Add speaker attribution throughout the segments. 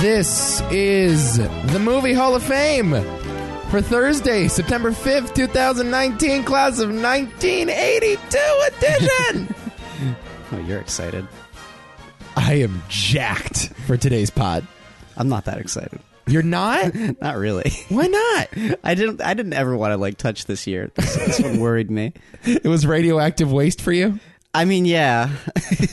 Speaker 1: This is the Movie Hall of Fame for Thursday, September 5th, 2019, class of 1982 edition.
Speaker 2: Oh, you're excited.
Speaker 1: I am jacked for today's pod.
Speaker 2: I'm not that excited.
Speaker 1: You're not?
Speaker 2: Not really.
Speaker 1: Why not?
Speaker 2: I didn't. I didn't ever want to like touch this year. This, this one worried me.
Speaker 1: It was radioactive waste for you?
Speaker 2: I mean, yeah.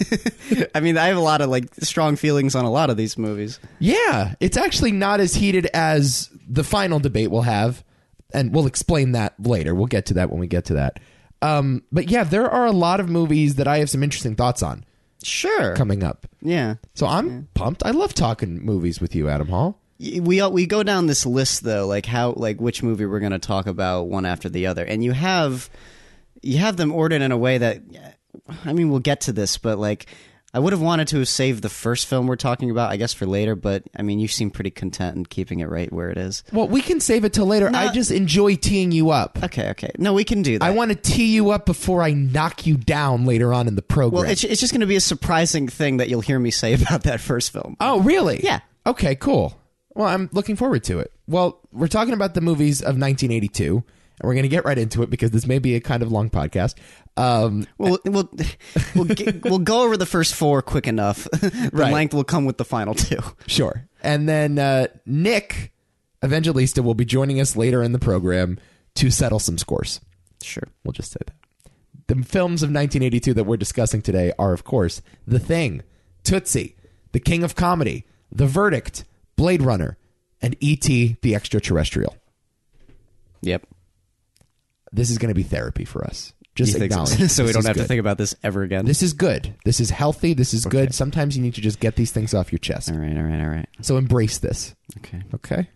Speaker 2: I mean, I have a lot of like strong feelings on a lot of these movies.
Speaker 1: Yeah, it's actually not as heated as the final debate we'll have, and we'll explain that later. We'll get to that when we get to that. Um, but yeah, there are a lot of movies that I have some interesting thoughts on
Speaker 2: Sure.
Speaker 1: coming up.
Speaker 2: Yeah.
Speaker 1: So I'm pumped. I love talking movies with you, Adam Hall.
Speaker 2: Y- We all- we go down this list though, like how like which movie we're going to talk about one after the other, and you have you have them ordered in a way that I mean, we'll get to this, but like. I would have wanted to have saved the first film we're talking about, I guess, for later, but I mean, you seem pretty content in keeping it right where it is.
Speaker 1: Well, we can save it till later. I just enjoy teeing you up.
Speaker 2: Okay, okay. No, we can do that.
Speaker 1: I want to tee you up before I knock you down later on in the program.
Speaker 2: Well, it's, it's just going to be a surprising thing that you'll hear me say about that first film.
Speaker 1: oh, really?
Speaker 2: Yeah.
Speaker 1: Okay, cool. Well, I'm looking forward to it. Well, we're talking about the movies of 1982, and we're going to get right into it because this may be a kind of long podcast. Um,
Speaker 2: We'll we'll we'll, get, we'll go over the first four quick enough. the
Speaker 1: Right.
Speaker 2: length will come with the final two.
Speaker 1: Sure. And then uh, Nick Evangelista will be joining us later in the program to settle some scores.
Speaker 2: Sure.
Speaker 1: We'll just say that. The films of 1982 that we're discussing today are, of course, The Thing, Tootsie, The King of Comedy, The Verdict, Blade Runner, and E.T. the Extraterrestrial.
Speaker 2: Yep.
Speaker 1: This is going to be therapy for us. Just acknowledge.
Speaker 2: so, so we
Speaker 1: this
Speaker 2: don't
Speaker 1: is
Speaker 2: have
Speaker 1: good.
Speaker 2: to think about this ever again.
Speaker 1: This is good. This is healthy. This is good. Sometimes you need to just get these things off your chest.
Speaker 2: all right. All right. All right.
Speaker 1: So embrace this.
Speaker 2: Okay.
Speaker 1: Okay.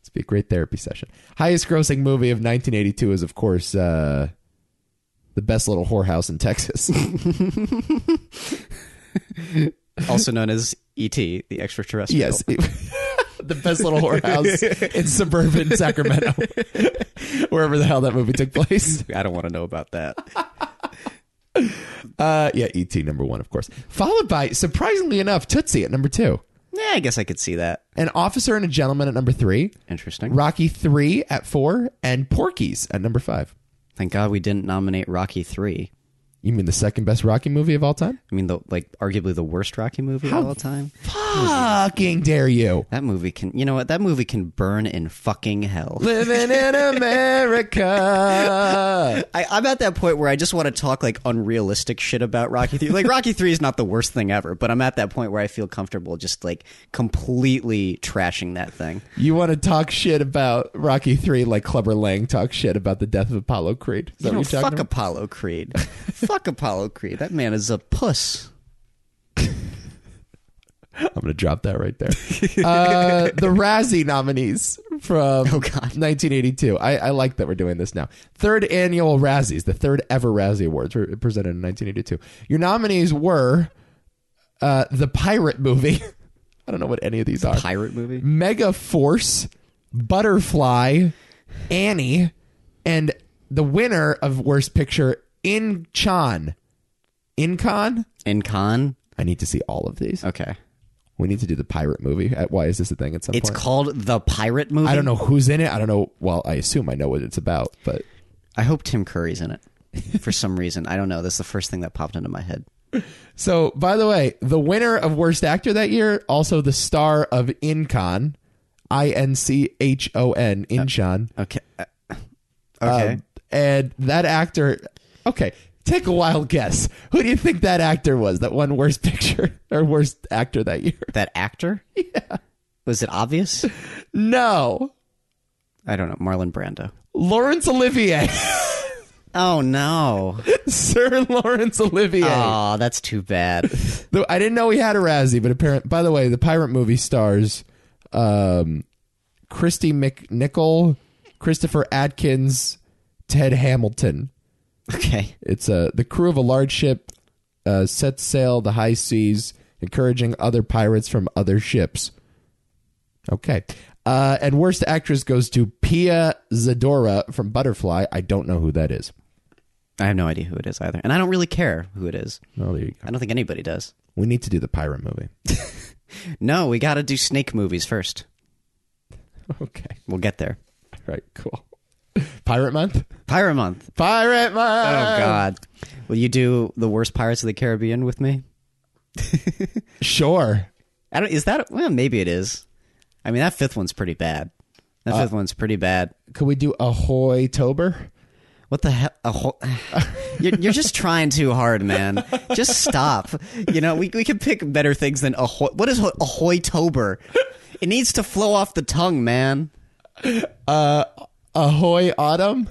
Speaker 1: It's be a great therapy session. Highest grossing movie of 1982 is, of course, uh, The Best Little Whorehouse in Texas.
Speaker 2: Also known as E.T. the extraterrestrial.
Speaker 1: yes. the Best Little Whorehouse in suburban Sacramento, wherever the hell that movie took place.
Speaker 2: I don't want to know about that.
Speaker 1: Uh, yeah, E.T. number one, of course. Followed by, surprisingly enough, Tootsie at number two.
Speaker 2: yeah, I guess I could see that.
Speaker 1: An Officer and a Gentleman at number three.
Speaker 2: Interesting.
Speaker 1: Rocky 3 at four. And Porky's at number five.
Speaker 2: Thank God we didn't nominate Rocky Three.
Speaker 1: You mean the second best Rocky movie of all time?
Speaker 2: I mean, the like arguably the worst Rocky movie of all time.
Speaker 1: Fucking dare you.
Speaker 2: That movie can, you know what? That movie can burn in fucking hell.
Speaker 1: Living in America.
Speaker 2: I, I'm at that point where I just want to talk like unrealistic shit about Rocky Three. Like Rocky Three is not the worst thing ever, but I'm at that point where I feel comfortable just like completely trashing that thing.
Speaker 1: You want to talk shit about Rocky Three like Clubber Lang talks shit about the death of Apollo Creed? Is that
Speaker 2: You know,
Speaker 1: what you're
Speaker 2: fuck
Speaker 1: talking about?
Speaker 2: Apollo Creed. fuck Apollo Creed. That man is a puss.
Speaker 1: I'm gonna drop that right there. uh, the Razzie nominees from
Speaker 2: Oh, God.
Speaker 1: 1982. I, I like that we're doing this now. Third annual Razzies, the third ever Razzie Awards were presented in 1982. Your nominees were uh, the Pirate movie. I don't know what any of these are.
Speaker 2: Pirate movie.
Speaker 1: Mega Force, Butterfly, Annie, and the winner of Worst Picture, Incon. Incon?
Speaker 2: In Con.
Speaker 1: I need to see all of these.
Speaker 2: Okay.
Speaker 1: We need to do the pirate movie. Uh, Why is this a thing at some
Speaker 2: It's
Speaker 1: point?
Speaker 2: called the Pirate movie.
Speaker 1: I don't know who's in it. I don't know. Well, I assume I know what it's about, but
Speaker 2: I hope Tim Curry's in it for some reason. I don't know. That's the first thing that popped into my head.
Speaker 1: so by the way, the winner of Worst Actor that year, also the star of Incon, I N C H O N, Inchon.
Speaker 2: Okay. Uh, Okay.
Speaker 1: Um, and that actor, okay, take a wild guess. Who do you think that actor was that won Worst Picture or Worst Actor that year?
Speaker 2: that actor? Yeah. Was it obvious?
Speaker 1: No,
Speaker 2: I don't know. Marlon Brando.
Speaker 1: Laurence Olivier,
Speaker 2: Oh no.
Speaker 1: Sir Laurence Olivier.
Speaker 2: Oh, that's too bad.
Speaker 1: Though I didn't know he had a Razzie, but apparent. By the way, the pirate movie stars um, Christy McNichol, Christopher Atkins, Ted Hamilton.
Speaker 2: Okay.
Speaker 1: It's uh, the crew of a large ship uh, sets sail the high seas, encouraging other pirates from other ships. Okay. Uh, and worst actress goes to Pia Zadora from Butterfly. I don't know who that is.
Speaker 2: I have no idea who it is either. And I don't really care who it is.
Speaker 1: Oh, there you go.
Speaker 2: I don't think anybody does.
Speaker 1: We need to do the pirate movie.
Speaker 2: No, we got to do snake movies first.
Speaker 1: Okay.
Speaker 2: We'll get there.
Speaker 1: All right, cool. Pirate month?
Speaker 2: Pirate month.
Speaker 1: Pirate month.
Speaker 2: Oh God! Will you do the worst Pirates of the Caribbean with me?
Speaker 1: Sure.
Speaker 2: I don't. Is that? Well, maybe it is. I mean, that fifth one's pretty bad. That fifth one's pretty bad.
Speaker 1: Could we do Ahoy Tober?
Speaker 2: What the hell? A whole, you're, you're just trying too hard, man. Just stop. You know, we we can pick better things than ahoy. What is ahoy tober? It needs to flow off the tongue, man.
Speaker 1: Ahoy Autumn?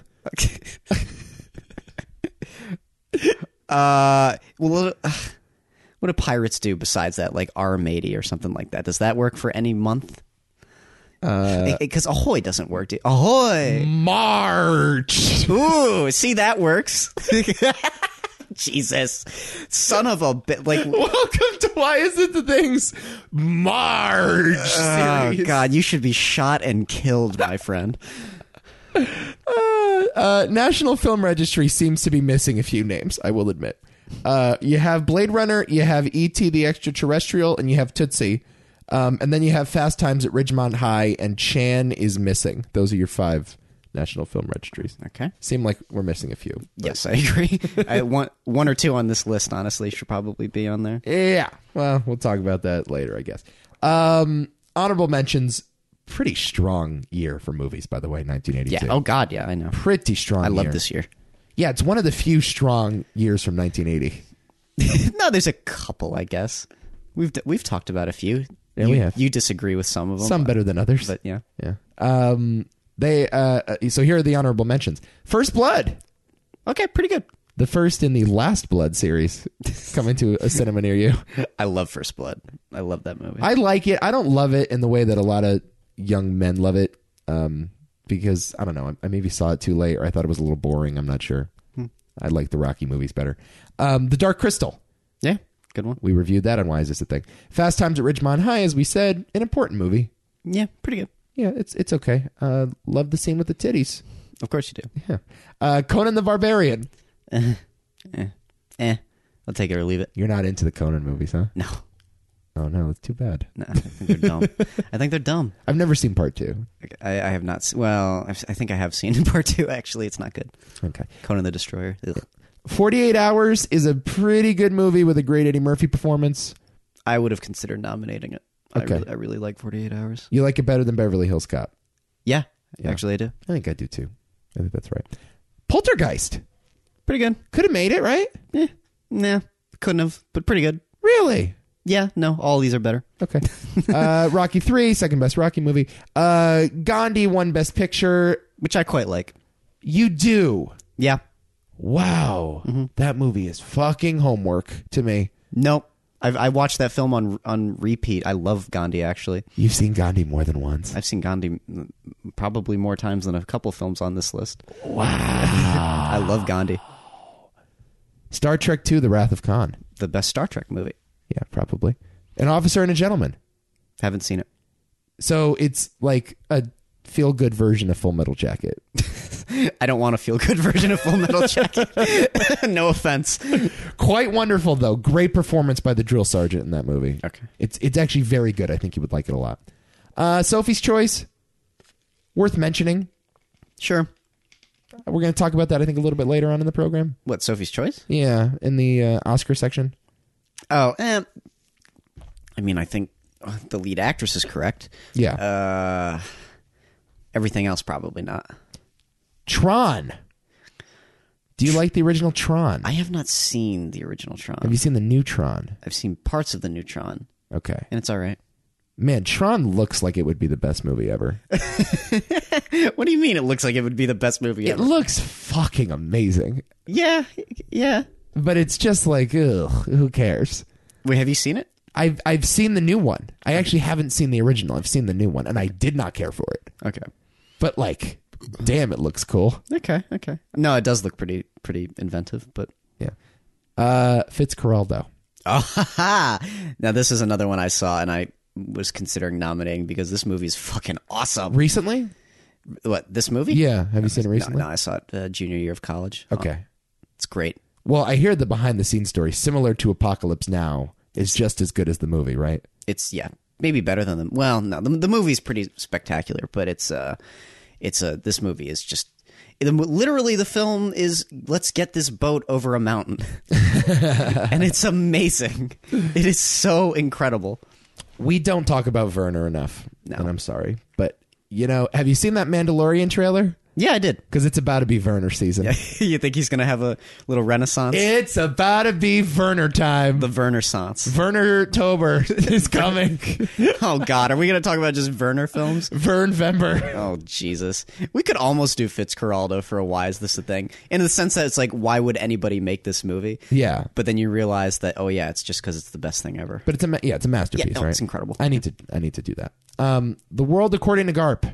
Speaker 2: Uh, well, uh, what do pirates do besides that? Like our matey or something like that. Does that work for any month? Because ahoy doesn't work. Do ahoy.
Speaker 1: March.
Speaker 2: Ooh, see that works. Jesus, son of a bit. Like,
Speaker 1: Welcome to Why Is It the Things March
Speaker 2: oh
Speaker 1: series.
Speaker 2: God, you should be shot and killed, my friend.
Speaker 1: Uh, National Film Registry seems to be missing a few names, I will admit. Uh, you have Blade Runner, you have E.T. the Extraterrestrial, and you have Tootsie. Um, and then you have Fast Times at Ridgemont High, and Chan is missing. Those are your five National Film Registries.
Speaker 2: Okay.
Speaker 1: Seem like we're missing a few.
Speaker 2: Yes, I agree. I want one or two on this list. Honestly, should probably be on there.
Speaker 1: Yeah. Well, we'll talk about that later, I guess. Um, honorable mentions. Pretty strong year for movies, by the way, 1982.
Speaker 2: Yeah. Oh God, yeah, I know.
Speaker 1: Pretty strong
Speaker 2: I love
Speaker 1: year.
Speaker 2: this year.
Speaker 1: Yeah, it's one of the few strong years from 1980.
Speaker 2: no, there's a couple, I guess. We've d- we've talked about a few.
Speaker 1: Yeah,
Speaker 2: you,
Speaker 1: we have.
Speaker 2: You disagree with some of them,
Speaker 1: Some better than others.
Speaker 2: Oh but yeah.
Speaker 1: yeah. Um, they uh, uh, so here are the honorable mentions. First Blood,
Speaker 2: Okay, pretty good.
Speaker 1: the first in the Last Blood series, coming to a cinema near you.
Speaker 2: I love First Blood. I love that movie.
Speaker 1: I like it. I don't love it in the way that a lot of young men love it. Um, because I don't know, I, I maybe saw it too late, or I thought it was a little boring. I'm not sure.
Speaker 2: Hmm.
Speaker 1: I like the Rocky movies better. Um, the Dark Crystal.
Speaker 2: yeah, good one.
Speaker 1: We reviewed that on Why Is This a Thing? Fast Times at Ridgemont High, as we said, an important movie.
Speaker 2: Yeah, pretty good.
Speaker 1: Yeah, it's it's okay. Uh, love the scene with the titties.
Speaker 2: Of course you do.
Speaker 1: Yeah. Uh, Conan the Barbarian.
Speaker 2: Eh, eh. I'll take it or leave it.
Speaker 1: You're not into the Conan movies, huh?
Speaker 2: No,
Speaker 1: Oh no, that's too bad.
Speaker 2: no. I think they're dumb. I think they're dumb.
Speaker 1: I've never seen part two.
Speaker 2: I, I have not. se- Well, I've, I think I have seen part two. Actually, it's not good.
Speaker 1: Okay.
Speaker 2: Conan the Destroyer. Ugh.
Speaker 1: 48 Hours is a pretty good movie with a great Eddie Murphy performance.
Speaker 2: I would have considered nominating it.
Speaker 1: Okay.
Speaker 2: I really, I really like Forty Eight Hours.
Speaker 1: You like it better than Beverly Hills Cop.
Speaker 2: Yeah, actually, I do.
Speaker 1: I think I do too. I think that's right. Poltergeist.
Speaker 2: Pretty good.
Speaker 1: Could have made it, right?
Speaker 2: Yeah. Nah. Couldn't have, but pretty good.
Speaker 1: Really?
Speaker 2: Yeah, no, all these are better.
Speaker 1: Okay. Uh, Rocky 3, second best Rocky movie. Uh, Gandhi won best picture.
Speaker 2: Which I quite like.
Speaker 1: You do.
Speaker 2: Yeah.
Speaker 1: Wow. That movie is fucking homework to me.
Speaker 2: Nope. I've I watched that film on on repeat. I love Gandhi actually.
Speaker 1: You've seen Gandhi more than once.
Speaker 2: I've seen Gandhi mm, probably more times than a couple films on this list.
Speaker 1: Wow.
Speaker 2: I love Gandhi.
Speaker 1: Star Trek 2, The Wrath of Khan.
Speaker 2: The best Star Trek movie.
Speaker 1: Yeah, probably. An officer and a gentleman.
Speaker 2: Haven't seen it.
Speaker 1: So it's like a feel good version of Full Metal Jacket.
Speaker 2: I don't want a feel good version of Full Metal Jacket. no offense.
Speaker 1: Quite wonderful though. Great performance by the drill sergeant in that movie.
Speaker 2: Okay.
Speaker 1: It's it's actually very good. I think you would like it a lot. Uh, Sophie's Choice. Worth mentioning.
Speaker 2: Sure.
Speaker 1: We're going to talk about that I think a little bit later on in the program.
Speaker 2: What Sophie's Choice?
Speaker 1: Yeah, in the uh, Oscar section.
Speaker 2: Oh, eh. I mean, I think uh, the lead actress is correct.
Speaker 1: Yeah.
Speaker 2: Uh, everything else probably not.
Speaker 1: Tron. Do you like the original Tron?
Speaker 2: I have not seen the original
Speaker 1: Have
Speaker 2: Tron.
Speaker 1: you seen the new Tron?
Speaker 2: I've seen parts of the new Tron,
Speaker 1: Okay.
Speaker 2: and it's all right.
Speaker 1: Man, Tron looks like it would be the best movie ever.
Speaker 2: what do you mean? It looks like it would be the best movie
Speaker 1: It
Speaker 2: ever.
Speaker 1: looks fucking amazing.
Speaker 2: yeah, yeah.
Speaker 1: But it's just like, ugh, who cares?
Speaker 2: Wait, have you seen it?
Speaker 1: I've I've seen the new one. I actually haven't seen the original. I've seen the new one and I did not care for it.
Speaker 2: Okay,
Speaker 1: But like, damn, it looks cool.
Speaker 2: okay, okay. No, it does look pretty, pretty inventive. But
Speaker 1: Yeah. Uh Fitzcarraldo.
Speaker 2: oh, ha, ha. now this is another one I saw, and I was considering nominating because this movie is fucking awesome.
Speaker 1: Recently?
Speaker 2: What this movie?
Speaker 1: Yeah. Have you seen it
Speaker 2: No,
Speaker 1: recently?
Speaker 2: no, I saw it uh, junior year of college. Oh,
Speaker 1: Okay.
Speaker 2: it's great.
Speaker 1: Well, I hear the behind the scenes story, similar to Apocalypse Now, is just as good as the movie, right?
Speaker 2: it's yeah maybe better than them. Well, no, the, the movie's pretty spectacular, but it's uh, it's a uh, this movie is just the- literally the film is let's get this boat over a mountain, and it's amazing. It is so incredible.
Speaker 1: We don't talk about Werner enough, and I'm sorry, but you know, have you seen that Mandalorian trailer?
Speaker 2: Yeah, I did.
Speaker 1: Because it's about to be Werner season.
Speaker 2: you think he's gonna have a little renaissance?
Speaker 1: It's about to be Werner time.
Speaker 2: the Vernaissance.
Speaker 1: Werner Tober is coming.
Speaker 2: oh God, are we gonna talk about just Werner films?
Speaker 1: Vern Vember.
Speaker 2: Oh Jesus! We could almost do Fitzcarraldo for a why is this a thing? In the sense that it's like, why would anybody make this movie?
Speaker 1: Yeah,
Speaker 2: But then you realize that oh yeah, it's just because it's the best thing ever.
Speaker 1: but it's a ma- yeah, it's a masterpiece,
Speaker 2: Yeah, no,
Speaker 1: right?
Speaker 2: it's incredible.
Speaker 1: I need to I need to do that. Um, the world according to Garp.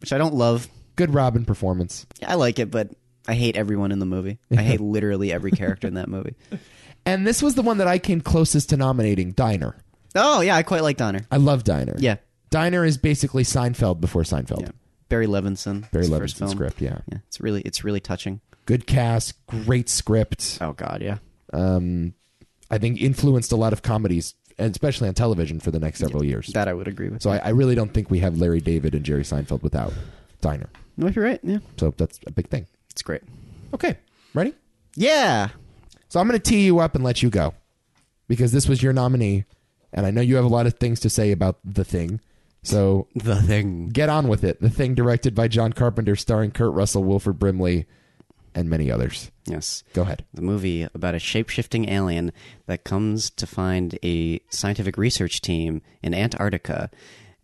Speaker 2: Which I don't love.
Speaker 1: Good Robin performance.
Speaker 2: I like it, but I hate everyone in the movie. I hate literally every character in that movie.
Speaker 1: And this was the one that I came closest to nominating Diner.
Speaker 2: Oh yeah, I quite like Donner.
Speaker 1: I love Diner.
Speaker 2: Yeah,
Speaker 1: Diner is basically Seinfeld before Seinfeld.
Speaker 2: yeah. Barry Levinson.
Speaker 1: Barry
Speaker 2: his first
Speaker 1: Levinson
Speaker 2: film.
Speaker 1: script. Yeah.
Speaker 2: Yeah, it's really it's really touching.
Speaker 1: Good cast, great script.
Speaker 2: Oh God, yeah.
Speaker 1: Um, I think influenced a lot of comedies, and especially on television for the next several years.
Speaker 2: That I would agree with.
Speaker 1: So I, I really don't think we have Larry David and Jerry Seinfeld without Diner.
Speaker 2: no, if you're right, yeah,
Speaker 1: So that's a big thing.
Speaker 2: it's great.
Speaker 1: Okay, ready?
Speaker 2: Yeah,
Speaker 1: So I'm going to tee you up and let you go because this was your nominee, and I know you have a lot of things to say about the thing. So
Speaker 2: the thing.
Speaker 1: get on with it. The thing directed by John Carpenter, starring Kurt Russell, Wilford Brimley, and many others.
Speaker 2: Yes.
Speaker 1: Go ahead.
Speaker 2: the movie about a shape-shifting alien that comes to find a scientific research team in Antarctica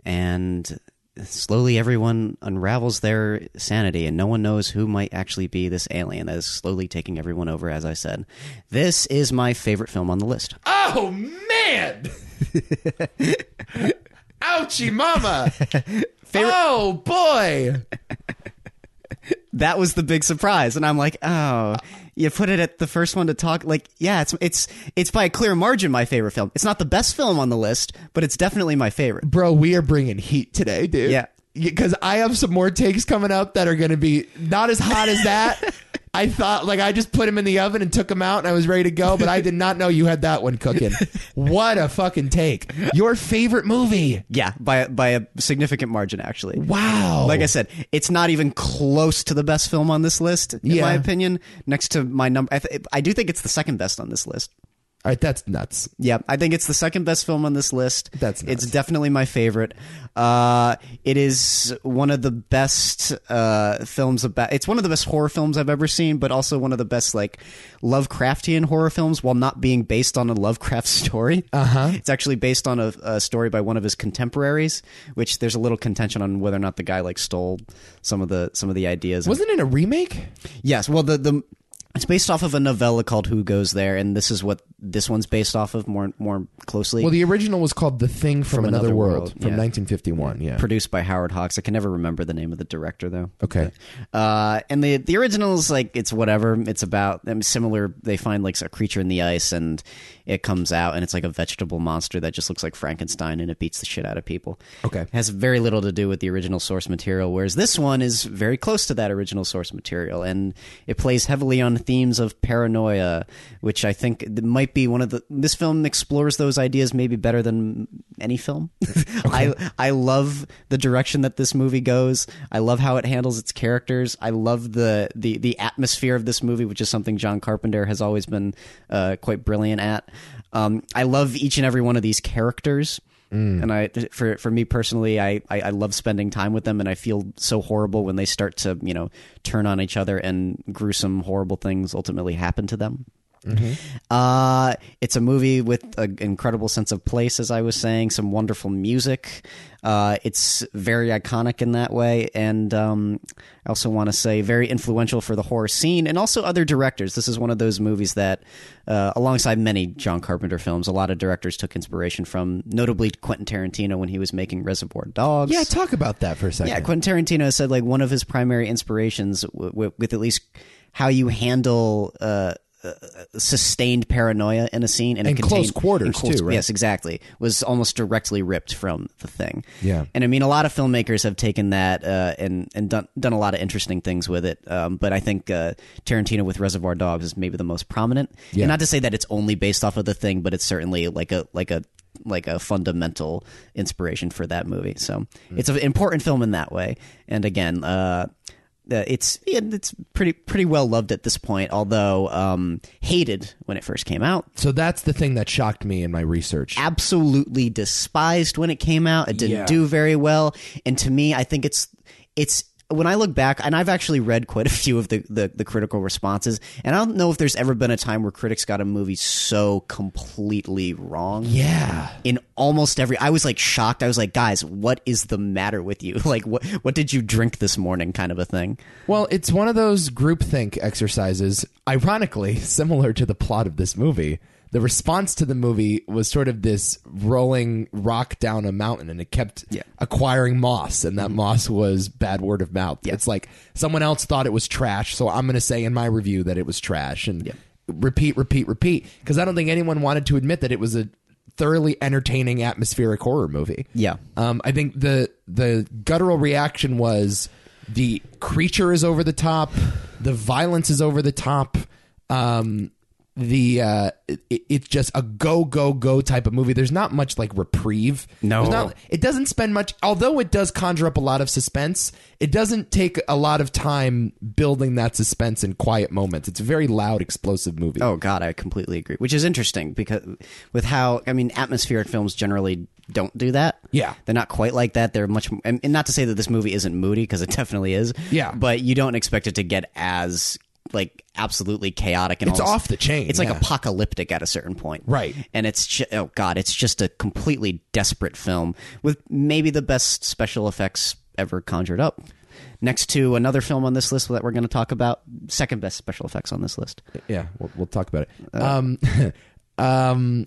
Speaker 2: and slowly everyone unravels their sanity and no one knows who might actually be this alien that is slowly taking everyone over as I said. This is my favorite film on the list.
Speaker 1: Oh man! Ouchie, mama! Oh boy!
Speaker 2: That was the big surprise and I'm like, "Oh, you put it at the first one to talk like, yeah, it's it's it's by a clear margin my favorite film. It's not the best film on the list, but it's definitely my favorite."
Speaker 1: Bro, we are bringing heat today, dude.
Speaker 2: Yeah.
Speaker 1: Because I have some more takes coming up that are going to be not as hot as that. I thought, like, I just put him in the oven and took him out and I was ready to go, but I did not know you had that one cooking. what a fucking take. Your favorite movie.
Speaker 2: Yeah, by by a significant margin, actually.
Speaker 1: Wow.
Speaker 2: Like I said, it's not even close to the best film on this list, in
Speaker 1: Yeah.
Speaker 2: my opinion. Next to my number, I, th- I do think it's the second best on this list.
Speaker 1: All right, that's nuts.
Speaker 2: Yeah, I think it's the second best film on this list.
Speaker 1: That's nuts.
Speaker 2: it's definitely my favorite. Uh, it is one of the best uh, films about. It's one of the best horror films I've ever seen, but also one of the best like Lovecraftian horror films, while not being based on a Lovecraft story. Uh
Speaker 1: Uh-huh.
Speaker 2: huh. It's actually based on a, a story by one of his contemporaries, which there's a little contention on whether or not the guy like stole some of the some of the ideas. and
Speaker 1: Wasn't it a remake?
Speaker 2: Yes. Well, the the it's based off of a novella called Who Goes There, and this is what this one's based off of more more closely.
Speaker 1: Well, the original was called The Thing from, Another,
Speaker 2: Another
Speaker 1: World,
Speaker 2: World,
Speaker 1: from
Speaker 2: yeah.
Speaker 1: 1951. Yeah.
Speaker 2: produced by Howard Hawks. I can never remember the name of the director though.
Speaker 1: Okay.
Speaker 2: Uh, and the the original is like it's whatever. It's about them similar. They find like a creature in the ice, and it comes out, and it's like a vegetable monster that just looks like Frankenstein, and it beats the shit out of people.
Speaker 1: Okay.
Speaker 2: has very little to do with the original source material, whereas this one is very close to that original source material, and it plays heavily on themes of paranoia, which I think th- might be one of the. This film explores those ideas maybe better than any film. I I love the direction that this movie goes. I love how it handles its characters. I love the the the atmosphere of this movie, which is something John Carpenter has always been uh, quite brilliant at. Um, I love each and every one of these characters. And I, for for me personally, I, I I love spending time with them, and I feel so horrible when they start to you know turn on each other, and gruesome, horrible things ultimately happen to them. Uh, it's a movie with an incredible sense of place, as I was saying, some wonderful music. Uh, it's very iconic in that way, and um, I also want to say very influential for the horror scene and also other directors. This is one of those movies that, uh, alongside many John Carpenter films, a lot of directors took inspiration from, notably Quentin Tarantino when he was making Reservoir Dogs.
Speaker 1: Yeah, talk about that for a second.
Speaker 2: Yeah, Quentin Tarantino said like one of his primary inspirations w- w- with at least how you handle uh, uh, sustained paranoia in a scene and, it
Speaker 1: And close
Speaker 2: contained-
Speaker 1: quarters,
Speaker 2: and
Speaker 1: too, right?
Speaker 2: Yes, exactly. Was almost directly ripped from the thing.
Speaker 1: Yeah.
Speaker 2: and I mean a lot of filmmakers have taken that uh, and and done done a lot of interesting things with it. Um, but I think uh, Tarantino with Reservoir Dogs is maybe the most prominent.
Speaker 1: Yeah.
Speaker 2: And not to say that it's only based off of the thing, but it's certainly like a like a like a fundamental inspiration for that movie. So
Speaker 1: Mm.
Speaker 2: it's an important film in that way. And again, uh, uh, it's yeah, it's pretty pretty well loved at this point, although um, hated when it first came out.
Speaker 1: So that's the thing that shocked me in my research.
Speaker 2: Absolutely despised when it came out. It didn't
Speaker 1: Yeah.
Speaker 2: do very well, and to me, I think it's it's when I look back, and I've actually read quite a few of the the, the critical responses, and I don't know if there's ever been a time where critics got a movie so completely wrong
Speaker 1: Yeah.
Speaker 2: in almost every I was like shocked. I was like, guys, what is the matter with you? Like what what did you drink this morning kind of a thing.
Speaker 1: Well, it's one of those groupthink exercises, ironically, similar to the plot of this movie. The response to the movie was sort of this rolling rock down a mountain, and it kept
Speaker 2: Yeah. Mm-hmm.
Speaker 1: acquiring moss, and that moss was bad word of mouth. It's like someone else thought it was trash, so I'm going to say in my review that it was trash, and repeat, repeat, repeat, because I don't think anyone wanted to admit that it was a thoroughly entertaining, atmospheric horror movie.
Speaker 2: Yeah.
Speaker 1: Um, I think the the guttural reaction was the creature is over the top, the violence is over the top. Um, the uh, it, it's just a go go go type of movie. There's not much like reprieve.
Speaker 2: No.
Speaker 1: There's not- it doesn't spend much. Although it does conjure up a lot of suspense, it doesn't take a lot of time building that suspense in quiet moments. It's a very loud, explosive movie.
Speaker 2: Oh god, I completely agree. Which is interesting because with how I mean atmospheric films generally don't do that.
Speaker 1: Yeah.
Speaker 2: They're not quite like that. They're much and and not to say that this movie isn't moody because it definitely is.
Speaker 1: Yeah.
Speaker 2: But you don't expect it to get as like absolutely chaotic and
Speaker 1: It's
Speaker 2: almost-
Speaker 1: off the chain,
Speaker 2: It's like
Speaker 1: yeah.
Speaker 2: apocalyptic at a certain point.
Speaker 1: Right.
Speaker 2: and it's ju- oh god, it's just a completely desperate film with maybe the best special effects ever conjured up. Next to another film on this list that we're going to talk about, second best special effects on this list.
Speaker 1: Yeah, we'll, we'll talk about it. Um, um,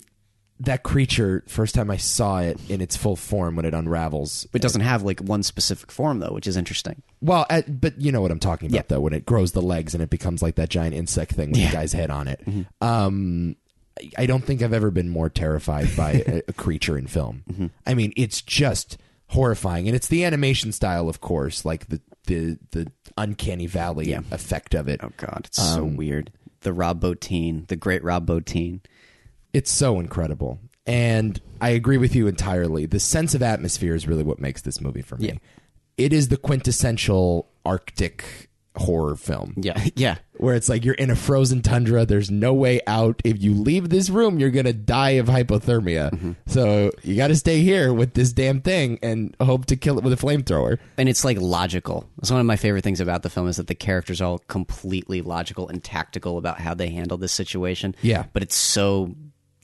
Speaker 1: that creature. First time I saw it in its full form when it unravels.
Speaker 2: It doesn't have like one specific form though, which is interesting.
Speaker 1: Well, at, but you know what I'm talking about
Speaker 2: Yeah.
Speaker 1: though. When it grows the legs and it becomes like that giant insect thing with the guy's head on it. Um, I- I don't think I've ever been more terrified by a, a creature in film. I mean, it's just horrifying, and it's the animation style, of course, like the the the uncanny valley effect of it.
Speaker 2: Oh, God, it's so weird. Um, The Rob Bottin, the great Rob Bottin.
Speaker 1: It's so incredible. And I agree with you entirely. The sense of atmosphere is really what makes this movie for me. It is the quintessential Arctic horror film.
Speaker 2: Yeah, yeah,
Speaker 1: Where it's like you're in a frozen tundra, there's no way out. If you leave this room, you're going to die of hypothermia. So you got to stay here with this damn thing and hope to kill it with a flamethrower.
Speaker 2: and it's like logical. It's one of my favorite things about the film is that the characters are all completely logical and tactical about how they handle this situation.
Speaker 1: Yeah.
Speaker 2: but it's so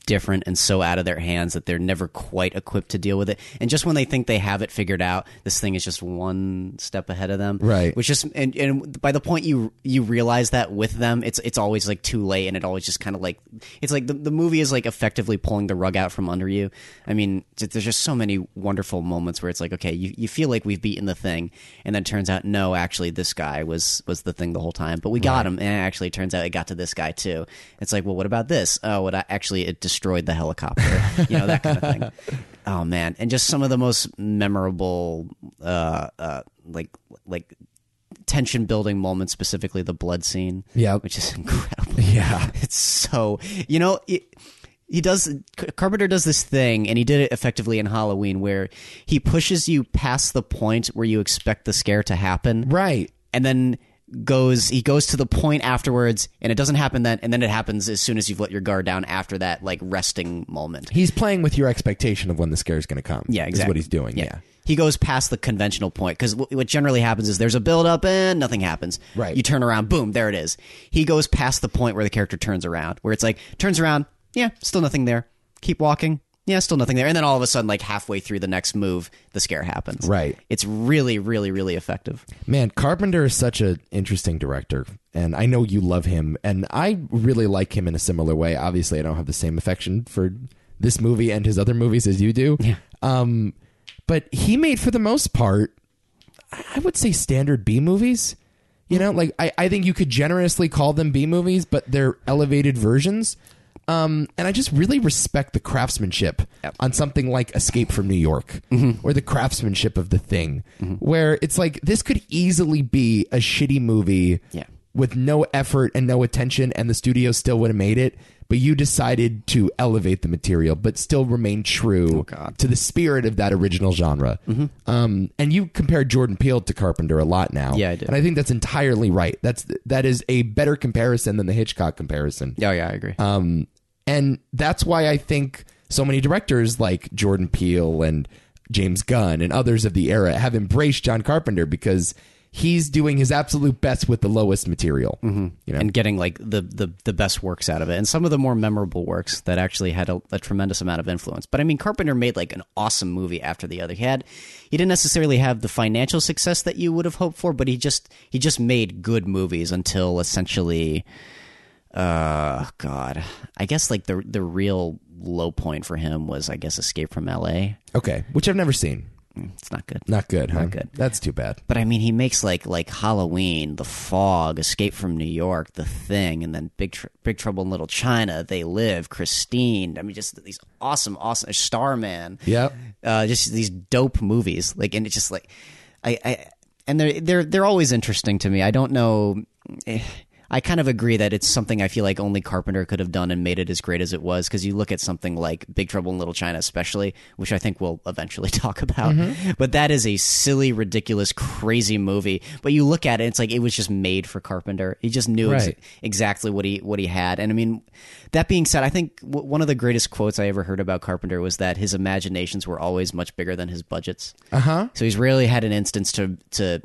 Speaker 2: different and so out of their hands that they're never quite equipped to deal with it. And just when they think they have it figured out, this thing is just one step ahead of them.
Speaker 1: Right.
Speaker 2: Which just and, and by the point you you realize that with them, it's it's always like too late and it always just kind of like it's like the, the movie is like effectively pulling the rug out from under you. I mean, j- there's just so many wonderful moments where it's like, okay, you, you feel like we've beaten the thing and then turns out no, actually this guy was was the thing the whole time, but we got him and actually it turns out it got to this guy too. It's like, well, what about this? Oh, what I, actually it destroyed the helicopter. you know, that kind of thing. Oh man, and just some of the most memorable uh uh like like tension building moment, specifically the blood scene.
Speaker 1: Yeah.
Speaker 2: which is incredible.
Speaker 1: Yeah.
Speaker 2: It's so you know it, he does Carpenter does this thing, and he did it effectively in Halloween, where he pushes you past the point where you expect the scare to happen,
Speaker 1: Right.
Speaker 2: and then goes he goes to the point afterwards and it doesn't happen then and then it happens as soon as you've let your guard down after that like resting moment
Speaker 1: He's playing with your expectation of when the scare's going to come.
Speaker 2: yeah, exactly.
Speaker 1: Is what he's doing. yeah.
Speaker 2: He goes past the conventional point because what generally happens is there's a build up and nothing happens.
Speaker 1: Right.
Speaker 2: You turn around, boom, there it is. He goes past the point where the character turns around, where it's like, turns around, yeah, still nothing there. Keep walking, yeah, still nothing there. And then all of a sudden, like halfway through the next move, the scare happens.
Speaker 1: Right.
Speaker 2: It's really, really, really effective.
Speaker 1: Man, Carpenter is such an interesting director, and I know you love him, and I really like him in a similar way. Obviously, I don't have the same affection for this movie and his other movies as you do. Um, but he made, for the most part, I would say standard B movies. You know, like I, I think you could generously call them B movies, but they're elevated versions. Um, and I just really respect the craftsmanship on something like Escape from New York
Speaker 2: Mm-hmm.
Speaker 1: or the craftsmanship of The Thing, where it's like this could easily be a shitty movie
Speaker 2: Yeah.
Speaker 1: with no effort and no attention, and the studio still would have made it. but you decided to elevate the material, but still remain
Speaker 2: Oh,
Speaker 1: true to the spirit of that original genre. Um, and you compare Jordan Peele to Carpenter a lot now.
Speaker 2: Mm-hmm. Yeah, I did.
Speaker 1: And I think that's entirely right. That's that is a better comparison than the Hitchcock comparison.
Speaker 2: Oh yeah, I agree.
Speaker 1: Um, and that's why I think so many directors like Jordan Peele and James Gunn and others of the era have embraced John Carpenter because he's doing his absolute best with the lowest material. Mm-hmm. You know,
Speaker 2: and getting like the, the the best works out of it, and some of the more memorable works that actually had a, a tremendous amount of influence. But I mean, Carpenter made like an awesome movie after the other. He had he didn't necessarily have the financial success that you would have hoped for, but he just he just made good movies until essentially, uh, God, I guess like the the real low point for him was I guess Escape from L.A.
Speaker 1: okay, which I've never seen.
Speaker 2: It's not good.
Speaker 1: Not good, huh?
Speaker 2: Not good.
Speaker 1: That's too bad.
Speaker 2: But I mean, he makes like like Halloween, The Fog, Escape from New York, The Thing, and then Big Tr- Big Trouble in Little China, They Live, Christine. I mean, just these awesome, awesome Starman.
Speaker 1: Yep.
Speaker 2: Uh, just these dope movies. Like, and it's just like, I, I, and they're they're they're always interesting to me. I don't know. eh, I kind of agree that it's something I feel like only Carpenter could have done and made it as great as it was. Because you look at something like Big Trouble in Little China, especially, which I think we'll eventually talk about. But that is a silly, ridiculous, crazy movie. But you look at it, it's like it was just made for Carpenter. He just knew ex-
Speaker 1: Right.
Speaker 2: exactly what he what he had. And I mean, that being said, I think w- one of the greatest quotes I ever heard about Carpenter was that his imaginations were always much bigger than his budgets.
Speaker 1: Uh huh.
Speaker 2: So he's really had an instance to to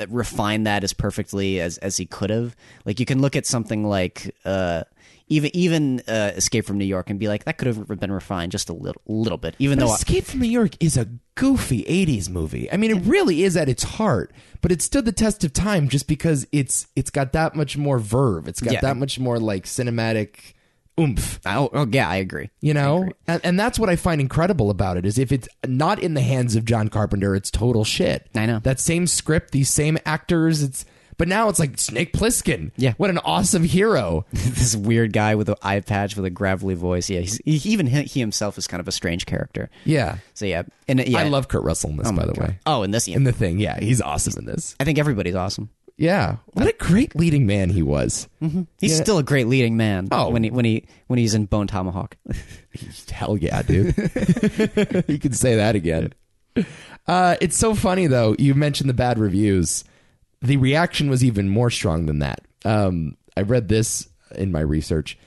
Speaker 2: uh, refine that as perfectly as as he could have. Like you can look at something like uh even even uh, Escape from New York and be like that could have been refined just a little little bit. Even though I-
Speaker 1: Escape from New York is a goofy 80s movie. I mean, it really is at its heart, but it stood the test of time just because it's it's got that much more verve. It's got
Speaker 2: Yeah.
Speaker 1: that much more like cinematic oomph,
Speaker 2: oh, oh yeah, I agree.
Speaker 1: you know? And, and that's what I find incredible about it is if it's not in the hands of John Carpenter, it's total shit.
Speaker 2: I know.
Speaker 1: That same script, these same actors, it's but now it's like Snake Plissken.
Speaker 2: Yeah.
Speaker 1: What an awesome hero.
Speaker 2: this weird guy with an eye patch with a gravelly voice. Yeah, he's, he, even he, he himself is kind of a strange character.
Speaker 1: Yeah.
Speaker 2: So yeah, and uh, yeah,
Speaker 1: I love Kurt Russell in this, by the way.
Speaker 2: oh, and this yeah,
Speaker 1: In the thing, yeah, he's awesome in this.
Speaker 2: I think everybody's awesome.
Speaker 1: Yeah. What a great leading man he was.
Speaker 2: He's still a great leading man.
Speaker 1: Oh.
Speaker 2: when he when he when he's in Bone Tomahawk.
Speaker 1: Hell yeah, dude. you can say that again. Uh, it's so funny, though. You mentioned the bad reviews. The reaction was even more strong than that. Um, I read this in my research.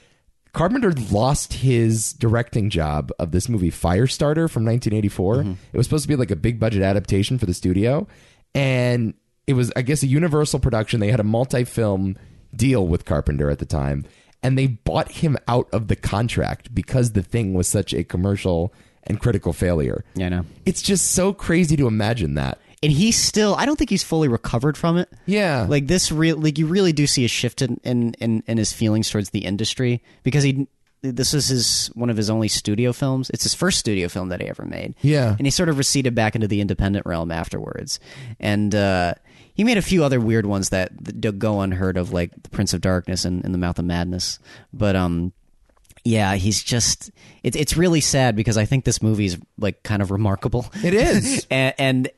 Speaker 1: Carpenter lost his directing job of this movie Firestarter from 1984. It was supposed to be like a big budget adaptation for the studio, and it was, I guess, a Universal production. They had a multi-film deal with Carpenter at the time, and they bought him out of the contract because the thing was such a commercial and critical failure.
Speaker 2: yeah, I know.
Speaker 1: It's just so crazy to imagine that.
Speaker 2: and he's still i don't think he's fully recovered from it
Speaker 1: Yeah,
Speaker 2: like this real like you really do see a shift in in in, in his feelings towards the industry because he this is his one of his only studio films it's his first studio film that he ever made
Speaker 1: Yeah.
Speaker 2: and he sort of receded back into the independent realm afterwards and uh he made a few other weird ones that that go unheard of like the prince of darkness and in the mouth of madness but um yeah, he's just it's it's really sad because I think this movie's like kind of remarkable.
Speaker 1: It is.
Speaker 2: and, and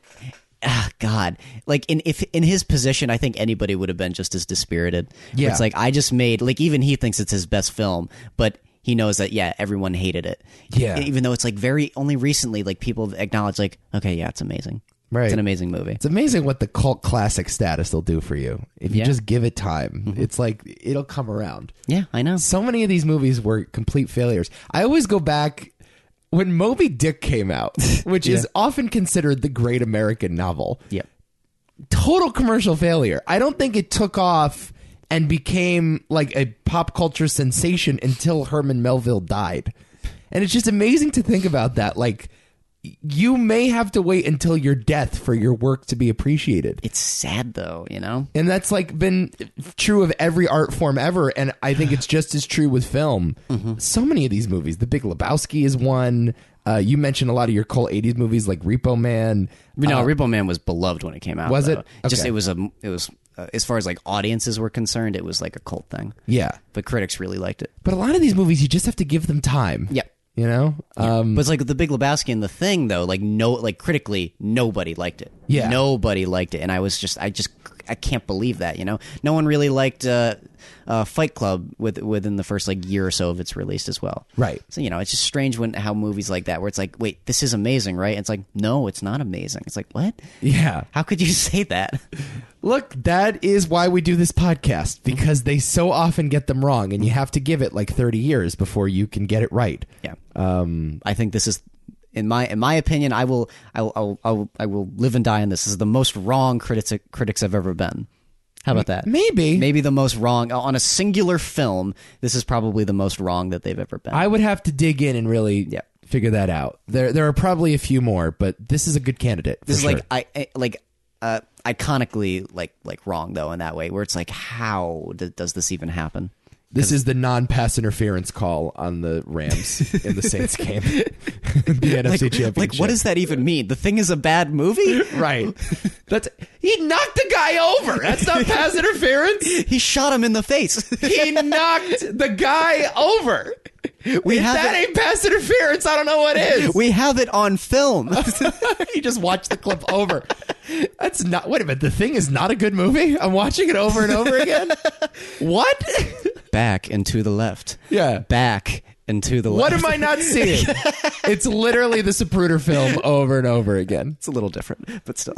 Speaker 2: ah, God, like in if in his position, I think anybody would have been just as dispirited.
Speaker 1: Yeah.
Speaker 2: it's like I just made like even he thinks it's his best film, but he knows that yeah, everyone hated it. E,
Speaker 1: Yeah.
Speaker 2: even though it's like very only recently like people have acknowledged like okay, yeah, it's amazing.
Speaker 1: Right.
Speaker 2: it's an amazing movie.
Speaker 1: It's amazing what the cult classic status will do for you if you
Speaker 2: Yeah.
Speaker 1: just give it time. It's like it'll come around.
Speaker 2: Yeah, I know.
Speaker 1: So many of these movies were complete failures. I always go back when Moby Dick came out, which is often considered the great American novel.
Speaker 2: Yep.
Speaker 1: Total commercial failure. I don't think it took off and became like a pop culture sensation until Herman Melville died. And it's just amazing to think about that. Like, you may have to wait until your death for your work to be appreciated
Speaker 2: It's sad though, you know.
Speaker 1: and that's like been true of every art form ever and i think it's just as true with film so many of these movies the big lebowski is one uh, you mentioned a lot of your cult 80s movies like repo man
Speaker 2: No, Repo Man was beloved when it came out.
Speaker 1: Uh, Was
Speaker 2: though.
Speaker 1: it?
Speaker 2: Just
Speaker 1: Okay.
Speaker 2: it was a it was uh, as far as like audiences were concerned, it was like a cult thing.
Speaker 1: yeah
Speaker 2: But critics really liked it.
Speaker 1: but a lot of these movies you just have to give them time
Speaker 2: Yep.
Speaker 1: you know um,
Speaker 2: but it's like the Big Lebowski and the Thing though. Like no, like critically, nobody liked it.
Speaker 1: Yeah.
Speaker 2: nobody liked it, and I was just I just I can't believe that. You know, no one really liked uh, uh, Fight Club with, within the first like year or so of its release as well.
Speaker 1: Right.
Speaker 2: So you know, it's just strange when how movies like that where it's like, wait, this is amazing, right? And it's like, no, it's not amazing. It's like, what?
Speaker 1: Yeah.
Speaker 2: How could you say that?
Speaker 1: Look, that is why we do this podcast because they so often get them wrong, and you have to give it like 30 years before you can get it right.
Speaker 2: Yeah. Um, I think this is in my in my opinion. I will I will I will, I will, I will live and die on this. This is the most wrong critics critics I've ever been. How about that?
Speaker 1: Maybe.
Speaker 2: Maybe the most wrong on a singular film. This is probably the most wrong that they've ever been.
Speaker 1: I would have to dig in and really
Speaker 2: Yeah.
Speaker 1: figure that out. There, there are probably a few more, but this is a good candidate.
Speaker 2: this is
Speaker 1: for
Speaker 2: like I, I like uh, iconically like like wrong though in that way where it's like how d- does this even happen?
Speaker 1: This is the non-pass interference call on the Rams in the Saints game, the NFC Championship.
Speaker 2: Like what does that even mean? The thing is a bad movie.
Speaker 1: right? That's he knocked the guy over. That's not pass interference.
Speaker 2: He shot him in the face.
Speaker 1: He knocked the guy over.
Speaker 2: We
Speaker 1: if
Speaker 2: have
Speaker 1: that ain't pass interference, I don't know what is.
Speaker 2: we have it on film.
Speaker 1: you just watch the clip over. That's not. Wait a minute. The thing is not a good movie. I'm watching it over and over again. what?
Speaker 2: back and to the left.
Speaker 1: Yeah.
Speaker 2: Back and to the
Speaker 1: What
Speaker 2: left.
Speaker 1: am I not seeing? it's literally the Zapruder film over and over again.
Speaker 2: It's a little different, but still.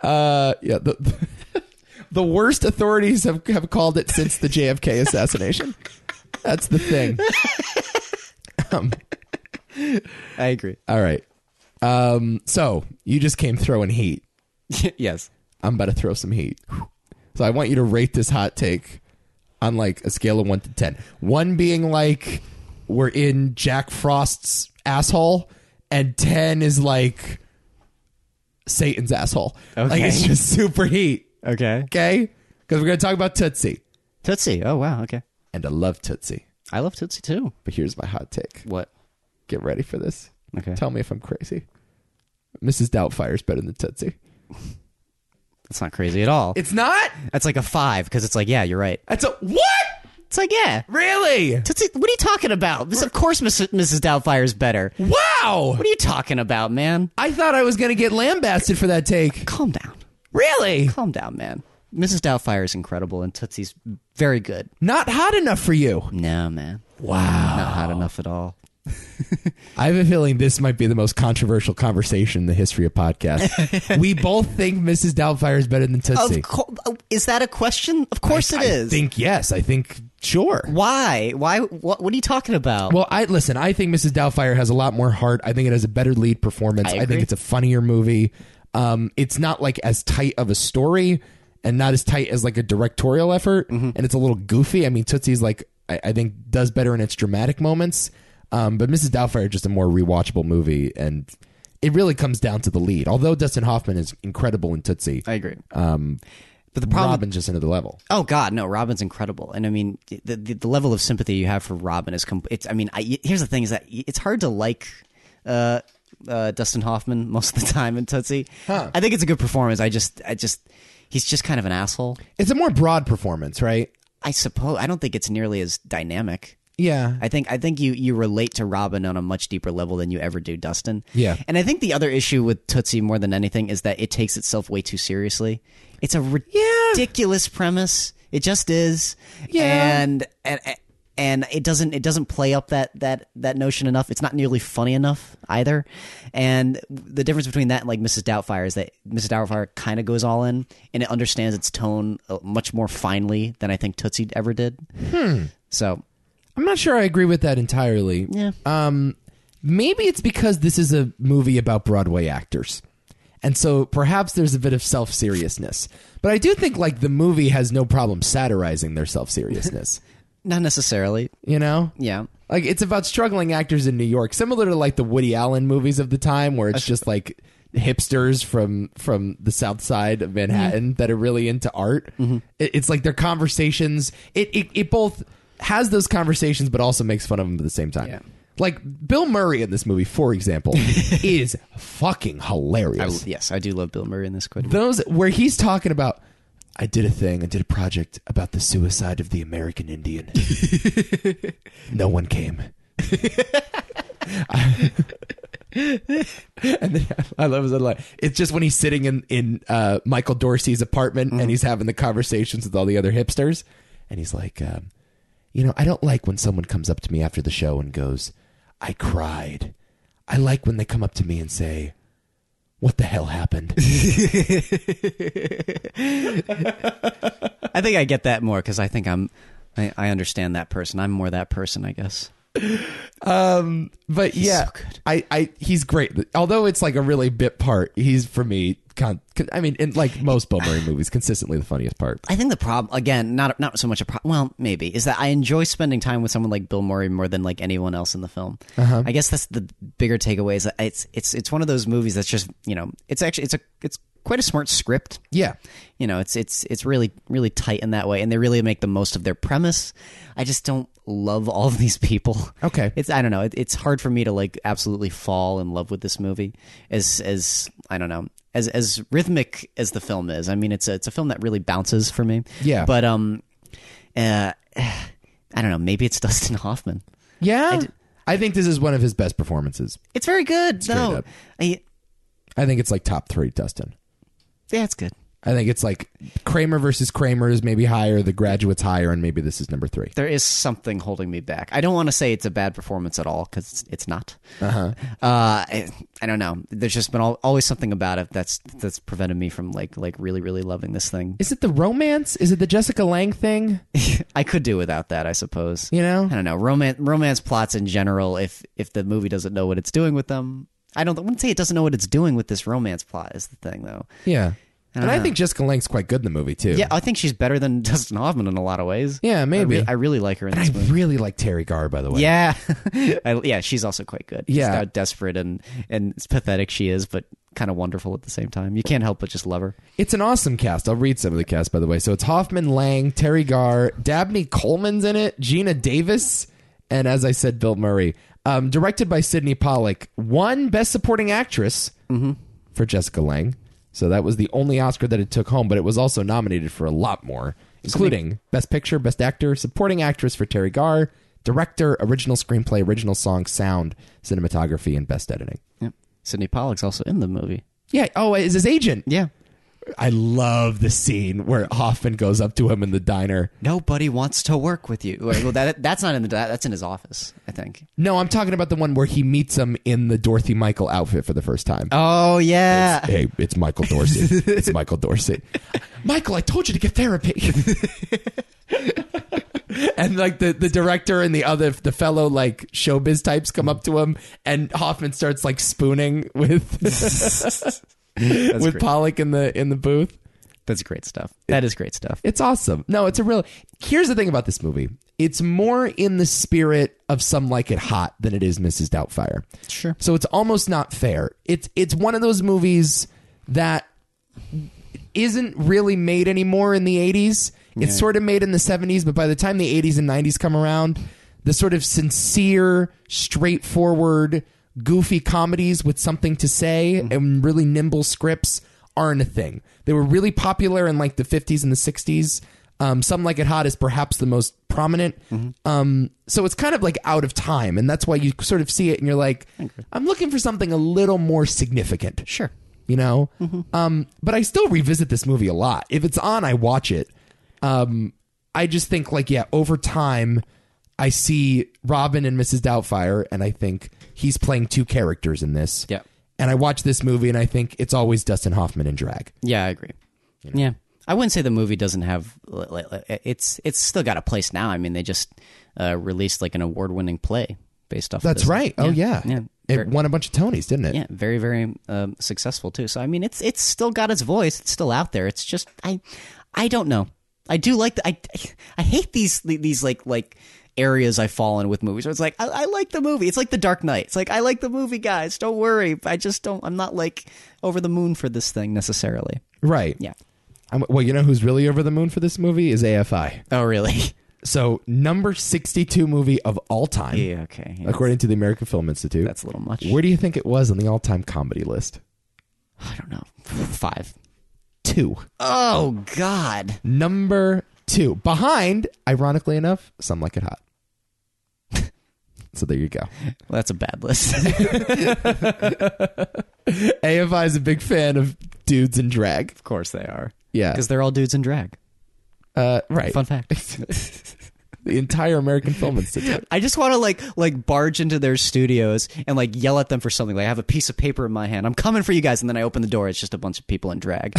Speaker 1: Uh, yeah. The, the worst authorities have, have called it since the JFK assassination. That's the thing.
Speaker 2: I agree.
Speaker 1: All right. Um, so you just came throwing heat.
Speaker 2: yes.
Speaker 1: I'm about to throw some heat. So I want you to rate this hot take on like a scale of one to ten. One being like we're in Jack Frost's asshole, and ten is like Satan's asshole. Like
Speaker 2: Okay.
Speaker 1: it's just super heat.
Speaker 2: Okay.
Speaker 1: Okay? Because we're gonna talk about Tootsie.
Speaker 2: Tootsie. Oh, wow. Okay.
Speaker 1: And I love Tootsie.
Speaker 2: I love Tootsie too.
Speaker 1: But here's my hot take.
Speaker 2: What?
Speaker 1: Get ready for this.
Speaker 2: Okay.
Speaker 1: Tell me if I'm crazy. Mrs. Doubtfire's better than Tootsie.
Speaker 2: That's not crazy at all.
Speaker 1: It's not?
Speaker 2: That's like a five because it's like, yeah, you're right.
Speaker 1: That's a what?
Speaker 2: It's like, yeah.
Speaker 1: Really?
Speaker 2: Tootsie, what are you talking about? This, of course, Mrs. Mrs. Doubtfire is better.
Speaker 1: Wow!
Speaker 2: What are you talking about, man?
Speaker 1: I thought I was going to get lambasted for that take.
Speaker 2: Calm down.
Speaker 1: Really?
Speaker 2: Calm down, man. Mrs. Doubtfire is incredible and Tootsie's very good.
Speaker 1: Not hot enough for you.
Speaker 2: No, man.
Speaker 1: Wow.
Speaker 2: Not hot enough at all.
Speaker 1: I have a feeling this might be the most controversial conversation in the history of podcasts. we both think Mrs. Doubtfire is better than Tootsie.
Speaker 2: Of co- oh, is that a question? Of course it
Speaker 1: I
Speaker 2: is.
Speaker 1: think yes. I think sure.
Speaker 2: Why? Why? What, what are you talking about?
Speaker 1: Well, I listen. I think Mrs. Doubtfire has a lot more heart. I think it has a better lead performance.
Speaker 2: I
Speaker 1: I,
Speaker 2: agree.
Speaker 1: think it's a funnier movie. Um, it's not like as tight of a story, and not as tight as like a directorial effort,
Speaker 2: Mm-hmm.
Speaker 1: and it's a little goofy. I mean, Tootsie's like I, I think does better in its dramatic moments, um, but Mrs. Doubtfire is just a more rewatchable movie, and it really comes down to the lead. Although Dustin Hoffman is incredible in Tootsie,
Speaker 2: I agree.
Speaker 1: um,
Speaker 2: But the problem.
Speaker 1: Robin's just another level.
Speaker 2: Oh God, no! Robin's incredible, and I mean, the the, the level of sympathy you have for Robin is. Com- it's. I mean, I, here's the thing: is that it's hard to like. Uh, uh, Dustin Hoffman most of the time in Tootsie. I think it's a good performance. I just, I just, he's just kind of an asshole.
Speaker 1: It's a more broad performance, right?
Speaker 2: I suppose. I don't think it's nearly as dynamic.
Speaker 1: Yeah,
Speaker 2: I think I think you you relate to Robin on a much deeper level than you ever do Dustin.
Speaker 1: Yeah.
Speaker 2: And I think the other issue with Tootsie more than anything is that it takes itself way too seriously. It's a ridiculous premise. It just is.
Speaker 1: Yeah.
Speaker 2: And and and it doesn't it doesn't play up that that that notion enough. It's not nearly funny enough either. And the difference between that and like Mrs. Doubtfire is that Mrs. Doubtfire kind of goes all in and it understands its tone uh, much more finely than I think Tootsie ever did.
Speaker 1: Hmm.
Speaker 2: So
Speaker 1: I'm not sure I agree with that entirely.
Speaker 2: yeah.
Speaker 1: Um, maybe it's because this is a movie about Broadway actors. And so perhaps there's a bit of self seriousness. But I do think like the movie has no problem satirizing their self seriousness.
Speaker 2: Not necessarily.
Speaker 1: you know?
Speaker 2: Yeah.
Speaker 1: Like it's about struggling actors in New York, similar to like the Woody Allen movies of the time where it's just like hipsters from from the south side of
Speaker 2: Mm-hmm.
Speaker 1: Manhattan that are really into art. It, it's like their conversations it, it it both has those conversations but also makes fun of them at the same time.
Speaker 2: Yeah.
Speaker 1: Like Bill Murray in this movie, for example, is fucking hilarious
Speaker 2: Yes, I do love Bill Murray in this quite a bit.
Speaker 1: those where he's talking about I did a thing, I did a project about the suicide of the American Indian. no one came. And then I love his other line. It's just when he's sitting in in uh, Michael Dorsey's apartment and he's having the conversations with all the other hipsters, and he's like, um, you know, I don't like when someone comes up to me after the show and goes, "I cried." I like when they come up to me and say, "What the hell happened?"
Speaker 2: I think I get that more because I think I'm, I, I understand that person. I'm more that person, I guess.
Speaker 1: Um, but yeah,
Speaker 2: so good.
Speaker 1: I, I, he's great. Although it's like a really bit part, he's for me. Con, con- I mean, in like most Bill Murray movies, consistently the funniest part.
Speaker 2: I think the problem again, not not so much a problem. Well, maybe is that I enjoy spending time with someone like Bill Murray more than like anyone else in the film. I guess that's the bigger takeaway. Is that it's it's it's one of those movies that's just you know it's actually it's a it's quite a smart script.
Speaker 1: Yeah,
Speaker 2: You know, it's it's it's really really tight in that way, and they really make the most of their premise. I just don't love all of these people.
Speaker 1: Okay.
Speaker 2: it's I don't know. It, it's hard for me to like absolutely fall in love with this movie. As as I don't know. As, as rhythmic as the film is, I mean, it's a it's a film that really bounces for me.
Speaker 1: Yeah.
Speaker 2: but um, uh, I don't know. Maybe it's Dustin Hoffman.
Speaker 1: yeah. I think this is one of his best performances.
Speaker 2: It's very good though.
Speaker 1: up.
Speaker 2: I,
Speaker 1: I think it's like top three, Dustin.
Speaker 2: yeah, it's good.
Speaker 1: I think it's like Kramer versus Kramer is maybe higher, The Graduate's higher, and maybe this is number three.
Speaker 2: there is something holding me back. I don't want to say it's a bad performance at all because it's, it's not. Uh-huh. I, I don't know. There's just been al always something about it that's that's prevented me from like like really really loving this thing.
Speaker 1: Is it the romance? Is it the Jessica Lang thing?
Speaker 2: I could do without that, I suppose.
Speaker 1: You know?
Speaker 2: I don't know romance romance plots in general. If if the movie doesn't know what it's doing with them, I don't I wouldn't say it doesn't know what it's doing with this romance plot. Is the thing though.
Speaker 1: Yeah. And I
Speaker 2: know.
Speaker 1: think Jessica Lang's quite good in the movie too.
Speaker 2: Yeah, I think she's better than Dustin Hoffman in a lot of ways.
Speaker 1: Yeah, maybe.
Speaker 2: I, re- I really like her in
Speaker 1: I
Speaker 2: this movie.
Speaker 1: really like Terry Garr, by the way.
Speaker 2: Yeah, I, yeah, she's also quite good. She's
Speaker 1: Yeah.
Speaker 2: how desperate and and pathetic she is, but kind of wonderful at the same time. You can't help but just love her.
Speaker 1: It's an awesome cast. I'll read some of the cast, by the way. So it's Hoffman, Lang, Terry Garr, Dabney Coleman's in it, Gina Davis, and as I said, Bill Murray. Um, directed by Sidney Pollack, one Best Supporting Actress for Jessica Lang. So that was the only Oscar that it took home, but it was also nominated for a lot more, including Best Picture, Best Actor, Supporting Actress for Terry Garr, Director, Original Screenplay, Original Song, Sound, Cinematography, and Best Editing.
Speaker 2: Yep. Sydney Pollock's also in the movie.
Speaker 1: Yeah. Oh, is his agent?
Speaker 2: Yeah.
Speaker 1: I love the scene where Hoffman goes up to him in the diner.
Speaker 2: Nobody wants to work with you. Well, that that's not in the that- that's in his office, I think.
Speaker 1: No, I'm talking about the one where he meets him in the Dorothy Michael outfit for the first time.
Speaker 2: Oh yeah.
Speaker 1: Hey, it's Michael Dorsey. it's Michael Dorsey. Michael, I told you to get therapy. and like the, the director and the other the fellow like showbiz types come up to him and Hoffman starts like spooning with with
Speaker 2: great.
Speaker 1: Pollock in the in the booth.
Speaker 2: That's great stuff. That is great stuff.
Speaker 1: It's awesome. No, it's a real. Here's the thing about this movie. It's more in the spirit of some like it hot than it is Mrs. Doubtfire.
Speaker 2: Sure.
Speaker 1: So it's almost not fair. It's it's one of those movies that isn't really made anymore in the 80s. It's sort of made in the 70s, but by the time the 80s and 90s come around, the sort of sincere, straightforward, goofy comedies with something to say and really nimble scripts aren't a thing. They were really popular in like the 50s and the 60s. Um, Some Like It Hot is perhaps the most prominent. Um, so it's kind of like out of time, and that's why you sort of see it and you're like, I'm looking for something a little more significant
Speaker 2: Sure.
Speaker 1: you know um but i still revisit this movie a lot if it's on i watch it um i just think like yeah over time i see robin and mrs doubtfire and i think he's playing two characters in this
Speaker 2: Yep.
Speaker 1: and i watch this movie and i think it's always dustin hoffman in drag
Speaker 2: Yeah, I agree. Yeah, I wouldn't say the movie doesn't have li- li- li- it's it's still got a place now. I mean, they just uh, released like an award winning play based off. of
Speaker 1: that's
Speaker 2: this.
Speaker 1: right oh yeah,
Speaker 2: yeah.
Speaker 1: it
Speaker 2: Ver-
Speaker 1: won a bunch of tonys didn't it
Speaker 2: yeah, very very um, successful too. So I mean, it's it's still got its voice. It's still out there. It's just I I don't know. I do like the, I I hate these these like like areas I fall in with movies. Where it's like I, I like the movie. It's like The Dark Knight. It's like I like the movie, guys. Don't worry. I just don't. I'm not like over the moon for this thing necessarily.
Speaker 1: right
Speaker 2: Yeah.
Speaker 1: I'm, well you know who's really over the moon for this movie is afi
Speaker 2: Oh really?
Speaker 1: so number 62 movie of all time
Speaker 2: Yeah. Okay. yeah.
Speaker 1: according to the american film institute
Speaker 2: That's a little much.
Speaker 1: where do you think it was on the all-time comedy list
Speaker 2: I don't know. Five.
Speaker 1: two
Speaker 2: Oh God.
Speaker 1: Number two. Behind, ironically enough, Some Like It Hot. So there you go.
Speaker 2: Well, that's a bad list.
Speaker 1: AFI is a big fan of dudes in drag.
Speaker 2: of course they are.
Speaker 1: Yeah.
Speaker 2: Because they're all dudes in drag.
Speaker 1: Uh, right.
Speaker 2: Fun fact.
Speaker 1: The entire American Film Institute.
Speaker 2: I just want to like like barge into their studios and like yell at them for something. Like I have a piece of paper in my hand. I'm coming for you guys, and then I open the door. It's just a bunch of people in drag.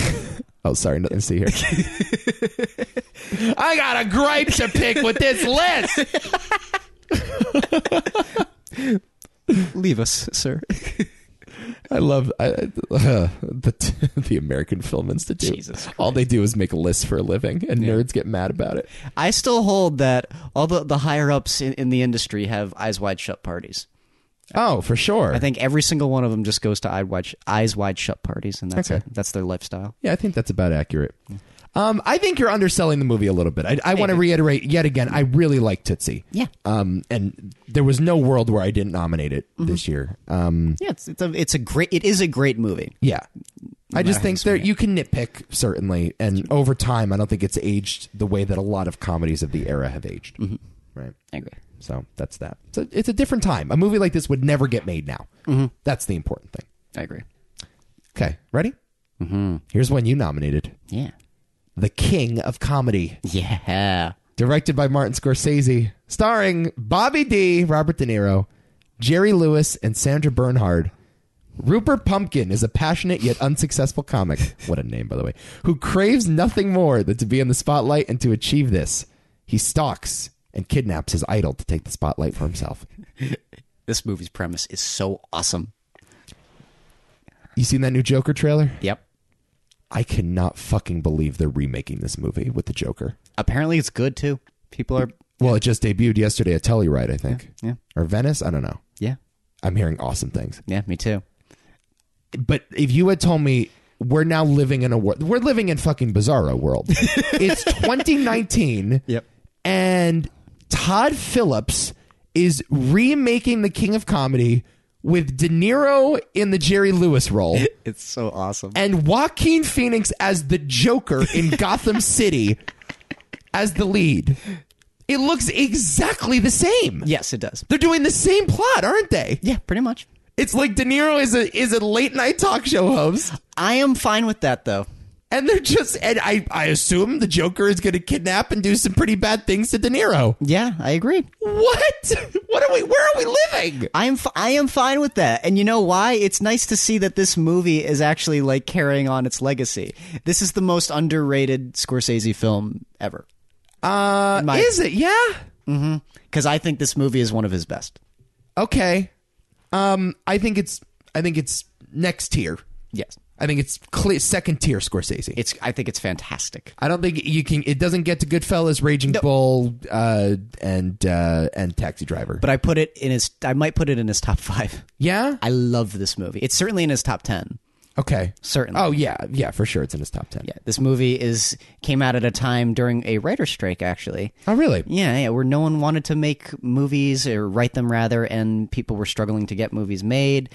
Speaker 1: Oh, sorry. Nothing to see here. I got a gripe to pick with this list.
Speaker 2: Leave us, sir.
Speaker 1: I love I, uh, the the American Film Institute.
Speaker 2: Jesus
Speaker 1: All they do is make lists for a living, and nerds get mad about it.
Speaker 2: I still hold that all the, the higher ups in, in the industry have eyes wide shut parties.
Speaker 1: Oh, for sure.
Speaker 2: I think every single one of them just goes to eye wide, sh- eyes wide shut parties, and that's
Speaker 1: Okay.
Speaker 2: it. That's their lifestyle.
Speaker 1: Yeah, I think that's about accurate. Um, I think you're underselling the movie a little bit. I, I want to reiterate yet again. I really like Tootsie.
Speaker 2: Yeah.
Speaker 1: Um, and there was no world where I didn't nominate it
Speaker 2: Mm-hmm.
Speaker 1: this year. Um,
Speaker 2: Yeah, it's it's a, it's a great it is a great movie.
Speaker 1: yeah. I
Speaker 2: how
Speaker 1: just
Speaker 2: you
Speaker 1: think there you can nitpick certainly, and over time, I don't think it's aged the way that a lot of comedies of the era have aged.
Speaker 2: Mm-hmm.
Speaker 1: Right.
Speaker 2: I agree.
Speaker 1: So that's that. So it's a different time. A movie like this would never get made now.
Speaker 2: Mm-hmm.
Speaker 1: That's the important thing.
Speaker 2: I agree.
Speaker 1: Okay, ready? Mm-hmm. Here's one you nominated:
Speaker 2: Yeah.
Speaker 1: The King of Comedy.
Speaker 2: Yeah.
Speaker 1: directed by Martin Scorsese, starring Bobby D, Robert De Niro, Jerry Lewis, and Sandra Bernhard. Rupert Pumpkin is a passionate yet unsuccessful comic. What a name, by the way. Who craves nothing more than to be in the spotlight and to achieve this. He stalks and kidnaps his idol to take the spotlight for himself.
Speaker 2: This movie's premise is so awesome.
Speaker 1: You seen that new Joker trailer?
Speaker 2: Yep.
Speaker 1: I cannot fucking believe they're remaking this movie with the Joker.
Speaker 2: Apparently, it's good too. People are
Speaker 1: Well, it just debuted yesterday at Telluride, I think.
Speaker 2: yeah
Speaker 1: Or Venice? I don't know.
Speaker 2: yeah
Speaker 1: I'm hearing awesome things.
Speaker 2: yeah me too.
Speaker 1: but if you had told me we're now living in a world we're living in fucking bizarro world it's 2019
Speaker 2: Yep.
Speaker 1: and todd phillips is remaking the king of comedy with de niro in the jerry lewis role
Speaker 2: It's so awesome.
Speaker 1: and joaquin phoenix as the joker in gotham city as the lead it looks exactly the same
Speaker 2: yes, it does.
Speaker 1: they're doing the same plot aren't they
Speaker 2: Yeah, pretty much.
Speaker 1: it's like de niro is a is a late night talk show host
Speaker 2: I am fine with that though.
Speaker 1: And they're just, and I, I assume the Joker is going to kidnap and do some pretty bad things to De Niro.
Speaker 2: Yeah, I agree.
Speaker 1: What? What are we? Where are we living?
Speaker 2: I am f- I am fine with that. And you know why? It's nice to see that this movie is actually like carrying on its legacy. This is the most underrated Scorsese film ever.
Speaker 1: Uh,
Speaker 2: My-
Speaker 1: is it? Yeah.
Speaker 2: Cuz I think this movie is one of his best.
Speaker 1: Okay. Um, I think it's, I think it's next tier.
Speaker 2: Yes.
Speaker 1: I think it's cle second tier Scorsese.
Speaker 2: It's I think it's fantastic.
Speaker 1: I don't think you can. It doesn't get to Goodfellas, Raging Bull, uh, and uh, and Taxi Driver.
Speaker 2: But I put it in his I might put it in his top 5.
Speaker 1: yeah.
Speaker 2: I love this movie. It's certainly in his top 10.
Speaker 1: Okay.
Speaker 2: Certainly.
Speaker 1: Oh yeah, yeah, for sure. It's in his top ten.
Speaker 2: Yeah, this movie is came out at a time during a writer's strike actually.
Speaker 1: Oh really?
Speaker 2: Yeah, yeah, where no one wanted to make movies or write them rather, and people were struggling to get movies made.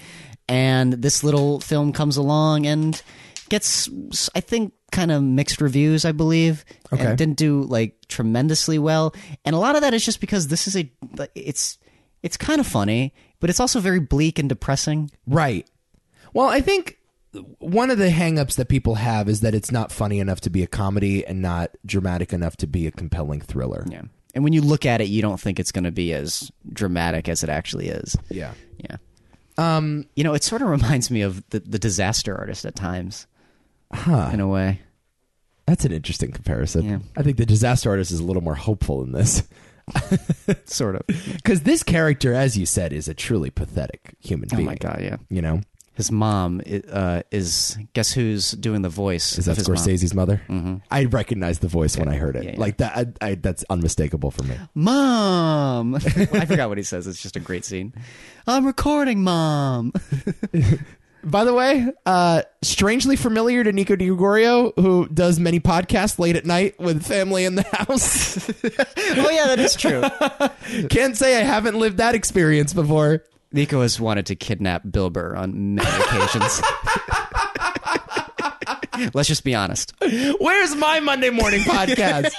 Speaker 2: And this little film comes along and gets, I think, kind of mixed reviews, I believe. and
Speaker 1: Okay.
Speaker 2: didn't do like tremendously well. And a lot of that is just because this is a, it's, it's kind of funny, but it's also very bleak and depressing.
Speaker 1: Right. Well, I think one of the hangups that people have is that it's not funny enough to be a comedy and not dramatic enough to be a compelling thriller.
Speaker 2: Yeah. And when you look at it, you don't think it's going to be as dramatic as it actually is.
Speaker 1: Yeah.
Speaker 2: Yeah. Um, you know, it sort of reminds me of the, the disaster artist at times. Huh. In a way.
Speaker 1: That's an interesting comparison.
Speaker 2: Yeah.
Speaker 1: I think the disaster artist is a little more hopeful in this
Speaker 2: Sort of.
Speaker 1: because this character, as you said, is a truly pathetic human
Speaker 2: Oh
Speaker 1: being.
Speaker 2: my god, yeah.
Speaker 1: You know,
Speaker 2: His mom i- uh, is guess who's doing the voice
Speaker 1: is that
Speaker 2: of his
Speaker 1: Scorsese's mother? Mm-hmm. I recognized the voice when I heard it.
Speaker 2: Yeah, yeah.
Speaker 1: Like that, I, I, that's unmistakable for me.
Speaker 2: mom. Mom. I forgot what he says. It's just a great scene. I'm recording, mom.
Speaker 1: By the way, uh, strangely familiar to Nico DiGregorio, who does many podcasts late at night with family in the house.
Speaker 2: oh yeah, that is true.
Speaker 1: Can't say I haven't lived that experience before.
Speaker 2: Nico has wanted to kidnap Bill Burr on many occasions. Let's just be honest.
Speaker 1: Where's my Monday morning podcast?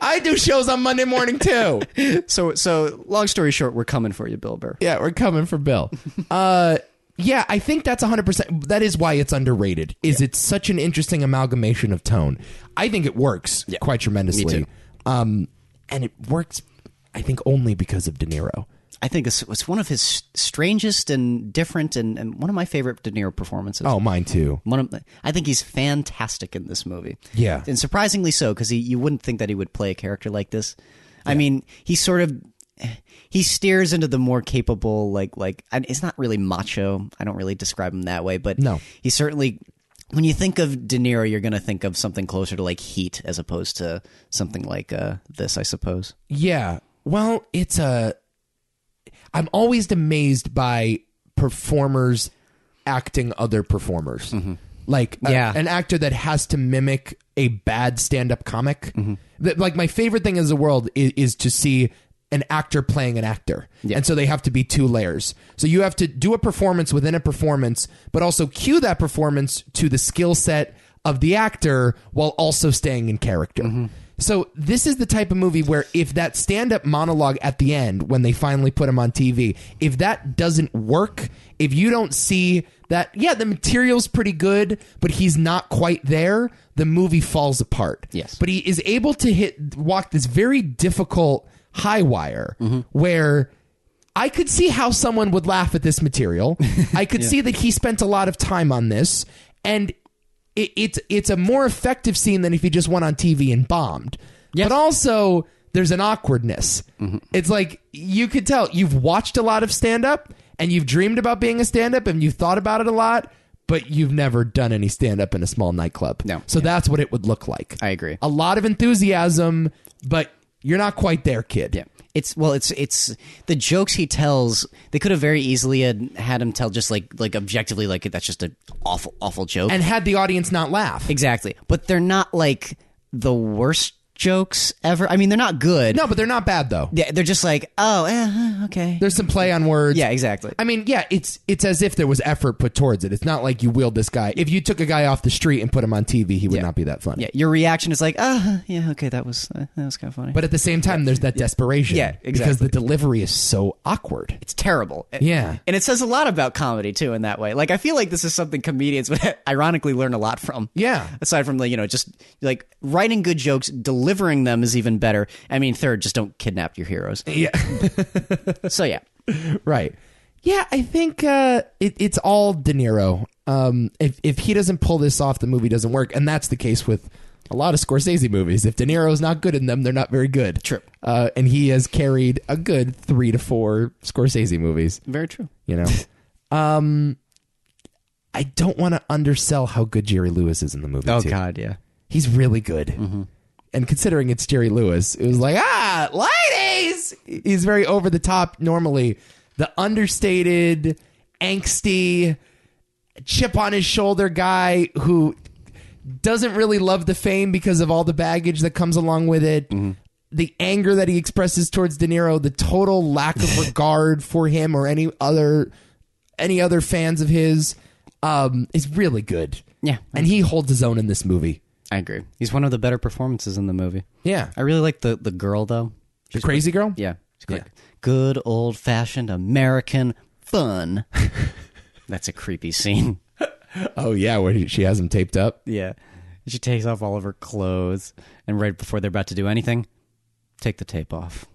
Speaker 1: I do shows on Monday morning too.
Speaker 2: So, so long story short, we're coming for you, Bill Burr.
Speaker 1: Yeah, we're coming for Bill. Uh, yeah, I think that's 100%. That is why it's underrated. Is it's such an interesting amalgamation of tone. I think it works quite tremendously.
Speaker 2: too.
Speaker 1: Um and it works I think only because of De Niro.
Speaker 2: I think it's, it's one of his strangest and different, and, and one of my favorite De Niro performances.
Speaker 1: Oh, mine too.
Speaker 2: One of the, I think he's fantastic in this movie.
Speaker 1: Yeah.
Speaker 2: and surprisingly so because he you wouldn't think that he would play a character like this. I mean, he sort of he steers into the more capable, like like and it's not really macho. I don't really describe him that way, but
Speaker 1: No.
Speaker 2: he certainly. When you think of De Niro, you're going to think of something closer to like Heat as opposed to something like uh, this, I suppose.
Speaker 1: Yeah. Well, it's a. I'm always amazed by performers acting other performers. Like a-
Speaker 2: Yeah.
Speaker 1: an actor that has to mimic a bad stand up comic. That- like, my favorite thing in the world is, is to see an actor playing an actor. And so they have to be two layers. So you have to do a performance within a performance, but also cue that performance to the skill set of the actor while also staying in character. So this is the type of movie where if that stand-up monologue at the end when they finally put him on TV, if that doesn't work, if you don't see that yeah, the material's pretty good, but he's not quite there, the movie falls apart.
Speaker 2: Yes.
Speaker 1: But he is able to hit walk this very difficult high wire where I could see how someone would laugh at this material. I could see that he spent a lot of time on this, and it, it's it's a more effective scene than if he just went on TV and bombed. But also, there's an awkwardness.
Speaker 2: Mm-hmm.
Speaker 1: It's like you could tell you've watched a lot of stand up and you've dreamed about being a stand up and you've thought about it a lot, but you've never done any stand up in a small nightclub.
Speaker 2: No.
Speaker 1: So that's what it would look like.
Speaker 2: I agree.
Speaker 1: a lot of enthusiasm, but you're not quite there, kid.
Speaker 2: Yeah. It's well it's it's the jokes he tells they could have very easily had, had him tell just like like objectively like that's just an awful awful joke.
Speaker 1: And had the audience not laugh.
Speaker 2: exactly. But they're not like the worst jokes ever. I mean they're not good.
Speaker 1: No, but they're not bad though.
Speaker 2: They- They're just like, "Oh, eh, huh, okay."
Speaker 1: There's some play on words.
Speaker 2: Yeah, exactly.
Speaker 1: I mean, yeah, it's it's as if there was effort put towards it. It's not like you wheeled this guy. If you took a guy off the street and put him on TV, he would not be that funny.
Speaker 2: yeah, your reaction is like, "Ah, huh, yeah, okay, that was uh, that was kind of funny."
Speaker 1: But at the same time, there's that desperation.
Speaker 2: Yeah,
Speaker 1: Because the delivery is so awkward.
Speaker 2: it's terrible. It-
Speaker 1: Yeah.
Speaker 2: And it says a lot about comedy too in that way. Like I feel like this is something comedians would ironically learn a lot from.
Speaker 1: Yeah.
Speaker 2: Aside from the, you know, just like writing good jokes, delivering them is even better. I mean, third, just don't kidnap your heroes.
Speaker 1: Yeah.
Speaker 2: So yeah.
Speaker 1: right. Yeah, I think uh, it, it's all De Niro. Um, if if he doesn't pull this off, the movie doesn't work, and that's the case with a lot of Scorsese movies. If De Niro's not good in them, they're not very good.
Speaker 2: True.
Speaker 1: Uh, and he has carried a good three to four Scorsese movies.
Speaker 2: Very true.
Speaker 1: you know. um, I don't want to undersell how good Jerry Lewis is in the movie.
Speaker 2: Oh
Speaker 1: too.
Speaker 2: god, yeah.
Speaker 1: he's really good. And considering it's Jerry Lewis, it was like ah, ladies. He's very over the top normally. The understated, angsty, chip on his shoulder guy who doesn't really love the fame because of all the baggage that comes along with it. The anger that he expresses towards De Niro, the total lack of regard for him or any other any other fans of his, um, is really good.
Speaker 2: Yeah.
Speaker 1: and he holds his own in this movie.
Speaker 2: I agree. He's one of the better performances in the movie.
Speaker 1: Yeah,
Speaker 2: I really like the the girl though.
Speaker 1: the crazy girl.
Speaker 2: Yeah. She's like good old-fashioned American fun. That's a creepy scene.
Speaker 1: Oh yeah, where he- she has him taped up.
Speaker 2: Yeah. She takes off all of her clothes, and right before they're about to do anything, take the tape off.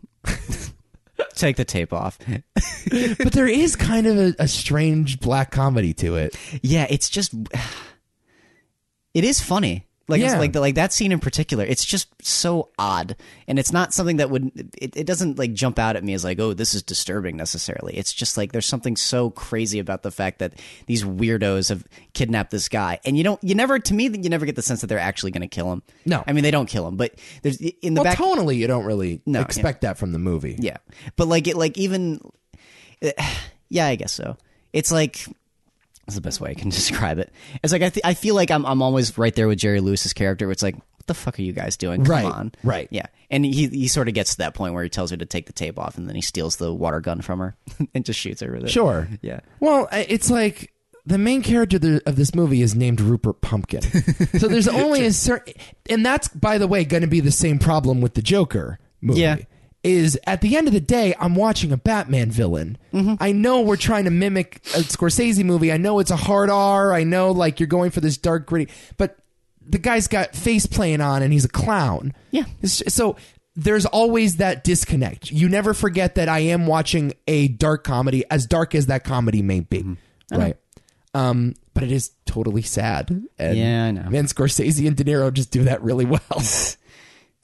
Speaker 2: take the tape off.
Speaker 1: but there is kind of a, a strange black comedy to it.
Speaker 2: Yeah, it's just. It is funny. Like, it's
Speaker 1: Yeah.
Speaker 2: like, the, like that scene in particular, it's just so odd. And it's not something that would, it, it doesn't like jump out at me as like, oh, this is disturbing necessarily. It's just like there's something so crazy about the fact that these weirdos have kidnapped this guy. And you don't, you never, to me, you never get the sense that they're actually going to kill him.
Speaker 1: No.
Speaker 2: I mean, they don't kill him, but there's, in the
Speaker 1: Well,
Speaker 2: back.
Speaker 1: tonally, you don't really
Speaker 2: No,
Speaker 1: expect that from the movie.
Speaker 2: Yeah, but like it, like even, eh, yeah, I guess so. It's like that's the best way I can describe it. It's like I, th- I feel like I'm, I'm always right there with Jerry Lewis's character. Where it's like, what the fuck are you guys doing? Come
Speaker 1: Right,
Speaker 2: on,
Speaker 1: right.
Speaker 2: yeah. And he, he sort of gets to that point where he tells her to take the tape off, and then he steals the water gun from her and just shoots her with it.
Speaker 1: Sure.
Speaker 2: Yeah.
Speaker 1: Well, I- it's like the main character th- of this movie is named Rupert Pumpkin. so there's only a certain, and that's by the way going to be the same problem with the Joker movie.
Speaker 2: Yeah.
Speaker 1: Is at the end of the day, I'm watching a Batman villain.
Speaker 2: Mm-hmm.
Speaker 1: I know we're trying to mimic a Scorsese movie. I know it's a hard R. I know like you're going for this dark gritty, but the guy's got face playing on and he's a clown.
Speaker 2: Yeah.
Speaker 1: It's- So there's always that disconnect. You never forget that I am watching a dark comedy, as dark as that comedy may be.
Speaker 2: Mm-hmm.
Speaker 1: Right. Um, but it is totally sad. And
Speaker 2: Yeah, I know.
Speaker 1: Man, Scorsese and De Niro just do that really well.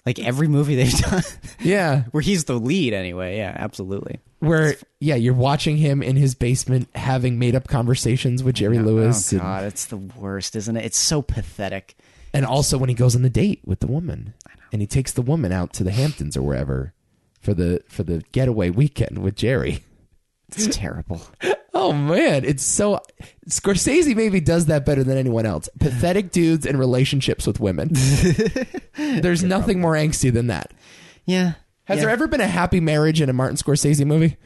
Speaker 2: Like every movie they've done,
Speaker 1: yeah.
Speaker 2: where he's the lead anyway. Yeah, absolutely.
Speaker 1: Where yeah, you're watching him in his basement having made up conversations with Jerry Lewis
Speaker 2: oh
Speaker 1: and,
Speaker 2: God, it's the worst, isn't it? It's so pathetic.
Speaker 1: and also when he goes on the date with the woman. And he takes the woman out to the Hamptons or wherever for the for the getaway weekend with Jerry.
Speaker 2: It's terrible.
Speaker 1: Oh man, it's so Scorsese maybe does that better than anyone else. Pathetic dudes and relationships with women. There's nothing more angsty than that.
Speaker 2: Yeah.
Speaker 1: Has
Speaker 2: Yeah.
Speaker 1: there ever been a happy marriage in a Martin Scorsese movie?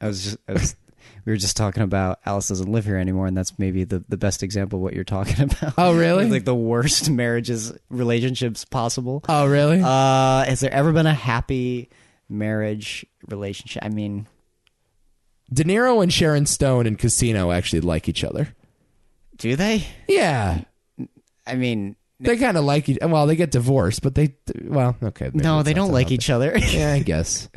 Speaker 2: I was just I was, we were just talking about Alice doesn't live here anymore, and that's maybe the, the best example of what you're talking about.
Speaker 1: Oh, really?
Speaker 2: like the worst marriages relationships possible.
Speaker 1: Oh really?
Speaker 2: Uh, has there ever been a happy marriage relationship? I mean,
Speaker 1: De Niro and Sharon Stone in Casino actually like each other.
Speaker 2: do they?
Speaker 1: Yeah.
Speaker 2: I mean,
Speaker 1: They kind of like each well, they get divorced, but they well, okay. maybe
Speaker 2: no,
Speaker 1: that's
Speaker 2: they
Speaker 1: not
Speaker 2: don't
Speaker 1: so
Speaker 2: like
Speaker 1: healthy.
Speaker 2: each other.
Speaker 1: Yeah, I guess.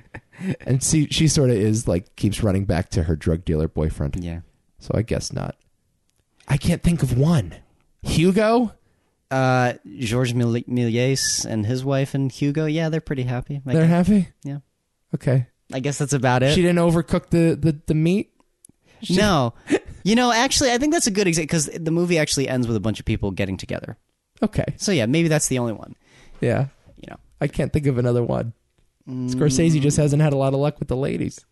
Speaker 1: And see she sort of is like keeps running back to her drug dealer boyfriend.
Speaker 2: yeah.
Speaker 1: So I guess not. I can't think of one. Hugo?
Speaker 2: Uh, Georges Mil- Méliès and his wife and Hugo, yeah, they're pretty happy. I
Speaker 1: They're
Speaker 2: guess,
Speaker 1: happy?
Speaker 2: yeah.
Speaker 1: Okay.
Speaker 2: I guess that's about it.
Speaker 1: She didn't overcook the, the, the meat?
Speaker 2: no. you know, actually, I think that's a good example because the movie actually ends with a bunch of people getting together.
Speaker 1: Okay.
Speaker 2: So, yeah, maybe that's the only one,
Speaker 1: Yeah.
Speaker 2: you know.
Speaker 1: I can't think of another one. Scorsese just hasn't had a lot of luck with the ladies.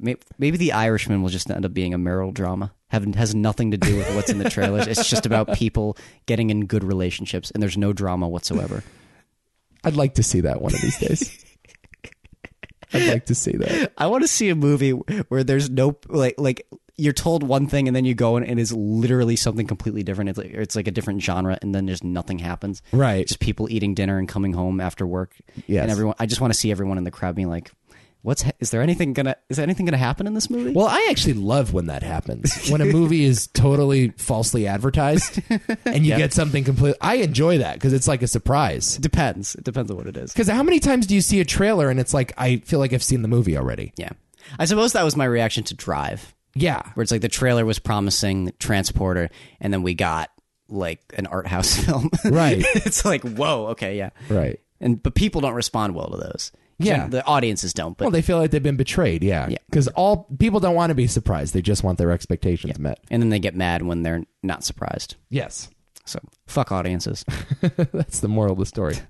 Speaker 2: May- Maybe The Irishman will just end up being a Merrill drama. Have, has nothing to do with what's in the trailers. It's just about people getting in good relationships, and there's no drama whatsoever.
Speaker 1: I'd like to see that one of these days. I'd like to see that.
Speaker 2: I want to see a movie where there's no like like you're told one thing and then you go and it is literally something completely different. It's like, it's like a different genre, and then just nothing happens.
Speaker 1: Right.
Speaker 2: Just people eating dinner and coming home after work.
Speaker 1: Yes.
Speaker 2: And everyone, I just want to see everyone in the crowd being like, "What's ha- is there anything gonna is anything gonna happen in this movie?"
Speaker 1: Well, I actually love when that happens. When a movie is totally falsely advertised and you get something complete. I enjoy that because it's like a surprise.
Speaker 2: it depends. It depends on what it is.
Speaker 1: Because how many times do you see a trailer and it's like I feel like I've seen the movie already?
Speaker 2: Yeah. I suppose that was my reaction to Drive,
Speaker 1: Yeah,
Speaker 2: where it's like the trailer was promising the transporter, and then we got like an art house film.
Speaker 1: Right.
Speaker 2: it's like, whoa, okay, yeah.
Speaker 1: right.
Speaker 2: and but people don't respond well to those.
Speaker 1: Yeah.
Speaker 2: the audiences don't. But
Speaker 1: Well, they feel like they've been betrayed. Yeah,
Speaker 2: Yeah.
Speaker 1: Because all people don't want to be surprised; they just want their expectations met.
Speaker 2: and then they get mad when they're not surprised.
Speaker 1: Yes,
Speaker 2: So fuck audiences.
Speaker 1: that's the moral of the story.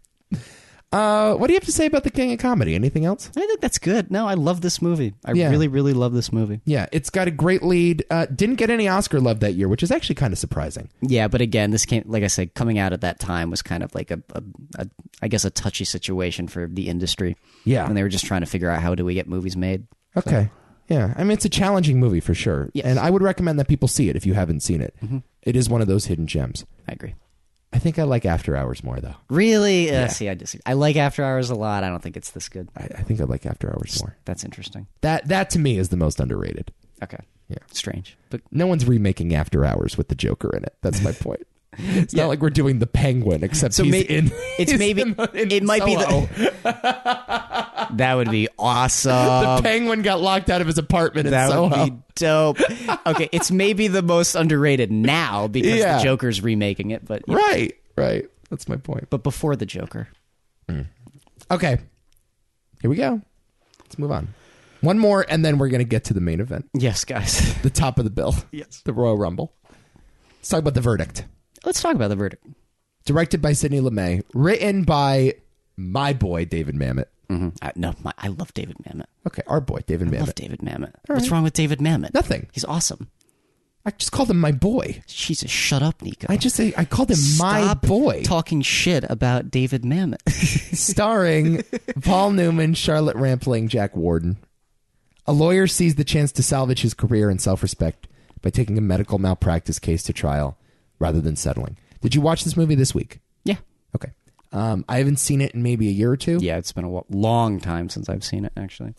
Speaker 1: Uh, what do you have to say about the King of Comedy? Anything else?
Speaker 2: I think that's good. No, I love this movie. I
Speaker 1: Yeah.
Speaker 2: really, really love this movie.
Speaker 1: Yeah, it's got a great lead. Uh, didn't get any Oscar love that year, which is actually kind of surprising.
Speaker 2: Yeah, but again, this came like I said, coming out at that time was kind of like a, a, a I guess a touchy situation for the industry.
Speaker 1: Yeah.
Speaker 2: and they were just trying to figure out how do we get movies made.
Speaker 1: Okay. Yeah, I mean it's a challenging movie for sure,
Speaker 2: Yes. Mm-hmm.
Speaker 1: and I would recommend that people see it if you haven't seen it. It is one of those hidden gems.
Speaker 2: I agree.
Speaker 1: I think I like After Hours more though.
Speaker 2: Really? Uh, See, I disagree. I like After Hours a lot. I don't think it's this good.
Speaker 1: I, I think I like After Hours more.
Speaker 2: That's interesting.
Speaker 1: That that to me is the most underrated.
Speaker 2: Okay.
Speaker 1: Yeah.
Speaker 2: Strange, but
Speaker 1: No one's remaking After Hours with the Joker in it. That's my point. It's not like we're doing the Penguin, except
Speaker 2: So
Speaker 1: he's
Speaker 2: may-
Speaker 1: in.
Speaker 2: it's
Speaker 1: he's
Speaker 2: maybe-
Speaker 1: in the- in
Speaker 2: it might be the-
Speaker 1: Solo.
Speaker 2: that would be awesome.
Speaker 1: the Penguin got locked out of his apartment in
Speaker 2: Um, That
Speaker 1: Soho.
Speaker 2: would be dope. Okay, it's maybe the most underrated now because
Speaker 1: Yeah.
Speaker 2: the Joker's remaking it, but
Speaker 1: right, right. That's my point.
Speaker 2: but before the Joker.
Speaker 1: Okay, here we go. Let's move on. One more, and then we're gonna get to the main event,
Speaker 2: Yes, guys.
Speaker 1: the top of the bill,
Speaker 2: Yes.
Speaker 1: the Royal Rumble. Let's talk about the verdict.
Speaker 2: Let's talk about the verdict.
Speaker 1: Directed by Sidney Lumet, written by my boy David Mamet.
Speaker 2: Mm-hmm. I, no, my, I love David Mamet.
Speaker 1: Okay, our boy David
Speaker 2: Love
Speaker 1: Mamet.
Speaker 2: David Mamet. What's wrong with David Mamet?
Speaker 1: Nothing.
Speaker 2: He's awesome.
Speaker 1: I just called him my boy.
Speaker 2: Jesus, shut up, Nico.
Speaker 1: I just say I called him
Speaker 2: Stop
Speaker 1: my boy,
Speaker 2: talking shit about David Mamet.
Speaker 1: starring Paul Newman, Charlotte Rampling, Jack Warden. A lawyer sees the chance to salvage his career and self respect by taking a medical malpractice case to trial rather than settling. Did you watch this movie this week?
Speaker 2: Yeah.
Speaker 1: Okay. Um, I haven't seen it in maybe a year or two.
Speaker 2: Yeah, it's been a wa- long time since I've seen it, actually.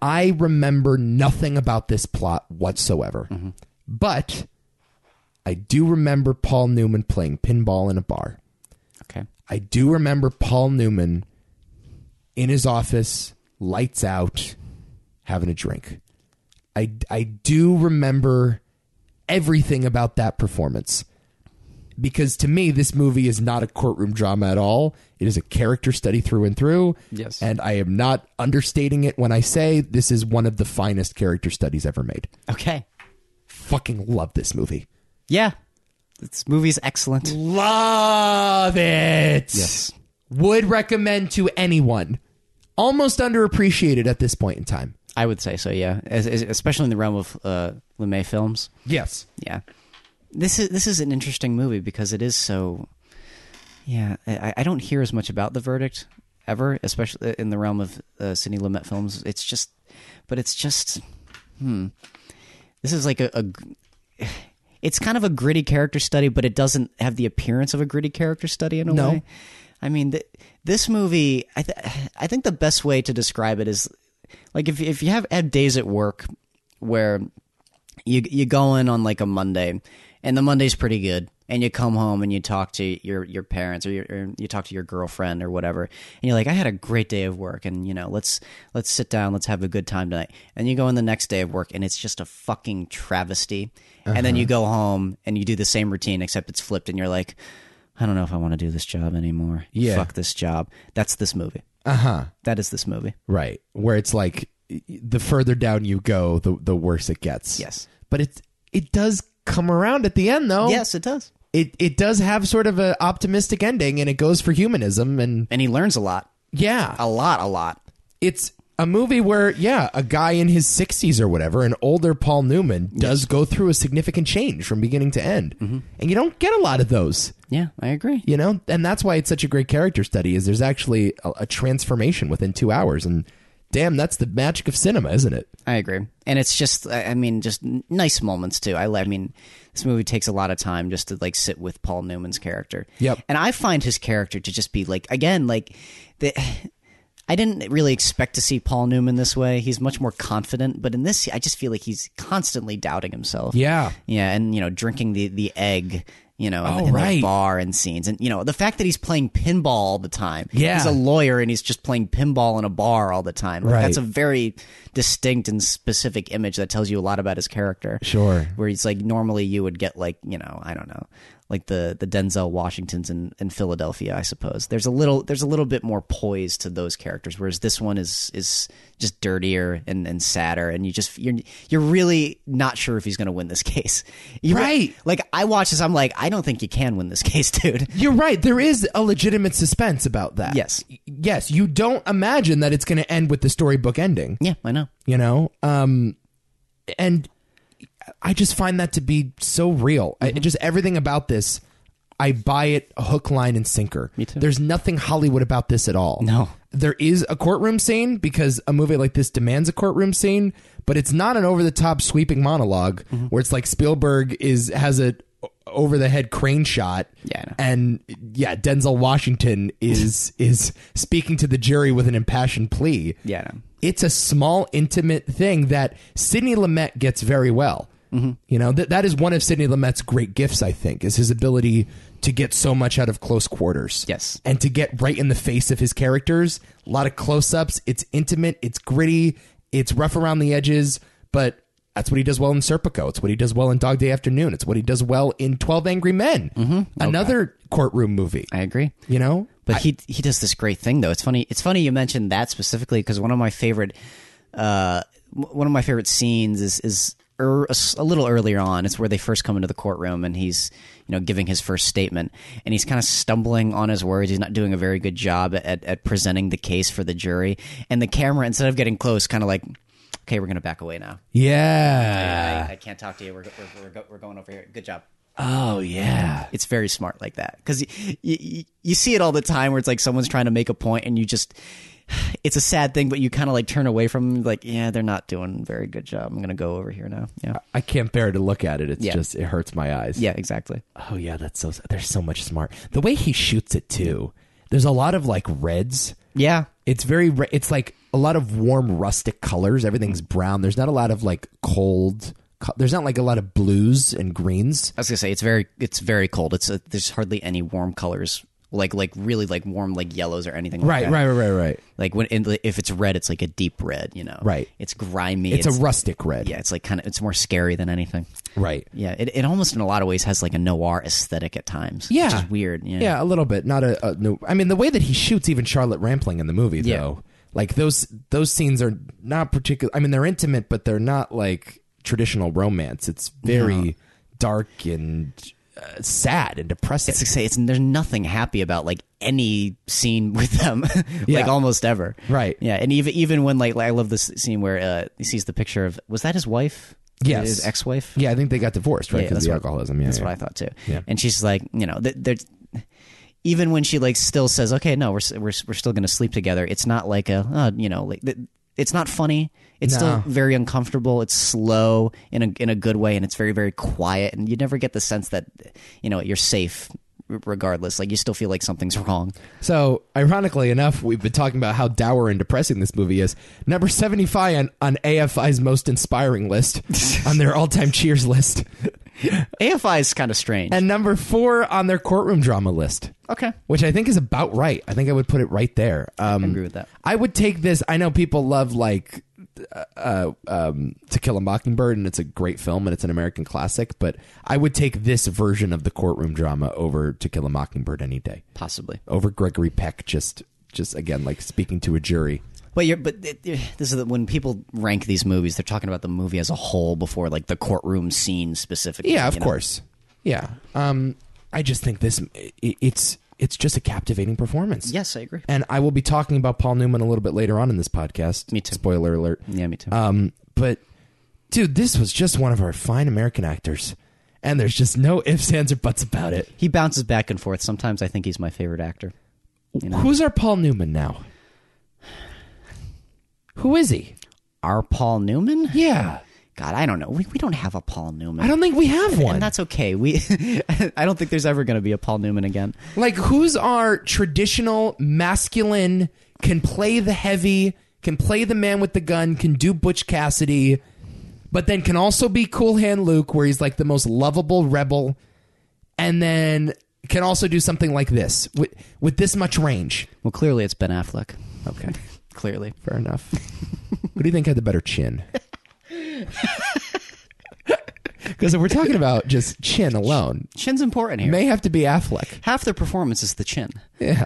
Speaker 1: I remember nothing about this plot whatsoever. But I do remember Paul Newman playing pinball in a bar.
Speaker 2: Okay.
Speaker 1: I do remember Paul Newman in his office, lights out, having a drink. I, I do remember everything about that performance. Because to me, this movie is not a courtroom drama at all. It is a character study through and through.
Speaker 2: Yes.
Speaker 1: And I am not understating it when I say this is one of the finest character studies ever made.
Speaker 2: Okay.
Speaker 1: Fucking love this movie.
Speaker 2: Yeah. This movie's excellent.
Speaker 1: Love it.
Speaker 2: Yes.
Speaker 1: Would recommend to anyone. Almost underappreciated at this point in time.
Speaker 2: I would say so, yeah. As, as, especially in the realm of uh, LeMay films.
Speaker 1: Yes.
Speaker 2: Yeah. This is this is an interesting movie because it is so. Yeah, I, I don't hear as much about the verdict ever, especially in the realm of uh, Sidney Lumet films. It's just, but it's just, hmm. This is like a, a gr- it's kind of a gritty character study, but it doesn't have the appearance of a gritty character study in a
Speaker 1: No.
Speaker 2: way. I mean, th- this movie, I th- I think the best way to describe it is like if if you have had days at work where you you go in on like a Monday, and the Monday's pretty good, and you come home and you talk to your your parents or, your, or you talk to your girlfriend or whatever, and you're like, I had a great day of work, and you know, let's let's sit down, let's have a good time tonight, and you go in the next day of work, and it's just a fucking travesty, and then you go home and you do the same routine except it's flipped, and you're like. I don't know if I want to do this job anymore.
Speaker 1: Yeah.
Speaker 2: Fuck this job. That's this movie.
Speaker 1: Uh huh.
Speaker 2: That is this movie.
Speaker 1: Right. Where it's like y- the further down you go, the the worse it gets.
Speaker 2: Yes.
Speaker 1: But it it does come around at the end though.
Speaker 2: Yes, it does.
Speaker 1: It it does have sort of an optimistic ending and it goes for humanism and
Speaker 2: And he learns a lot.
Speaker 1: yeah.
Speaker 2: A lot, a lot.
Speaker 1: it's a movie where yeah a guy in his 60s or whatever an older paul newman does go through a significant change from beginning to end and you don't get a lot of those
Speaker 2: Yeah, I agree.
Speaker 1: you know and that's why it's such a great character study is there's actually a, a transformation within two hours and damn that's the magic of cinema isn't it
Speaker 2: I agree. And it's just, I I mean, just n- nice moments too. I, li- I mean, this movie takes a lot of time just to like sit with Paul Newman's character.
Speaker 1: Yep.
Speaker 2: And I find his character to just be like, again, like the. I didn't really expect to see Paul Newman this way. He's much more confident, but in this, I just feel like he's constantly doubting himself.
Speaker 1: yeah
Speaker 2: Yeah, and you know, drinking the the egg, you know, in,
Speaker 1: Oh,
Speaker 2: in
Speaker 1: right.
Speaker 2: the bar and scenes, and you know, the fact that he's playing pinball all the time.
Speaker 1: Yeah.
Speaker 2: he's a lawyer and he's just playing pinball in a bar all the time. Like,
Speaker 1: Right.
Speaker 2: that's a very distinct and specific image that tells you a lot about his character.
Speaker 1: sure
Speaker 2: Where he's like, normally you would get like, you know, I don't know, like the the Denzel Washingtons in, in Philadelphia, I suppose. There's a little there's a little bit more poise to those characters, whereas this one is is just dirtier and, and sadder, and you just you're you're really not sure if he's going to win this case, You-
Speaker 1: Right.
Speaker 2: Like I watch this, I'm like, I don't think you can win this case, dude.
Speaker 1: you're right there is a legitimate suspense about that
Speaker 2: Yes.
Speaker 1: Y- yes you don't imagine that it's going to end with the storybook ending
Speaker 2: Yeah, I know.
Speaker 1: you know um and i just find that to be so real I,
Speaker 2: Mm-hmm.
Speaker 1: just everything about this i buy it hook line and sinker me
Speaker 2: too.
Speaker 1: there's nothing hollywood about this at all
Speaker 2: No.
Speaker 1: there is a courtroom scene because a movie like this demands a courtroom scene but it's not an over-the-top sweeping monologue
Speaker 2: Mm-hmm.
Speaker 1: where it's like spielberg is has a over the head crane shot
Speaker 2: Yeah, I know.
Speaker 1: and yeah denzel washington is is speaking to the jury with an impassioned plea
Speaker 2: Yeah, I know.
Speaker 1: it's a small, intimate thing that Sidney Lumet gets very well. You know that that is one of Sidney Lumet's great gifts. I think is his ability to get so much out of close quarters.
Speaker 2: Yes.
Speaker 1: and to get right in the face of his characters. A lot of close-ups. It's intimate. It's gritty. It's rough around the edges, but. That's what he does well in Serpico. It's what he does well in Dog Day Afternoon. It's what he does well in Twelve Angry Men, another courtroom movie.
Speaker 2: I agree.
Speaker 1: You know,
Speaker 2: But he he does this great thing though. It's funny. It's funny you mentioned that specifically because one of my favorite, uh, w- one of my favorite scenes is is er, a, s- a little earlier on. It's where they first come into the courtroom and he's you know giving his first statement and he's kind of stumbling on his words. He's not doing a very good job at at presenting the case for the jury. And the camera instead of getting close, kind of like, okay, we're gonna back away now.
Speaker 1: yeah.
Speaker 2: I, I can't talk to you. We're go- we're, we're, go- we're going over here. Good job
Speaker 1: Oh yeah.
Speaker 2: it's very smart like that because you, you, see it all the time where it's like someone's trying to make a point and you just it's a sad thing, but you kind of like turn away from them, like yeah, they're not doing a very good job. I'm gonna go over here now. Yeah,
Speaker 1: I can't bear to look at it. It's
Speaker 2: Yeah.
Speaker 1: just it hurts my eyes.
Speaker 2: yeah, exactly.
Speaker 1: Oh yeah, that's so. There's so much smart. The way he shoots it too. There's a lot of like reds.
Speaker 2: Yeah,
Speaker 1: It's very. re- It's like a lot of warm rustic colors. Everything's brown. There's not a lot of like cold. co- There's not like a lot of blues and greens.
Speaker 2: I was gonna say it's very it's very cold. It's a, there's hardly any warm colors like like really like warm like yellows or anything. like that.
Speaker 1: right, right, right.
Speaker 2: Like when and like, if it's red, it's like a deep red. You know,
Speaker 1: Right.
Speaker 2: It's grimy.
Speaker 1: It's, a rustic red.
Speaker 2: yeah. It's like kind of it's more scary than anything.
Speaker 1: Right.
Speaker 2: Yeah, it, it almost in a lot of ways has like a noir aesthetic at times.
Speaker 1: Yeah.
Speaker 2: which is weird. Yeah.
Speaker 1: Yeah, a little bit. Not a, a no. I mean, the way that he shoots even Charlotte Rampling in the movie,
Speaker 2: Yeah.
Speaker 1: though, like those those scenes are not particular. I mean, they're intimate, but they're not like traditional romance. It's very dark and uh, sad and depressing.
Speaker 2: It's like say it's there's nothing happy about like any scene with them, like
Speaker 1: Yeah.
Speaker 2: almost ever.
Speaker 1: Right.
Speaker 2: Yeah, and even even when like, I love this scene where uh, he sees the picture of was that his wife?
Speaker 1: Yes.
Speaker 2: his ex-wife.
Speaker 1: yeah, I think they got divorced, right?
Speaker 2: Yeah,
Speaker 1: Because
Speaker 2: that's
Speaker 1: the
Speaker 2: what-
Speaker 1: alcoholism. Yeah,
Speaker 2: That's
Speaker 1: yeah.
Speaker 2: what I thought too.
Speaker 1: Yeah.
Speaker 2: And she's like, you know, th- there's even when she like still says, okay, no, we're s- we're s- we're still going to sleep together. It's not like a, uh, you know, like th- it's not funny. It's
Speaker 1: No.
Speaker 2: still very uncomfortable. It's slow in a in a good way, and it's very very quiet. And you never get the sense that you know you're safe r- regardless. Like you still feel like something's wrong.
Speaker 1: So, ironically enough, we've been talking about how dour and depressing this movie is. Number 75 on, on AFI's most inspiring list, on their all time cheers list,
Speaker 2: AFI is kind of strange.
Speaker 1: and number four on their courtroom drama list.
Speaker 2: okay,
Speaker 1: which I think is about right. I think I would put it right there. Um, I
Speaker 2: agree with that.
Speaker 1: I would take this. I know people love like uh, um, To Kill a Mockingbird, and it's a great film and it's an American classic. But I would take this version of the courtroom drama over To Kill a Mockingbird any day.
Speaker 2: possibly.
Speaker 1: Over Gregory Peck, just just again like speaking to a jury.
Speaker 2: But you're, but it, it- this is the, when people rank these movies, they're talking about the movie as a whole before like the courtroom scene specifically.
Speaker 1: Yeah, of
Speaker 2: you know?
Speaker 1: course. Yeah. Um, I just think this i it's it's just a captivating performance.
Speaker 2: Yes, I agree.
Speaker 1: And I will be talking about Paul Newman a little bit later on in this podcast.
Speaker 2: Me too.
Speaker 1: Spoiler alert.
Speaker 2: Yeah, me too.
Speaker 1: Um, but dude, this was just one of our fine American actors, and there's just no ifs, ands, or buts about it.
Speaker 2: he bounces back and forth. Sometimes I think he's my favorite actor.
Speaker 1: Who's our Paul Newman now? Who is he?
Speaker 2: Our Paul Newman?
Speaker 1: Yeah,
Speaker 2: God, I don't know. We, we don't have a Paul Newman.
Speaker 1: I don't think we have one.
Speaker 2: and that's okay. We, I don't think there's ever going to be a Paul Newman again.
Speaker 1: Like, who's our traditional masculine? Can play the heavy, can play the man with the gun, can do Butch Cassidy, but then can also be Cool Hand Luke, where he's like the most lovable rebel, and then can also do something like this with with this much range.
Speaker 2: Well, clearly it's Ben Affleck.
Speaker 1: Okay.
Speaker 2: Clearly.
Speaker 1: Fair enough. Who do you think had the better chin? Because if we're talking about just chin alone,
Speaker 2: Chin's important here.
Speaker 1: may have to be Affleck.
Speaker 2: Half their performance is the chin.
Speaker 1: Yeah.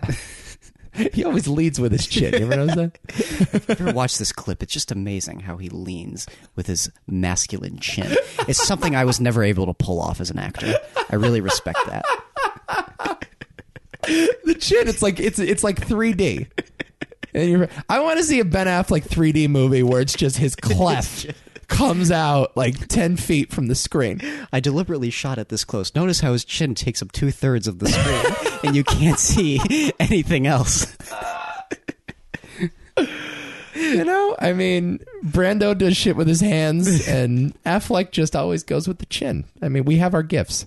Speaker 1: He always leads with his chin. You ever notice that?
Speaker 2: If you ever watch this clip, it's just amazing how he leans with his masculine chin. It's something I was never able to pull off as an actor. I really respect that.
Speaker 1: The chin. It's like it's it's like 3D. And you're, I want to see a Ben Affleck 3D movie where it's just his cleft comes out like 10 feet from the screen.
Speaker 2: I deliberately shot at this close. Notice how his chin takes up two thirds of the screen, and you can't see anything else.
Speaker 1: You know, I mean, Brando does shit with his hands, and Affleck just always goes with the chin. I mean, we have our gifts.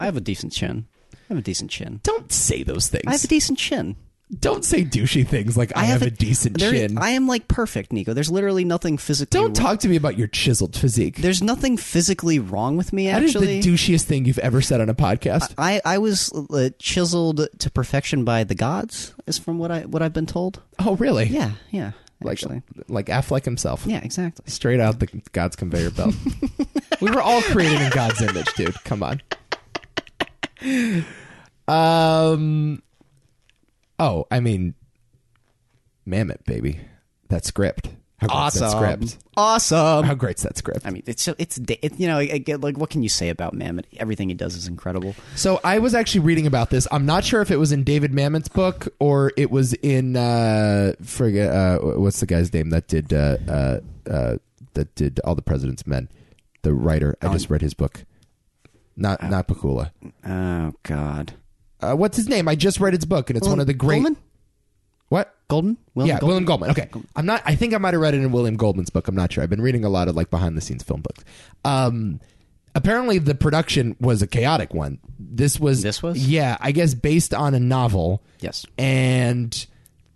Speaker 2: I have a decent chin. I have a decent chin.
Speaker 1: Don't say those things.
Speaker 2: I have a decent chin.
Speaker 1: Don't say douchey things like I, have, a, decent
Speaker 2: there-
Speaker 1: chin.
Speaker 2: I am like perfect, Nico. There's literally nothing physically.
Speaker 1: Don't talk to me about your chiseled physique.
Speaker 2: There's nothing physically wrong with me.
Speaker 1: that is
Speaker 2: Actually,
Speaker 1: the douchiest thing you've ever said on a podcast.
Speaker 2: I I was uh, chiseled to perfection by the gods, is from what I what I've been told.
Speaker 1: oh, really?
Speaker 2: Uh, Yeah, yeah.
Speaker 1: like
Speaker 2: actually,
Speaker 1: like Affleck himself.
Speaker 2: yeah, exactly.
Speaker 1: Straight out the God's conveyor belt. we were all created in God's image, dude. Come on. Um. Oh, I mean, Mammoth, baby. That script. How great's
Speaker 2: Awesome,
Speaker 1: That script.
Speaker 2: awesome.
Speaker 1: How great's that script?
Speaker 2: I mean, it's so it's da- it, you know, I, I get, like what can you say about Mammoth? Everything he does is incredible.
Speaker 1: So I was actually reading about this. I'm not sure if it was in David Mamet's book or it was in uh forget uh what's the guy's name that did uh uh, uh that did All the President's Men, the writer. I just read his book. Not not Pakula.
Speaker 2: Oh God,
Speaker 1: Uh, what's his name? I just read his book and it's one of the great
Speaker 2: Pullman?
Speaker 1: What?
Speaker 2: Golden? William
Speaker 1: yeah,
Speaker 2: Golden?
Speaker 1: William Goldman. Okay, I'm not. I think I might have read it in William Goldman's book. I'm not sure. I've been reading a lot of like behind the scenes film books. Um, apparently the production was a chaotic one. This was
Speaker 2: This was?
Speaker 1: yeah, I guess based on a novel.
Speaker 2: Yes.
Speaker 1: and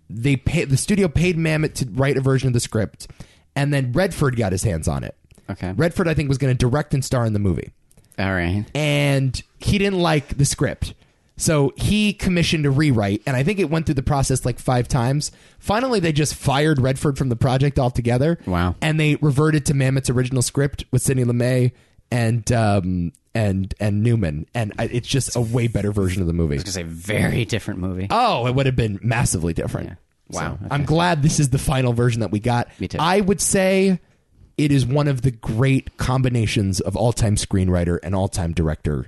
Speaker 1: they pay, the studio paid Mamet to write a version of the script, and then Redford got his hands on it.
Speaker 2: Okay.
Speaker 1: Redford, I think, was going to direct and star in the movie
Speaker 2: All right.
Speaker 1: and he didn't like the script. So he commissioned a rewrite, and I think it went through the process like five times. Finally, they just fired Redford from the project altogether.
Speaker 2: Wow.
Speaker 1: And they reverted to Mamet's original script with Sidney LeMay and um, and and Newman, and I- it's just a way better version of the movie.
Speaker 2: It's a very different movie.
Speaker 1: Oh, it would have been massively different.
Speaker 2: Wow,
Speaker 1: So, I'm glad this is the final version that we got.
Speaker 2: Me too.
Speaker 1: I would say it is one of the great combinations of all-time screenwriter and all-time director.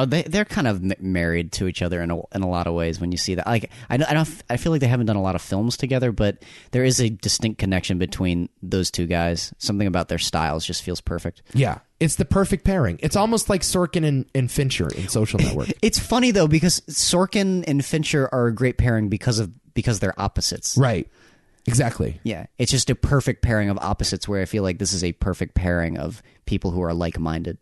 Speaker 2: Oh, they they're kind of m- married to each other in a, in a lot of ways. When you see that, like I don't, I don't f- I feel like they haven't done a lot of films together, but there is a distinct connection between those two guys. Something about their styles just feels perfect.
Speaker 1: Yeah. It's the perfect pairing. It's almost like Sorkin and, and Fincher in Social Network.
Speaker 2: It's funny though because Sorkin and Fincher are a great pairing because of because they're opposites.
Speaker 1: right. Exactly.
Speaker 2: Yeah, it's just a perfect pairing of opposites. Where I feel like this is a perfect pairing of people who are like minded.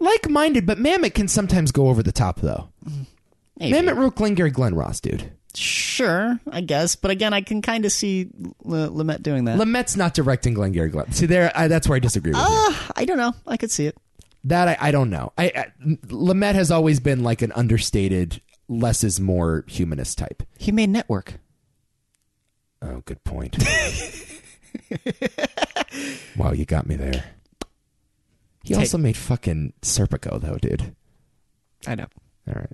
Speaker 1: Like minded, but Mamet can sometimes go over the top, though. Mamet wrote Glengarry Glen Ross, dude.
Speaker 2: Sure, I guess, but again, I can kind of see L- Lamette doing that.
Speaker 1: Lamette's not directing Glengarry Glen. See, there, I, that's where I disagree with you.
Speaker 2: Ah, I don't know. I could see it.
Speaker 1: That I, I don't know. I, I Lamette has always been like an understated, less is more humanist type.
Speaker 2: He made Network.
Speaker 1: Oh, good point. wow, you got me there. He also made fucking Serpico, though, dude.
Speaker 2: I know.
Speaker 1: All right,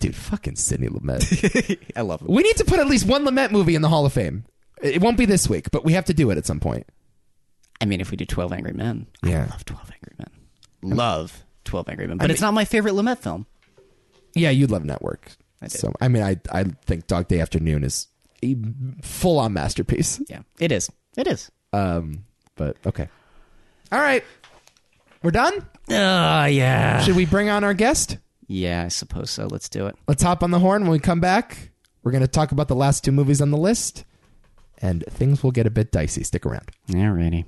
Speaker 1: dude, fucking Sidney Lumet.
Speaker 2: I love him.
Speaker 1: we need to put at least one Lumet movie in the Hall of Fame. It won't be this week, but we have to do it at some point.
Speaker 2: I mean, if we do Twelve Angry Men,
Speaker 1: Yeah.
Speaker 2: I love Twelve Angry Men. Love Twelve Angry Men, but it's not my favorite Lamette film.
Speaker 1: Yeah, you'd love Network.
Speaker 2: I do.
Speaker 1: So, I mean, I I think Dog Day Afternoon is a full on masterpiece.
Speaker 2: Yeah, it is. It is.
Speaker 1: Um, but okay. All right. We're done?
Speaker 2: Oh yeah.
Speaker 1: Should we bring on our guest?
Speaker 2: Yeah, I suppose so. Let's do it.
Speaker 1: Let's hop on the horn when we come back. We're going to talk about the last two movies on the list and things will get a bit dicey. Stick around.
Speaker 2: Alrighty.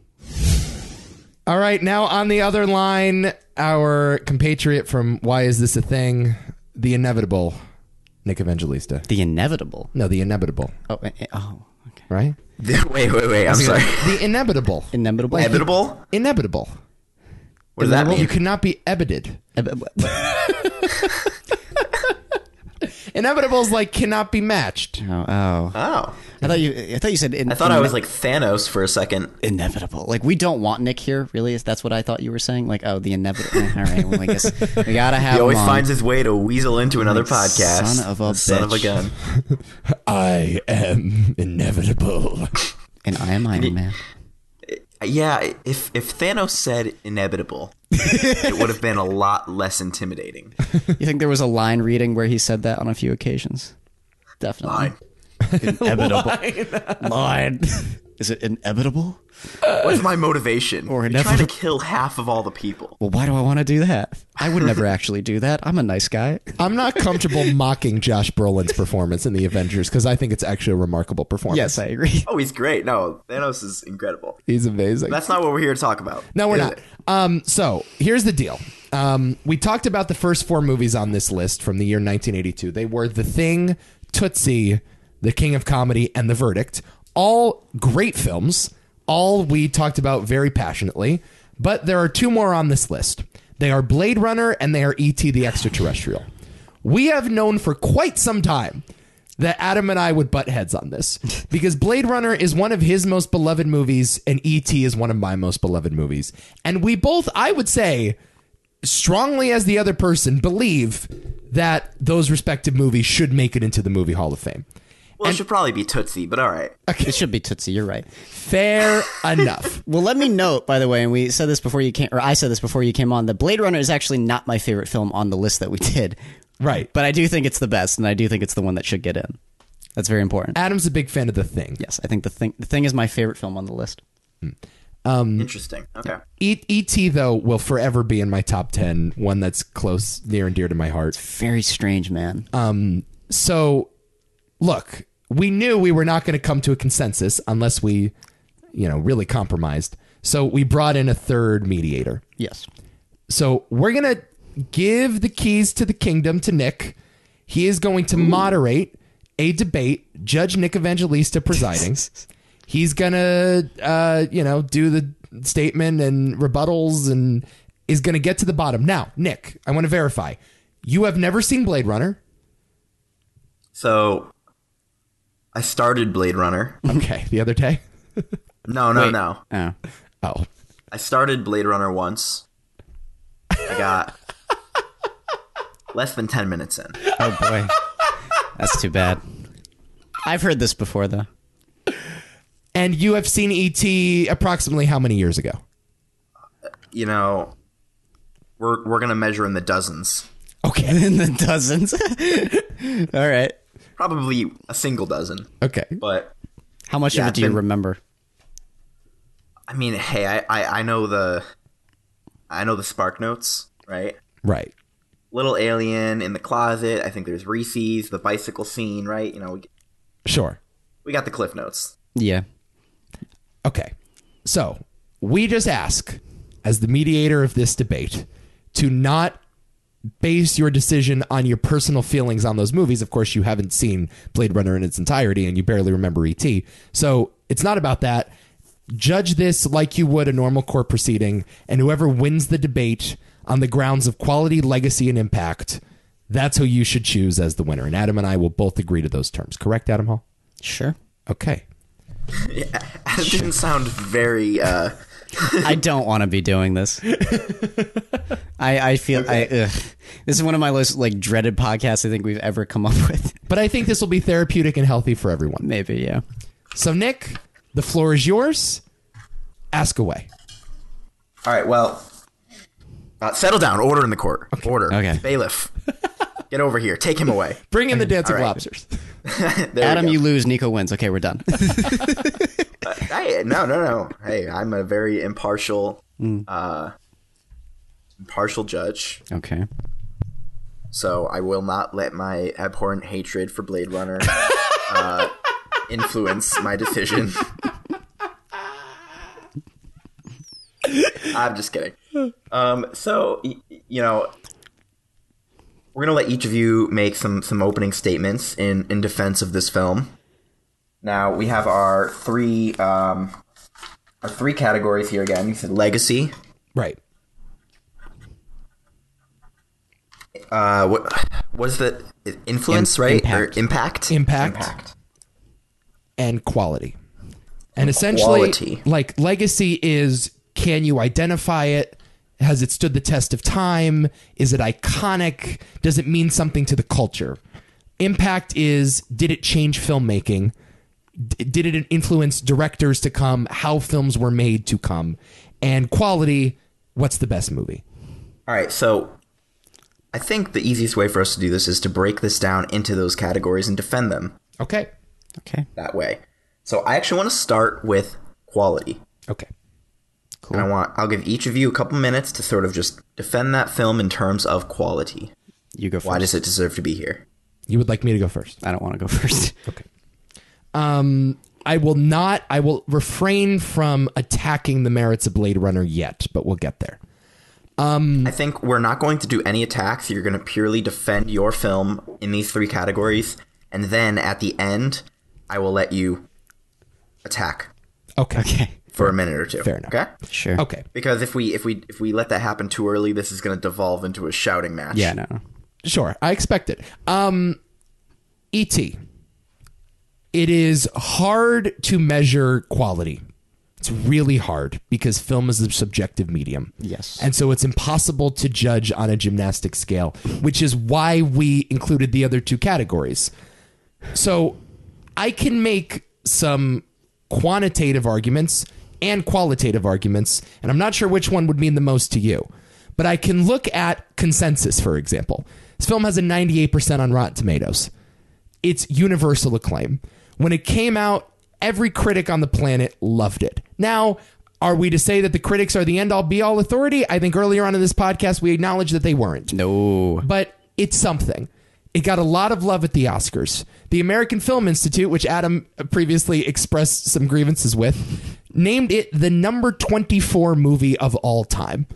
Speaker 1: All right, now on the other line, our compatriot from Why Is This a Thing? The inevitable Nick Evangelista.
Speaker 2: The inevitable.
Speaker 1: No, the inevitable,
Speaker 2: Oh, eh, eh, oh, okay.
Speaker 1: right?
Speaker 3: wait, wait, wait. I'm sorry.
Speaker 1: The inevitable.
Speaker 2: Inevitable.
Speaker 3: Inevitable?
Speaker 1: Inevitable.
Speaker 3: What does that mean?
Speaker 1: You cannot be ebited.
Speaker 2: Oh,
Speaker 1: Inevitable is like cannot be matched.
Speaker 2: Oh, oh.
Speaker 3: Oh.
Speaker 2: I thought you. I thought you said. In,
Speaker 3: I thought I was like Thanos for a second.
Speaker 2: inevitable. Like we don't want Nick here, really. Is that's what I thought you were saying? Like, oh, the inevitable. All right, well, I guess we gotta have.
Speaker 3: He always
Speaker 2: him on.
Speaker 3: finds his way to weasel into another podcast.
Speaker 2: son of a
Speaker 3: son of a
Speaker 2: bitch.
Speaker 3: gun.
Speaker 1: I am inevitable.
Speaker 2: And I am Iron Man.
Speaker 3: Yeah, if if Thanos said inevitable, it would have been a lot less intimidating.
Speaker 2: You think there was a line reading where he said that on a few occasions? Definitely.
Speaker 3: Fine.
Speaker 2: Inevitable. Line. Is it inevitable?
Speaker 3: What's my motivation?
Speaker 2: Or
Speaker 3: You're trying to
Speaker 2: inevitable.
Speaker 3: kill half of all the people.
Speaker 2: Well, why do I want to do that? I would never actually do that. I'm a nice guy.
Speaker 1: I'm not comfortable mocking Josh Brolin's performance in the Avengers because I think it's actually a remarkable performance.
Speaker 2: Yes, I agree.
Speaker 3: Oh, he's great. No, Thanos is incredible.
Speaker 1: he's amazing.
Speaker 3: That's not what we're here to talk about.
Speaker 1: no, we're
Speaker 3: is
Speaker 1: not.
Speaker 3: it?
Speaker 1: Um, so here's the deal. Um, we talked about the first four movies on this list from the year 1982. They were The Thing, Tootsie, The King of Comedy, and The Verdict. All great films. All we talked about very passionately. But there are two more on this list. They are Blade Runner and they are E.T. the Extraterrestrial. We have known for quite some time that Adam and I would butt heads on this because Blade Runner is one of his most beloved movies and E.T. is one of my most beloved movies. And we both, I would say, strongly as the other person, believe that those respective movies should make it into the movie Hall of Fame.
Speaker 3: Well, it should probably be Tootsie, but all right.
Speaker 2: It should be Tootsie. You're right.
Speaker 1: Fair enough.
Speaker 2: Well, let me note, by the way, and we said this before you came, or I said this before you came on, that Blade Runner is actually not my favorite film on the list that we did.
Speaker 1: Right. But
Speaker 2: But I do think it's the best, and I do think it's the one that should get in. That's very important.
Speaker 1: Adam's a big fan of The Thing.
Speaker 2: Yes, I think the thing the thing is my favorite film on the list. Mm.
Speaker 3: Interesting. Okay.
Speaker 1: E- E.T., though, will forever be in my top 10, one that's
Speaker 2: Uh,
Speaker 1: close, near, and dear to my heart.
Speaker 2: Very strange, man.
Speaker 1: So, look, we knew we were not going to come to a consensus unless we, you know, really compromised. So we brought in a third mediator.
Speaker 2: Yes.
Speaker 1: So we're going to give the keys to the kingdom to Nick. He is going to moderate a debate, Judge Nick Evangelista presiding. He's going to, uh, you know, do the statement and rebuttals and is going to get to the bottom. Now, Nick, I want to verify. You have never seen Blade Runner.
Speaker 3: So I started Blade Runner.
Speaker 1: Okay, the other day.
Speaker 3: No, no, no.
Speaker 2: Oh.
Speaker 1: Oh,
Speaker 3: I started Blade Runner once. I got less than 10 minutes in.
Speaker 2: Oh boy. That's too bad. I've heard this before though.
Speaker 1: and you have seen ET approximately how many years ago?
Speaker 3: You know, we're we're going to measure in the dozens.
Speaker 1: Okay,
Speaker 2: In the dozens. All right.
Speaker 3: Probably a single dozen.
Speaker 1: okay.
Speaker 3: But
Speaker 2: How much
Speaker 3: Yeah,
Speaker 2: of it
Speaker 3: I've
Speaker 2: do
Speaker 3: been-
Speaker 2: you remember?
Speaker 3: I mean, hey, I, I I know the I know the spark notes, right?
Speaker 1: Right.
Speaker 3: Little alien in the closet. I think there's Reese's, the bicycle scene, right? You know, we,
Speaker 1: Sure.
Speaker 3: we got the cliff notes.
Speaker 2: Yeah.
Speaker 1: Okay. So we just ask, as the mediator of this debate, to not base your decision on your personal feelings on those movies. Of course, you haven't seen Blade Runner in its entirety and you barely remember E.T. So it's not about that. Judge this like you would a normal court proceeding, and whoever wins the debate on the grounds of quality, legacy, and impact, that's who you should choose as the winner. And Adam and I will both agree to those terms. Correct, Adam Hall?
Speaker 2: Sure.
Speaker 1: Okay.
Speaker 3: That didn't sound very. uh
Speaker 2: I don't want to be doing this. I I feel I ugh. this is one of my most like dreaded podcasts I think we've ever come up with.
Speaker 1: But I think this will be therapeutic and healthy for everyone.
Speaker 2: Maybe yeah.
Speaker 1: So, Nick, the floor is yours. Ask away.
Speaker 3: All right, well, uh, settle down. Order in the court. Order.
Speaker 2: Okay.
Speaker 3: Bailiff, get over here. Take him away.
Speaker 1: Bring in the dancing
Speaker 3: All right.
Speaker 1: lobsters.
Speaker 3: There
Speaker 2: Adam,
Speaker 3: we
Speaker 2: you
Speaker 3: go.
Speaker 2: lose. Nico wins. Okay, we're done.
Speaker 3: Hey, no, no, no. Hey, I'm a very impartial,
Speaker 2: Hmm.
Speaker 3: uh, impartial judge.
Speaker 2: okay.
Speaker 3: So I will not let my abhorrent hatred for Blade Runner uh, influence my decision. I'm just kidding. Um, so y- you know, we're gonna let each of you make some some opening statements in in defense of this film. Now we have our three um, our three categories here again. You said legacy.
Speaker 1: Right.
Speaker 3: Uh, what was the influence
Speaker 2: Im-
Speaker 3: right
Speaker 2: impact.
Speaker 3: or impact?
Speaker 1: Impact. And quality. And essentially,
Speaker 3: Quality.
Speaker 1: like legacy is can you identify it? Has it stood the test of time? Is it iconic? Does it mean something to the culture? Impact is did it change filmmaking? D- did it influence directors to come? How films were made to come? And quality, what's the best movie?
Speaker 3: All right, so I think the easiest way for us to do this is to break this down into those categories and defend them
Speaker 1: Okay.
Speaker 2: Okay.
Speaker 3: that way. So I actually want to start with quality.
Speaker 1: Okay.
Speaker 3: And I want I'll give each of you a couple minutes to sort of just defend that film in terms of quality.
Speaker 2: You go first.
Speaker 3: Why does it deserve to be here?
Speaker 1: You would like me to go first?
Speaker 2: I don't want to go first.
Speaker 1: Okay. Um, I will not. I will refrain from attacking the merits of Blade Runner yet, but we'll get there. Hmm.
Speaker 3: I think we're not going to do any attacks. You're going to purely defend your film in these three categories, and then at the end, I will let you attack
Speaker 1: Okay.
Speaker 2: Okay.
Speaker 3: for a minute or two.
Speaker 1: Fair enough.
Speaker 3: Okay.
Speaker 2: Sure.
Speaker 3: Oh.
Speaker 1: Okay.
Speaker 3: Because if we if we if we let that happen too early, this is going to devolve into a shouting match.
Speaker 2: Yeah. No. no.
Speaker 1: Sure. I expect it. Um, E.T. It is hard to measure quality. It's really hard because film is a subjective medium.
Speaker 2: Yes.
Speaker 1: And so it's impossible to judge on a gymnastic scale, which is why we included the other two categories. So I can make some quantitative arguments and qualitative arguments, and I'm not sure which one would mean the most to you. But I can look at consensus, for example. This film has a 98% on Rotten Tomatoes. It's universal acclaim. When it came out, every critic on the planet loved it. Now, are we to say that the critics are the end all be all authority? I think earlier on in this podcast, we acknowledged that they weren't
Speaker 2: No.
Speaker 1: but it's something. It got a lot of love at the Oscars. The American Film Institute, which Adam previously expressed some grievances with, named it the number 24 movie of all time.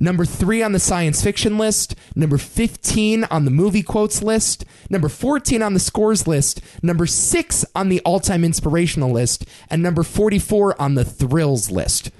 Speaker 1: Number three on the science fiction list, number 15 on the movie quotes list, number 14 on the scores list, number six on the all time inspirational list, and number 44 on the thrills list.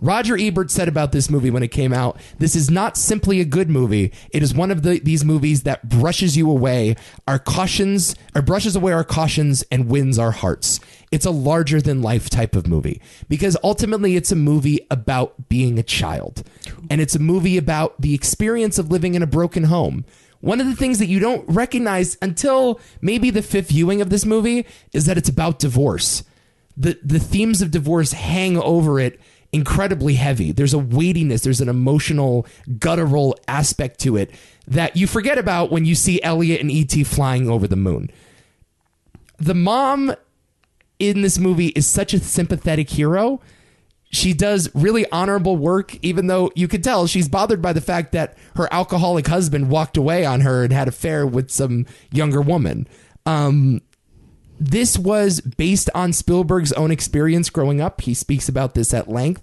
Speaker 1: Roger Ebert said about this movie when it came out, this is not simply a good movie. It is one of the, these movies that brushes you away our cautions, or brushes away our cautions and wins our hearts. It's a larger than life type of movie because ultimately it's a movie about being a child. And it's a movie about the experience of living in a broken home. One of the things that you don't recognize until maybe the fifth viewing of this movie is that it's about divorce the the themes of divorce hang over it incredibly heavy. There's a weightiness, there's an emotional, guttural aspect to it that you forget about when you see Elliot and E.T. flying over the moon. The mom in this movie is such a sympathetic hero. She does really honorable work, even though you could tell she's bothered by the fact that her alcoholic husband walked away on her and had an affair with some younger woman. Um, this was based on Spielberg's own experience growing up. He speaks about this at length.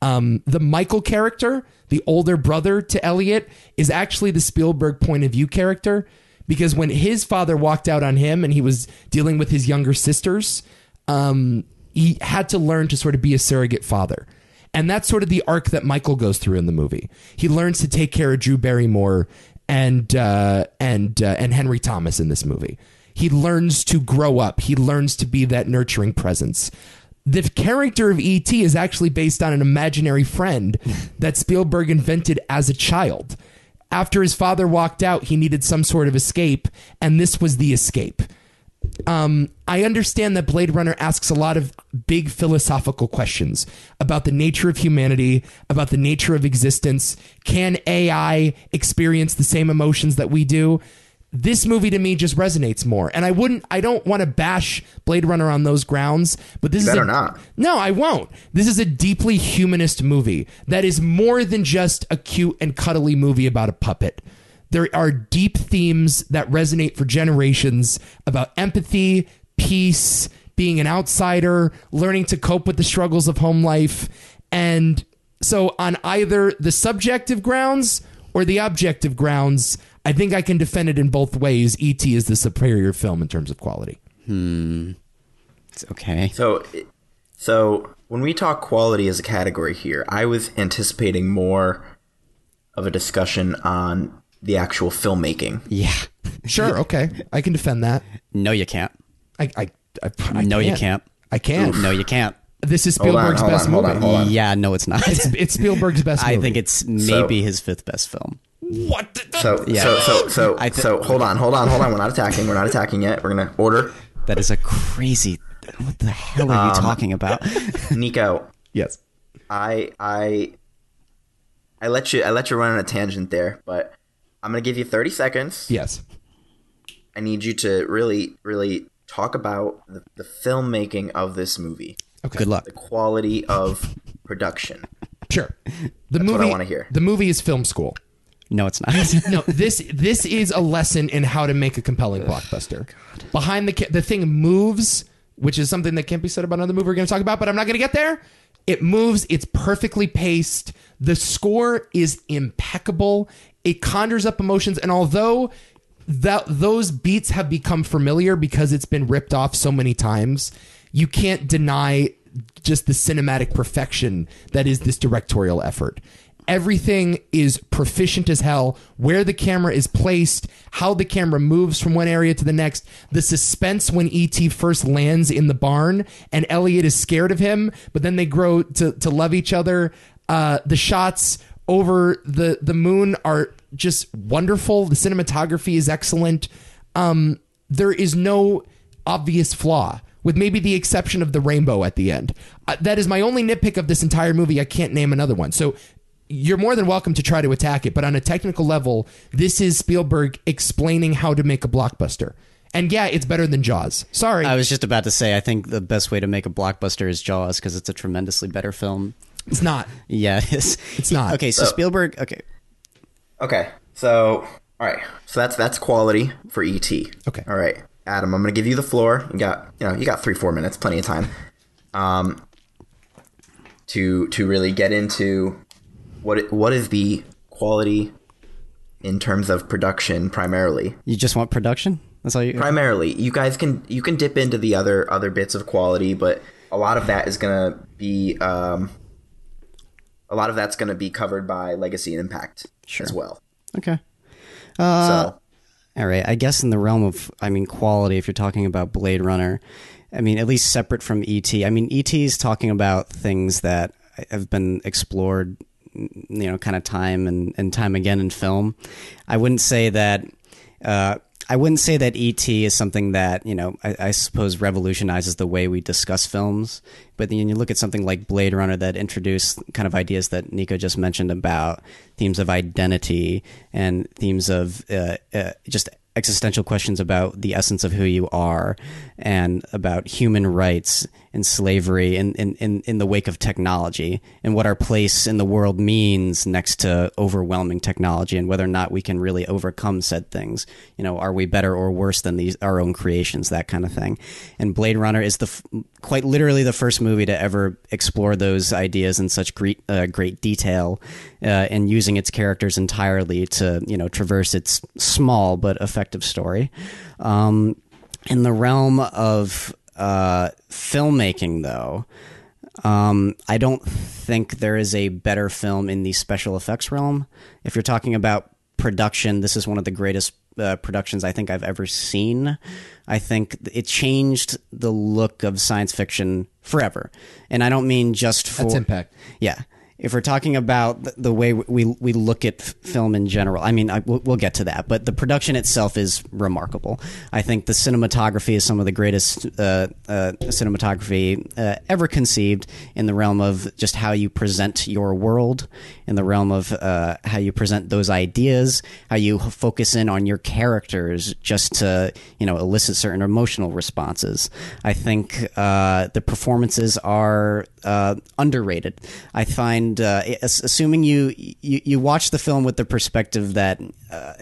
Speaker 1: Um, the Michael character, the older brother to Elliot, is actually the Spielberg point of view character because when his father walked out on him and he was dealing with his younger sisters, um, he had to learn to sort of be a surrogate father. And that's sort of the arc that Michael goes through in the movie. He learns to take care of Drew Barrymore and uh, and uh, and Henry Thomas in this movie. He learns to grow up. He learns to be that nurturing presence. The character of E.T. is actually based on an imaginary friend that Spielberg invented as a child. After his father walked out, he needed some sort of escape, and this was the escape um, I understand that Blade Runner asks a lot of big philosophical questions about the nature of humanity, about the nature of existence. Can AI experience the same emotions that we do? This movie to me just resonates more. And I wouldn't, I don't want to bash Blade Runner on those grounds, but this is
Speaker 3: better
Speaker 1: a-
Speaker 3: not.
Speaker 1: no, I won't. This is a deeply humanist movie that is more than just a cute and cuddly movie about a puppet. There are deep themes that resonate for generations about empathy, peace, being an outsider, learning to cope with the struggles of home life. And so, on either the subjective grounds or the objective grounds, I think I can defend it in both ways. E.T. is the superior film in terms of quality.
Speaker 2: It's okay.
Speaker 3: So, so when we talk quality as a category here, I was anticipating more of a discussion on the actual filmmaking.
Speaker 2: Yeah.
Speaker 1: Sure, okay. I can defend that.
Speaker 2: No, you can't.
Speaker 1: I, I, I, I
Speaker 2: No, you
Speaker 1: can't.
Speaker 2: can't.
Speaker 1: I can't.
Speaker 2: No, you can't.
Speaker 1: This is
Speaker 3: Hold on,
Speaker 1: Spielberg's
Speaker 3: hold
Speaker 1: best
Speaker 3: on, hold
Speaker 1: movie.
Speaker 3: on, hold on.
Speaker 2: Yeah, no, it's not.
Speaker 1: It's, it's Spielberg's best
Speaker 2: I
Speaker 1: movie.
Speaker 2: think it's maybe his fifth best film.
Speaker 1: What? The,
Speaker 3: So,
Speaker 2: Yeah.
Speaker 3: so, so, so,
Speaker 2: I thi-
Speaker 3: so, hold on, hold on, hold on. We're not attacking. We're not attacking yet. We're gonna order.
Speaker 2: That is a crazy. What the hell are
Speaker 1: Um,
Speaker 2: you talking about?
Speaker 3: Nico,
Speaker 1: yes.
Speaker 3: I, I, I let you, I let you run on a tangent there, but I'm gonna give you 30 seconds.
Speaker 1: Yes.
Speaker 3: I need you to really, really talk about the, the filmmaking of this movie,
Speaker 2: Good luck.
Speaker 3: the quality of production.
Speaker 1: Sure. The
Speaker 3: what I
Speaker 1: movie.
Speaker 3: wanna hear.
Speaker 1: The movie is film school.
Speaker 2: No, it's not.
Speaker 1: No, this this is a lesson in how to make a compelling blockbuster. Behind the ca- the thing moves, which is something that can't be said about another movie we're going to talk about, but I'm not going to get there. It moves. It's perfectly paced. The score is impeccable. It conjures up emotions, and although that those beats have become familiar because it's been ripped off so many times, you can't deny just the cinematic perfection that is this directorial effort. Everything is proficient as hell. Where the camera is placed, how the camera moves from one area to the next, the suspense when E.T. first lands in the barn and Elliot is scared of him, but then they grow to, to love each other. Uh, the shots over the, the moon are just wonderful. The cinematography is excellent. Um, there is no obvious flaw, with maybe the exception of the rainbow at the end. Uh, that is my only nitpick of this entire movie. I can't name another one. So you're more than welcome to try to attack it, but on a technical level, this is Spielberg explaining how to make a blockbuster. And yeah, it's better than Jaws. Sorry.
Speaker 2: I was just about to say, I think the best way to make a blockbuster is Jaws because it's a tremendously better film.
Speaker 1: it's not.
Speaker 2: Yeah, it's,
Speaker 1: It's not.
Speaker 2: Okay, so Spielberg. Okay,
Speaker 3: Okay, so All right. So that's that's quality for ET.
Speaker 1: Okay.
Speaker 3: All right, Adam. I'm gonna give you the floor. You got you know you got three four minutes, plenty of time, um, to to really get into what it- what is the quality in terms of production primarily.
Speaker 2: You just want production? That's all you.
Speaker 3: Primarily, you guys can you can dip into the other other bits of quality, but a lot of that is gonna be um, a lot of that's gonna be covered by legacy and impact
Speaker 2: Sure.
Speaker 3: as well.
Speaker 2: okay.
Speaker 1: Uh,
Speaker 3: so
Speaker 2: All right. I guess in the realm of, I mean, quality, if you're talking about Blade Runner, I mean, at least separate from ET, I mean, ET is talking about things that have been explored, n- you know, kind of time and, and time again in film. I wouldn't say that. Uh, I wouldn't say that ET is something that you know. I, I suppose revolutionizes the way we discuss films, but then you look at something like Blade Runner that introduced kind of ideas that Nico just mentioned about themes of identity and themes of uh, uh, just existential questions about the essence of who you are and about human rights and slavery in, in, in, in the wake of technology and what our place in the world means next to overwhelming technology and whether or not we can really overcome said things. You know, are we better or worse than these our own creations, that kind of thing. And Blade Runner is the f- quite literally the first movie to ever explore those ideas in such great, uh, great detail uh, and using its characters entirely to, you know, traverse its small but effective story. Um, in the realm of uh, filmmaking, though, um, I don't think there is a better film in the special effects realm. If you're talking about production, this is one of the greatest uh, productions I think I've ever seen. I think it changed the look of science fiction forever, and I don't mean just for
Speaker 1: That's impact.
Speaker 2: yeah. If we're talking about th- the way we we look at f- film in general, I mean, I, we'll, we'll get to that. But the production itself is remarkable. I think the cinematography is some of the greatest uh, uh, cinematography uh, ever conceived in the realm of just how you present your world, in the realm of uh, how you present those ideas, how you h- focus in on your characters, just to you know elicit certain emotional responses. I think uh, the performances are uh, underrated. I find, uh, as- assuming you, you you watch the film with the perspective that, uh,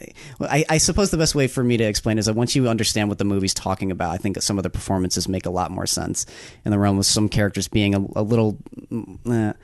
Speaker 2: I, I suppose the best way for me to explain is that once you understand what the movie's talking about, I think that some of the performances make a lot more sense in the realm of some characters being a, a little. mm, eh,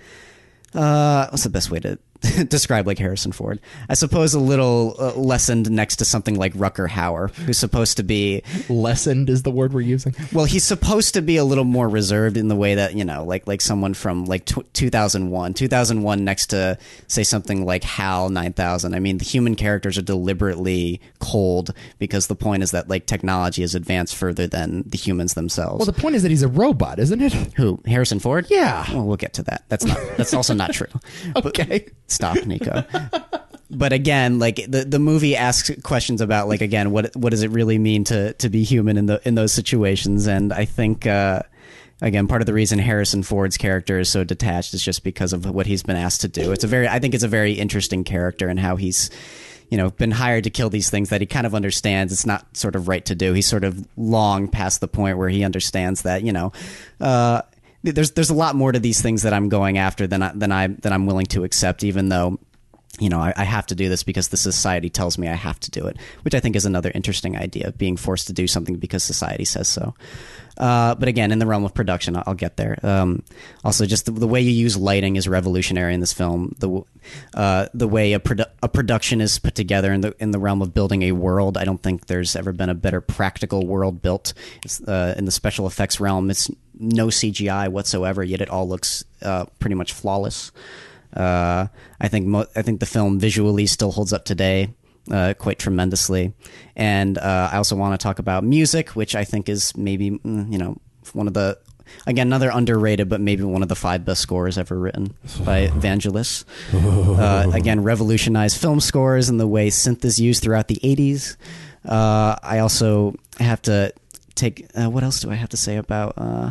Speaker 2: uh, what's the best way to describe like Harrison Ford? I suppose a little uh, lessened next to something like Rucker Hauer, who's supposed to be
Speaker 1: Lessened is the word we're using.
Speaker 2: well, he's supposed to be a little more reserved in the way that you know, like like someone from like tw 2001, 2001 next to say something like HAL 9000. I mean, the human characters are deliberately cold because the point is that like technology is advanced further than the humans themselves.
Speaker 1: Well, the point is that he's a robot, isn't it?
Speaker 2: Who Harrison Ford?
Speaker 1: Yeah.
Speaker 2: Well, we'll get to that. That's not. That's also not true.
Speaker 1: Okay.
Speaker 2: Stop, Nico. but again, like the, the movie asks questions about like again, what what does it really mean to to be human in the in those situations? And I think uh, again, part of the reason Harrison Ford's character is so detached is just because of what he's been asked to do. It's a very I think it's a very interesting character and how he's you know been hired to kill these things that he kind of understands it's not sort of right to do. He's sort of long past the point where he understands that you know. Uh, there's there's a lot more to these things that I'm going after than I, than I than I'm willing to accept, even though you know I, I have to do this because the society tells me I have to do it, which I think is another interesting idea of being forced to do something because society says so. Uh, but again, in the realm of production, I'll, I'll get there. Um, also, just the, the way you use lighting is revolutionary in this film. The w- uh, the way a, produ- a production is put together in the in the realm of building a world, I don't think there's ever been a better practical world built. It's, uh, in the special effects realm, it's no CGI whatsoever, yet it all looks uh, pretty much flawless. Uh, I think mo- I think the film visually still holds up today uh, quite tremendously, and uh, I also want to talk about music, which I think is maybe mm, you know one of the again another underrated, but maybe one of the five best scores ever written by Vangelis. Uh, again, revolutionized film scores and the way synth is used throughout the '80s. Uh, I also have to take uh, what else do I have to say about? Uh,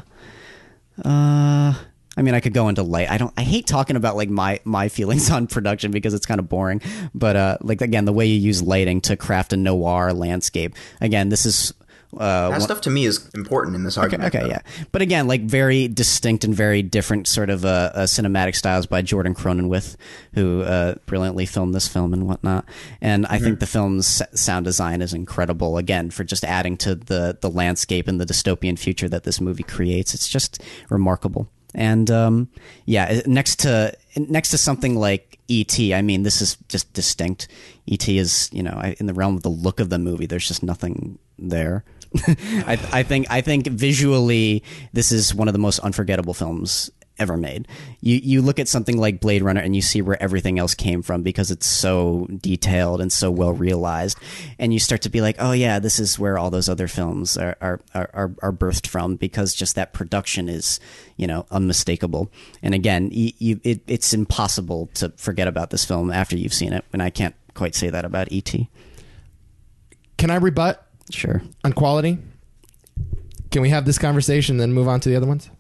Speaker 2: uh, I mean, I could go into light. I don't. I hate talking about like my my feelings on production because it's kind of boring. But uh, like again, the way you use lighting to craft a noir landscape. Again, this is Uh,
Speaker 3: That stuff to me is important in this argument.
Speaker 2: Okay, yeah. But again, like very distinct and very different sort of uh, uh, cinematic styles by Jordan Cronenwith, who uh, brilliantly filmed this film and whatnot. And I think the film's s- sound design is incredible. Again, for just adding to the the landscape and the dystopian future that this movie creates, it's just remarkable. And um, yeah, it- next to next to something like E.T., I mean, this is just distinct. E.T. is you know I- in the realm of the look of the movie. There's just nothing there. I, I think I think visually this is one of the most unforgettable films ever made. You you look at something like Blade Runner and you see where everything else came from because it's so detailed and so well realized, and you start to be like, oh yeah, this is where all those other films are are are, are, are birthed from because just that production is you know unmistakable. And again, you, you it, it's impossible to forget about this film after you've seen it, and I can't quite say that about E. T.
Speaker 1: Can I rebut
Speaker 2: Sure,
Speaker 1: on quality? Can we have this conversation then move on to the other ones?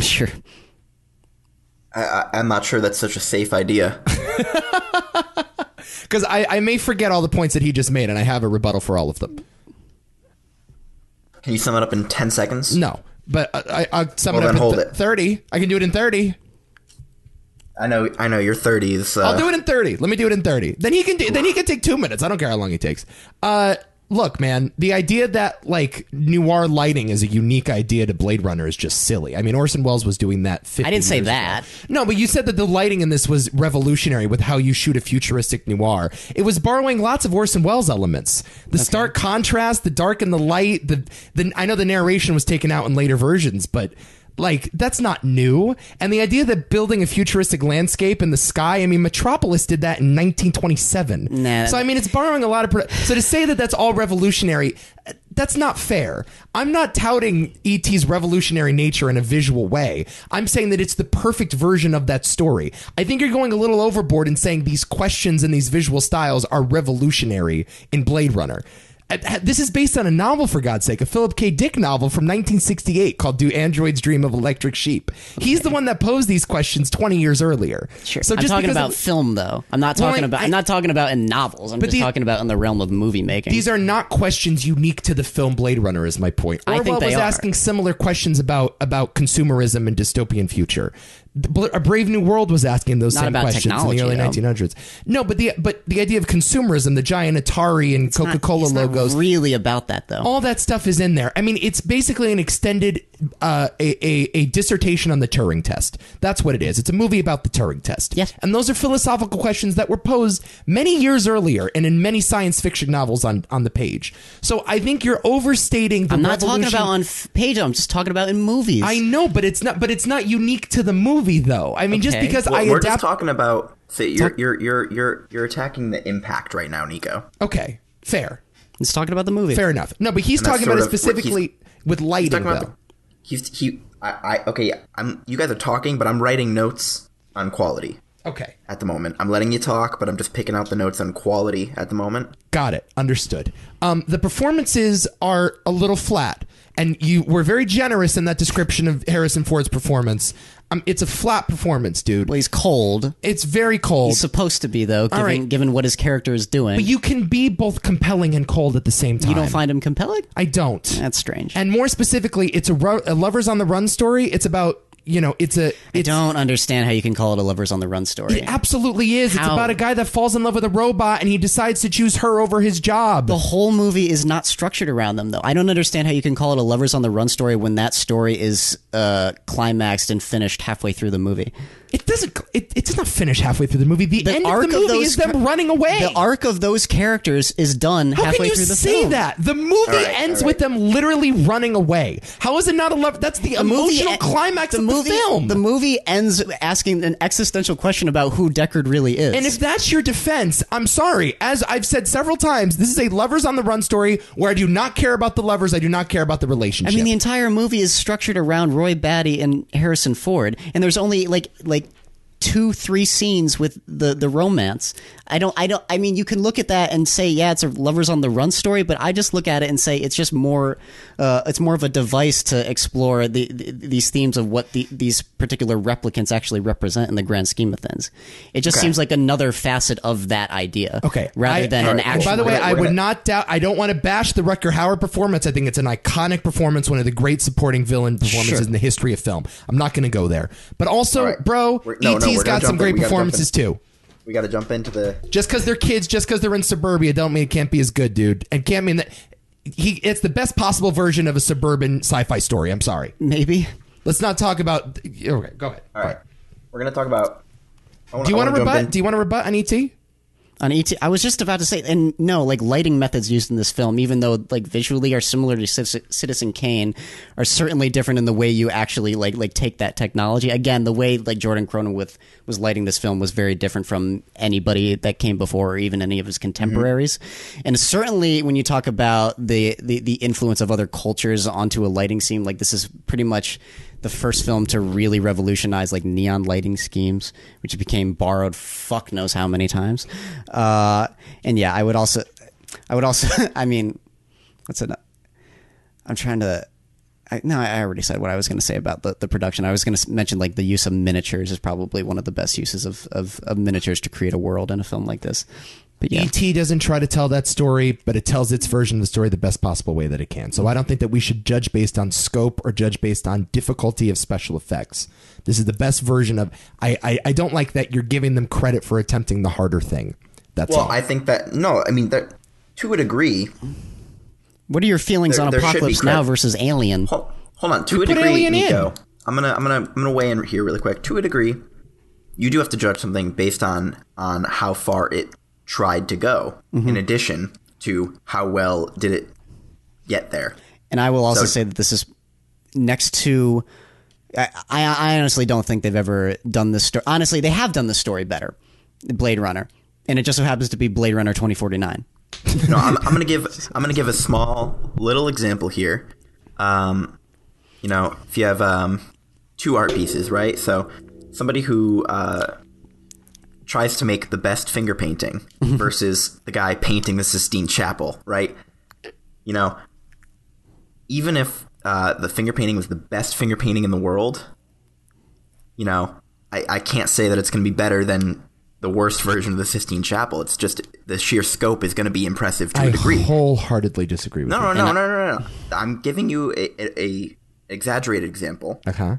Speaker 2: sure.
Speaker 3: I, I, I'm not sure that's such a safe idea.
Speaker 1: Because I, I may forget all the points that he just made, and I have a rebuttal for all of them.
Speaker 3: Can you sum it up in 10 seconds?
Speaker 1: No, but I, I, I'll sum
Speaker 3: Well,
Speaker 1: it up
Speaker 3: then
Speaker 1: in
Speaker 3: hold
Speaker 1: th-
Speaker 3: it.
Speaker 1: 30. I can do it in 30.
Speaker 3: I know, I know. You're 30. This, uh,
Speaker 1: I'll do it in 30. Let me do it in 30. Then he can do, then he can take 2 minutes. I don't care how long he takes. Uh look, man, the idea that like noir lighting is a unique idea to Blade Runner is just silly. I mean, Orson Welles was doing that 50
Speaker 2: I didn't say
Speaker 1: years ago.
Speaker 2: that.
Speaker 1: No, but you said that the lighting in this was revolutionary with how you shoot a futuristic noir. It was borrowing lots of Orson Welles elements. The stark contrast, the dark and the light, the, the I know the narration was taken out in later versions, but like that's not new. And the idea that building a futuristic landscape in the sky, I mean Metropolis did that in 1927.
Speaker 2: Nah.
Speaker 1: So I mean it's borrowing a lot of pro- So to say that that's all revolutionary uh, that's not fair. I'm not touting ET's revolutionary nature in a visual way. I'm saying that it's the perfect version of that story. I think you're going a little overboard in saying these questions and these visual styles are revolutionary in Blade Runner. Uh, ha- This is based on a novel, for God's sake, a Philip K. Dick novel from 1968 called Do Androids Dream of Electric Sheep? He's the one that posed these questions 20 years earlier.
Speaker 2: Sure.
Speaker 1: So
Speaker 2: I'm
Speaker 1: just
Speaker 2: talking
Speaker 1: because
Speaker 2: about
Speaker 1: of-
Speaker 2: film, though. I'm not talking
Speaker 1: I-
Speaker 2: about.
Speaker 1: I-
Speaker 2: I, am not talking about in novels. I'm just
Speaker 1: the-
Speaker 2: talking about in the realm of movie making.
Speaker 1: These are not questions unique to the film Blade Runner, is my point.
Speaker 2: I
Speaker 1: Orwell
Speaker 2: think they
Speaker 1: was
Speaker 2: are.
Speaker 1: asking similar questions about about consumerism and dystopian future. The Bl- A Brave New World was asking those
Speaker 2: Not
Speaker 1: same
Speaker 2: about
Speaker 1: questions
Speaker 2: technology,
Speaker 1: in the early
Speaker 2: though.
Speaker 1: 1900s. No, but the but the idea of consumerism, the giant Atari and Coca Cola
Speaker 2: It's not
Speaker 1: logos,
Speaker 2: really about that, though.
Speaker 1: all that stuff is in there. I mean, it's basically an extended uh, a, a a dissertation on the Turing test. That's what it is. It's a movie about the Turing test.
Speaker 2: Yes.
Speaker 1: and those are philosophical questions that were posed many years earlier and in many science fiction novels on on the page. So I think you're overstating. The
Speaker 2: I'm not talking
Speaker 1: revolution-
Speaker 2: about on f- page. I'm just talking about in movies.
Speaker 1: I know, but it's not. But it's not unique to the movie, though. I mean, just
Speaker 2: Okay.
Speaker 1: because
Speaker 3: Well,
Speaker 1: I
Speaker 3: we're
Speaker 1: adapt.
Speaker 3: just talking about. So you're, you're you're you're you're attacking the impact right now, Nico.
Speaker 1: okay, fair,
Speaker 2: it's talking about the movie.
Speaker 1: fair enough. No, but he's
Speaker 3: that's
Speaker 1: talking about it
Speaker 3: sort of what he's-
Speaker 1: specifically with lighting,
Speaker 3: Talking
Speaker 1: though.
Speaker 3: about the, he's he. I, I okay. I'm. You guys are talking, but I'm writing notes on quality
Speaker 1: okay.
Speaker 3: at the moment. I'm letting you talk, but I'm just picking out the notes on quality at the moment.
Speaker 1: Got it. Understood. Um, the performances are a little flat, and you were very generous in that description of Harrison Ford's performance. Um, it's a flat performance, dude.
Speaker 2: Well, he's cold.
Speaker 1: It's very cold.
Speaker 2: He's supposed to be though, given,
Speaker 1: right.
Speaker 2: given what his character is doing.
Speaker 1: you can be both compelling and cold at the same time.
Speaker 2: You don't find him compelling.
Speaker 1: I don't.
Speaker 2: That's strange.
Speaker 1: And more specifically, it's a, ro- a lovers on the run story. It's about you know, it's a
Speaker 2: I
Speaker 1: it's
Speaker 2: don't understand how you can call it a lovers on the run story.
Speaker 1: it absolutely is. It's
Speaker 2: How?
Speaker 1: about a guy that falls in love with a robot and he decides to choose her over his job.
Speaker 2: the whole movie is not structured around them, though. I don't understand how you can call it a lovers on the run story when that story is uh, climaxed and finished halfway through the movie.
Speaker 1: it doesn't. It, it does not finish halfway through the movie. The, end of
Speaker 2: arc of
Speaker 1: the movie
Speaker 2: those
Speaker 1: is them running away.
Speaker 2: The arc of those characters is done
Speaker 1: How
Speaker 2: halfway
Speaker 1: can you
Speaker 2: through the
Speaker 1: say
Speaker 2: film.
Speaker 1: that? The movie
Speaker 3: All right,
Speaker 1: ends
Speaker 3: all right.
Speaker 1: with them literally running away. How is it not a love? That's the, emotional
Speaker 2: e-
Speaker 1: climax of
Speaker 2: movie,
Speaker 1: the film.
Speaker 2: The movie ends asking an existential question about who Deckard really is.
Speaker 1: and if that's your defense, I'm sorry. As I've said several times, this is a lovers on the run story where I do not care about the lovers. I do not care about the
Speaker 2: I
Speaker 1: relationship.
Speaker 2: mean, the entire movie is structured around Roy Batty and Harrison Ford, and there's only like like two three scenes with the the romance. I don't I don't I mean you can look at that and say yeah it's a lovers on the run story, but I just look at it and say it's just more uh, it's more of a device to explore the, the these themes of what the, these particular replicants actually represent in the grand scheme of things. It just seems like another facet of that idea.
Speaker 1: Okay.
Speaker 2: rather
Speaker 1: I-
Speaker 2: than an
Speaker 1: Alright,
Speaker 2: actual.
Speaker 1: By the way,
Speaker 3: We're
Speaker 1: I
Speaker 3: gonna-
Speaker 1: would not doubt. I don't want to bash the Rutger Hauer performance. I think it's an iconic performance, one of the great supporting villain performances
Speaker 2: Sure.
Speaker 1: in the history of film. I'm not going to go there. But also,
Speaker 3: Alright.
Speaker 1: bro,
Speaker 3: We're- no, no,
Speaker 1: ET's
Speaker 3: we're gonna
Speaker 1: got some
Speaker 3: jump in.
Speaker 1: great
Speaker 3: We gotta jump
Speaker 1: performances too.
Speaker 3: We got to jump into the.
Speaker 1: Just because they're kids, just because they're in suburbia, don't mean it can't be as good, dude. And can't mean that he. It's the best possible version of a suburban sci-fi story. I'm sorry.
Speaker 2: maybe.
Speaker 1: Let's not talk about. Okay, go ahead.
Speaker 3: All right, we're gonna talk about.
Speaker 1: Do you
Speaker 3: I wanna- I
Speaker 1: want to
Speaker 3: wanna jump
Speaker 1: rebut?
Speaker 3: in.
Speaker 1: Do you want to rebut E on ET?
Speaker 2: on ET. I was just about to say, and no, like lighting methods used in this film, even though like visually are similar to Ci- Citizen Kane, are certainly different in the way you actually like like take that technology. Again, the way like Jordan Cronenweth was lighting this film was very different from anybody that came before, or even any of his contemporaries. And certainly, when you talk about the, the the influence of other cultures onto a lighting scene, like this is pretty much the first film to really revolutionize like neon lighting schemes, which became borrowed fuck knows how many times. Uh, and yeah, I would also, I would also, I mean, what's it? I'm trying to. I, no, I already said what I was going to say about the, the production. I was going to mention like the use of miniatures is probably one of the best uses of, of, of miniatures to create a world in a film like this. But yeah,
Speaker 1: ET E doesn't try to tell that story, but it tells its version of the story the best possible way that it can. So I don't think that we should judge based on scope or judge based on difficulty of special effects. This is the best version of. I I, I don't like that you're giving them credit for attempting the harder thing. That's
Speaker 3: Well,
Speaker 1: all.
Speaker 3: I think that no, I mean that to a degree.
Speaker 2: what are your feelings
Speaker 3: There-
Speaker 2: on
Speaker 3: there should be
Speaker 2: Apocalypse Now
Speaker 3: credit.
Speaker 2: versus Alien?
Speaker 3: Hold, hold on, to a
Speaker 1: put
Speaker 3: degree,
Speaker 1: Alien in.
Speaker 3: Nico. I'm gonna I'm gonna I'm gonna weigh in here really quick. To a degree, you do have to judge something based on on how far it tried to go.
Speaker 1: Mm-hmm.
Speaker 3: In addition to how well did it get there.
Speaker 2: And I will also
Speaker 3: So-
Speaker 2: say that this is next to. I, I I honestly don't think they've ever done this story. Honestly, they have done this story better, Blade Runner, and it just so happens to be Blade Runner twenty forty nine.
Speaker 3: no, I'm, I'm gonna give I'm gonna give a small little example here. Um, you know, if you have um, two art pieces, right? So somebody who uh, tries to make the best finger painting versus the guy painting the Sistine Chapel, right? You know, even if uh, the finger painting was the best finger painting in the world, you know, I, I can't say that it's going to be better than the worst version of the Sistine Chapel. It's just the sheer scope is going to be impressive to a
Speaker 1: I
Speaker 3: degree.
Speaker 1: wholeheartedly disagree with
Speaker 3: no,
Speaker 1: you.
Speaker 3: no, no, no, no, no, no. I'm giving you a, a, a exaggerated example.
Speaker 1: Uh-huh.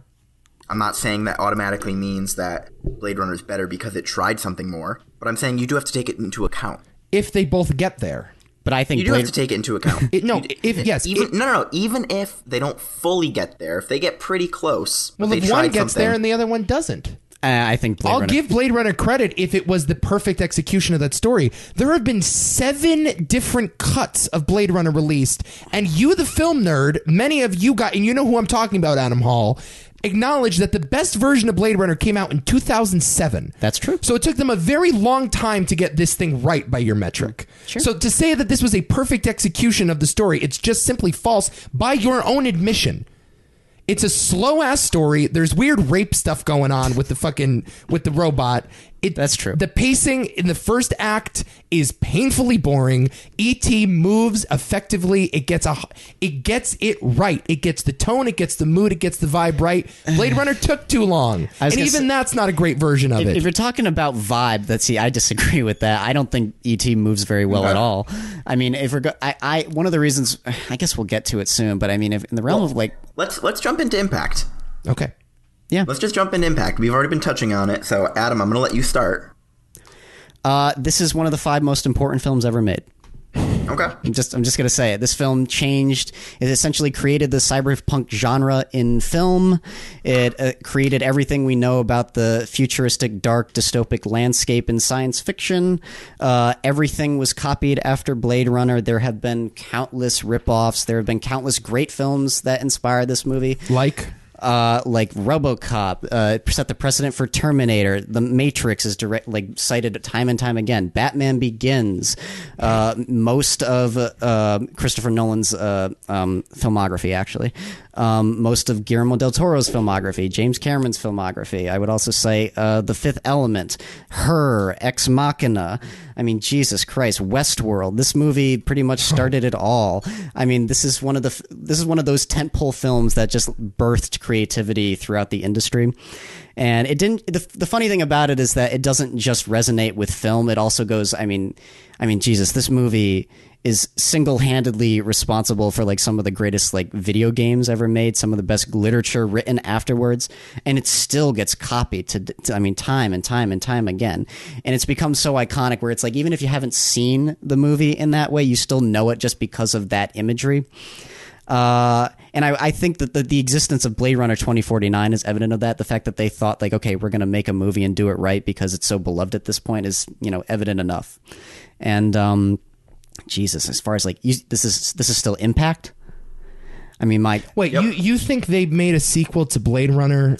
Speaker 3: I'm not saying that automatically means that Blade Runner is better because it tried something more, but I'm saying you do have to take it into account.
Speaker 1: If they both get there,
Speaker 2: But I think
Speaker 3: You do
Speaker 2: Blade,
Speaker 3: have to take it into account.
Speaker 1: it, no. If yes,
Speaker 3: even
Speaker 1: it-
Speaker 3: no, no, no, even if they don't fully get there, if they get pretty close, but
Speaker 1: well,
Speaker 3: they
Speaker 1: if one
Speaker 3: tried
Speaker 1: gets
Speaker 3: something,
Speaker 1: there and the other one doesn't.
Speaker 2: uh, I think Blade
Speaker 1: I'll
Speaker 2: Runner.
Speaker 1: give Blade Runner credit if it was the perfect execution of that story. There have been seven different cuts of Blade Runner released, and you, the film nerd, many of you got, and you know who I'm talking about, Adam Hall, acknowledge that the best version of Blade Runner came out in 2007.
Speaker 2: That's true.
Speaker 1: So it took them a very long time to get this thing right by your metric. So to say that this was a perfect execution of the story, it's just simply false by your own admission. It's a slow ass story. There's weird rape stuff going on with the fucking with the robot. It,
Speaker 2: That's true.
Speaker 1: The pacing in the first act is painfully boring. ET moves effectively. It gets a it gets it right. It gets the tone. It gets the mood. It gets the vibe right. Blade Runner took too long,
Speaker 2: was
Speaker 1: and
Speaker 2: gonna
Speaker 1: even
Speaker 2: say-
Speaker 1: that's not a great version of it.
Speaker 2: If you're talking about vibe, that's see, I disagree with that. I don't think ET moves very well at all. I mean, if we're go- I, I one of the reasons I guess we'll get to it soon, but I mean, if in the realm of like
Speaker 3: let's let's jump into impact.
Speaker 1: okay.
Speaker 3: Let's just jump into impact. We've already been touching on it, so Adam, I'm gonna let you start.
Speaker 2: uh, this is one of the five most important films ever made.
Speaker 3: Okay.
Speaker 2: I'm just I'm just gonna say it. This film changed. It essentially created the cyberpunk genre in film. It uh, created everything we know about the futuristic, dark, dystopic landscape in science fiction. Uh, everything was copied after Blade Runner. There have been countless rip-offs. There have been countless great films that inspired this movie
Speaker 1: Like
Speaker 2: uh, like RoboCop uh, set the precedent for Terminator. The Matrix is direct, like cited time and time again. Batman Begins. Uh, most of uh, Christopher Nolan's uh, um, filmography, actually, um, most of Guillermo del Toro's filmography, James Cameron's filmography. I would also say uh, The Fifth Element, Her, Ex Machina. I mean, Jesus Christ, Westworld. This movie pretty much started it all. I mean, this is one of the f- this is one of those tentpole films that just birthed creativity throughout the industry. And it didn't. The, the funny thing about it is that it doesn't just resonate with film. It also goes. I mean, I mean, Jesus, this movie is single-handedly responsible for like some of the greatest like video games ever made, some of the best literature written afterwards, and it still gets copied to, to I mean time and time and time again. And it's become so iconic where it's like even if you haven't seen the movie in that way, you still know it just because of that imagery. Uh, and I, I think that the, the existence of Blade Runner 2049 is evident of that. The fact that they thought, like, okay, we're going to make a movie and do it right because it's so beloved at this point is, you know, evident enough. And, um, Jesus, as far as like, you, this is this is still impact. I mean, my
Speaker 1: Wait, you you think they made a sequel to Blade Runner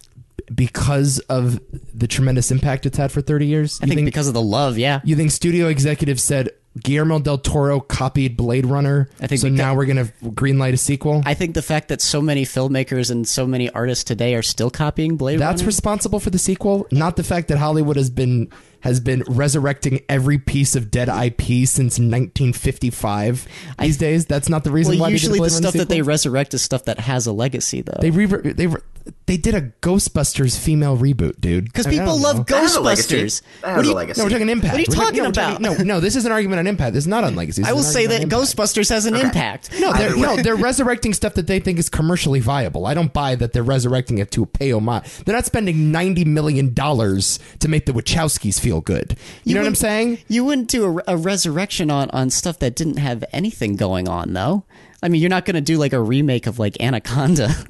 Speaker 1: because of the tremendous impact it's had for 30 years?
Speaker 2: I think, because of the love, yeah.
Speaker 1: You think studio executives said Guillermo del Toro copied Blade Runner?
Speaker 2: I think
Speaker 1: so.
Speaker 2: because-
Speaker 1: now we're gonna greenlight a sequel.
Speaker 2: I think the fact that so many filmmakers and so many artists today are still copying Blade
Speaker 1: That's
Speaker 2: Runner.
Speaker 1: responsible for the sequel, not the fact that Hollywood has been has been resurrecting every piece of dead IP since 1955. These days, that's not the reason
Speaker 2: well,
Speaker 1: why they did
Speaker 2: usually the
Speaker 1: Blade Runner
Speaker 2: stuff that they
Speaker 1: sequel.
Speaker 2: resurrect is stuff that has a legacy, though.
Speaker 1: they re- they re- they did a Ghostbusters female reboot, dude.
Speaker 2: Because
Speaker 1: I mean, I
Speaker 2: people
Speaker 1: don't
Speaker 2: love
Speaker 1: know.
Speaker 3: That has a legacy.
Speaker 2: Ghostbusters.
Speaker 3: That
Speaker 2: What
Speaker 3: has
Speaker 2: do
Speaker 3: a
Speaker 2: you-
Speaker 3: legacy.
Speaker 1: No, we're talking impact.
Speaker 2: What are you
Speaker 1: We're
Speaker 2: talking
Speaker 1: no, we're talking-
Speaker 2: about?
Speaker 1: no, no, this is an argument on impact. This is not on legacy. This
Speaker 2: I
Speaker 1: is
Speaker 2: will
Speaker 1: an
Speaker 2: say that
Speaker 1: argument on impact.
Speaker 2: Ghostbusters has an impact.
Speaker 1: No, they're,
Speaker 3: Either way.
Speaker 1: no, they're resurrecting stuff that they think is commercially viable. I don't buy that they're resurrecting it to pay homage. They're not spending ninety million dollars to make the Wachowskis feel good. You, know what I'm
Speaker 2: wouldn't-
Speaker 1: saying?
Speaker 2: You wouldn't do a, a resurrection on, on stuff that didn't have anything going on, though. I mean, you're not going to do like a remake of like Anaconda.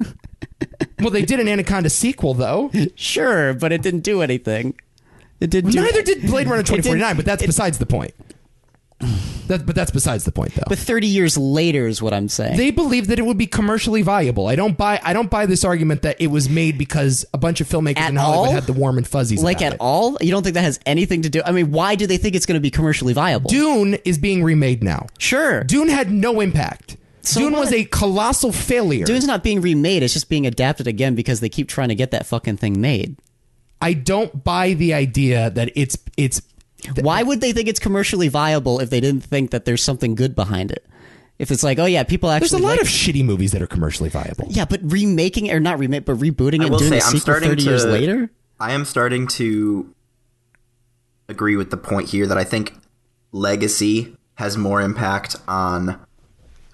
Speaker 1: Well, they did an Anaconda sequel though.
Speaker 2: sure, but it didn't do anything. It didn't do
Speaker 1: Neither did Blade Runner
Speaker 2: didn't-
Speaker 1: 2049, but that's
Speaker 2: it-
Speaker 1: besides the point. That, but that's besides the point, though.
Speaker 2: But 30 years later is what I'm saying.
Speaker 1: they believe that it would be commercially viable. I don't buy. I don't buy this argument that it was made because a bunch of filmmakers
Speaker 2: At
Speaker 1: in Hollywood
Speaker 2: all?
Speaker 1: had the warm and fuzzies.
Speaker 2: like
Speaker 1: about
Speaker 2: at
Speaker 1: it.
Speaker 2: all? You don't think that has anything to do? I mean, why do they think it's going to be commercially viable?
Speaker 1: Dune is being remade now.
Speaker 2: sure.
Speaker 1: Dune had no impact.
Speaker 2: So
Speaker 1: Dune was
Speaker 2: what?
Speaker 1: a colossal failure.
Speaker 2: Dune's not being remade, it's just being adapted again because they keep trying to get that fucking thing made.
Speaker 1: I don't buy the idea that it's it's
Speaker 2: Why would they think it's commercially viable if they didn't think that there's something good behind it? If it's like, oh yeah, people actually
Speaker 1: there's a lot
Speaker 2: like-
Speaker 1: of shitty movies that are commercially viable.
Speaker 2: yeah, but remaking it, or not remake, but rebooting it
Speaker 3: I
Speaker 2: and
Speaker 3: will
Speaker 2: doing
Speaker 3: say,
Speaker 2: a
Speaker 3: I'm
Speaker 2: sequel
Speaker 3: starting
Speaker 2: thirty
Speaker 3: to.
Speaker 2: years later.
Speaker 3: I am starting to agree with the point here that I think legacy has more impact on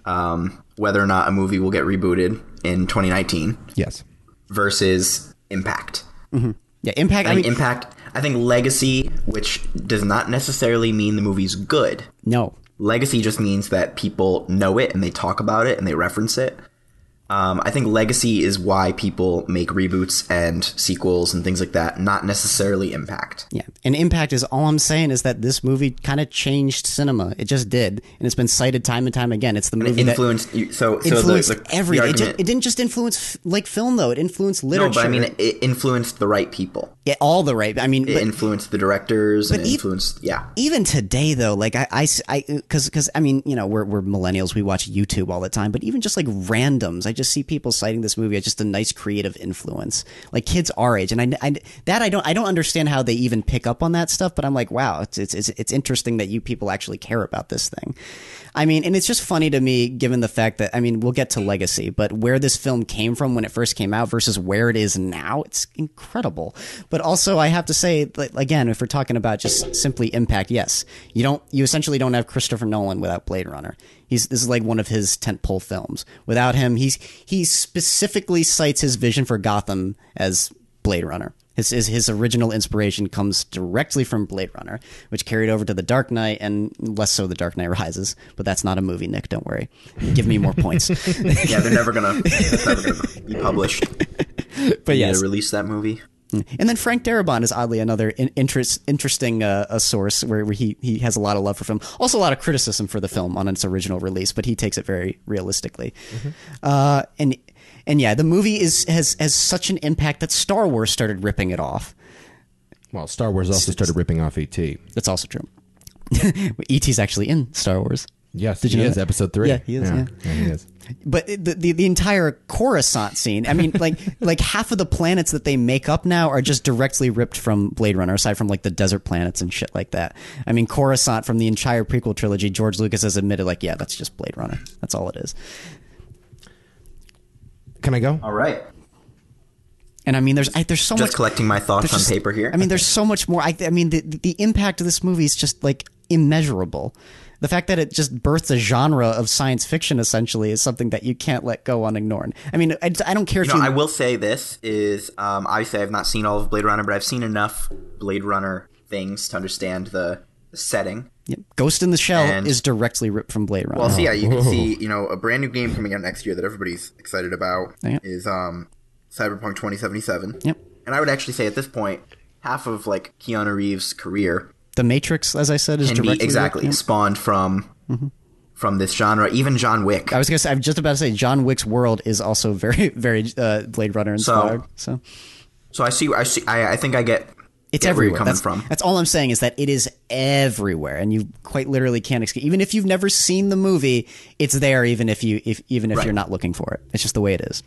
Speaker 3: um, whether or not a movie will get rebooted in 2019
Speaker 1: Yes.
Speaker 3: versus impact.
Speaker 2: Yeah, impact. I
Speaker 3: I
Speaker 2: mean,
Speaker 3: think impact. I think legacy, which does not necessarily mean the movie's good.
Speaker 2: no,
Speaker 3: Legacy just means that people know it and they talk about it and they reference it. Um, I think legacy is why people make reboots and sequels and things like that, not necessarily impact.
Speaker 2: Yeah, and Impact is all I'm saying is that this movie kind of changed cinema. It just did, and it's been cited time and time again. It's the movie that
Speaker 3: Influenced you, so so
Speaker 2: influenced
Speaker 3: the, the,
Speaker 2: every.
Speaker 3: The
Speaker 2: it,
Speaker 3: argument,
Speaker 2: just, it didn't just influence f- like film though; it influenced
Speaker 3: no,
Speaker 2: literature.
Speaker 3: but I mean it influenced the right people.
Speaker 2: Yeah, all the right. I mean,
Speaker 3: It
Speaker 2: but
Speaker 3: influenced the directors and it
Speaker 2: e-
Speaker 3: influenced yeah.
Speaker 2: even today though, like I, I, because because I mean, you know, we're we're millennials. We watch YouTube all the time, but even just like randoms, I just see people citing this movie as just a nice creative influence. Like kids our age, and I, I that I don't I don't understand how they even pick up on that stuff. But I'm like, wow, it's it's it's, it's interesting that you people actually care about this thing. I mean, and it's just funny to me, given the fact that I mean, we'll get to legacy, but where this film came from when it first came out versus where it is now, it's incredible. But also, I have to say, like, again, if we're talking about just simply impact, yes, you don't, you essentially don't have Christopher Nolan without Blade Runner. He's this is like one of his tentpole films. Without him, he's he specifically cites his vision for Gotham as Blade Runner. His, his, his original inspiration comes directly from Blade Runner, which carried over to The Dark Knight and less so The Dark Knight Rises. But that's not a movie, Nick. Don't worry. Give me more points.
Speaker 3: Yeah, they're never gonna, that's never gonna be published.
Speaker 2: but
Speaker 3: Yeah,
Speaker 2: yes. Hmm.
Speaker 3: release that movie.
Speaker 2: And then Frank Darabont is oddly another in- interest, interesting uh, a source where, where he, he has a lot of love for film, also a lot of criticism for the film on its original release, but he takes it very realistically. Uh, and and yeah, the movie is has has such an impact that Star Wars started ripping it off.
Speaker 1: Well, E Star Wars also started ripping off ET.
Speaker 2: That's also true. ET's actually E in Star Wars.
Speaker 1: Yes,
Speaker 2: Did
Speaker 1: he
Speaker 2: you know
Speaker 1: is
Speaker 2: that?
Speaker 1: episode three.
Speaker 2: Yeah, he is, yeah.
Speaker 1: he is.
Speaker 2: But it- the, the the entire Coruscant scene. I mean, like like half of the planets that they make up now are just directly ripped from Blade Runner, aside from like the desert planets and shit like that. I mean, Coruscant from the entire prequel trilogy, George Lucas has admitted, like, yeah, that's just Blade Runner. That's all it is.
Speaker 1: Can I go?
Speaker 3: All right.
Speaker 2: And I mean, there's I, there's so
Speaker 3: Just
Speaker 2: much
Speaker 3: collecting my thoughts
Speaker 2: there's
Speaker 3: on
Speaker 2: just-
Speaker 3: paper here.
Speaker 2: I mean, there's so much more. I, I mean, the, the impact of this movie is just like immeasurable. The fact that it just births a genre of science fiction essentially is something that you can't let go unignored. I mean, I, I don't care if
Speaker 3: You know,
Speaker 2: you.
Speaker 3: I will say this is um, obviously I've not seen all of Blade Runner, but I've seen enough Blade Runner things to understand the setting.
Speaker 2: Yeah, Ghost in the Shell
Speaker 3: And-
Speaker 2: is directly ripped from Blade Runner.
Speaker 3: Well, so yeah, you can see you know a brand new game coming out next year that everybody's excited about
Speaker 2: Yeah.
Speaker 3: is um, Cyberpunk 2077.
Speaker 2: Yep.
Speaker 3: And I would actually say at this point, half of like Keanu Reeves' career
Speaker 2: the Matrix, as I said, is
Speaker 3: can
Speaker 2: directly
Speaker 3: be
Speaker 2: ripped-
Speaker 3: exactly
Speaker 2: yeah. Mm-hmm.
Speaker 3: spawned from from this genre. Even John Wick.
Speaker 2: I was gonna. Say, I'm just about to say John Wick's world is also very, very uh, Blade Runner inspired. So,
Speaker 3: So I see. I see. I, I think I get.
Speaker 2: it's
Speaker 3: get where
Speaker 2: everywhere.
Speaker 3: you're coming
Speaker 2: that's,
Speaker 3: from.
Speaker 2: That's all I'm saying is that it is everywhere, and you quite literally can't escape. Even if you've never seen the movie, it's there. Even if you, if even if you're not looking for it, it's just the way it is.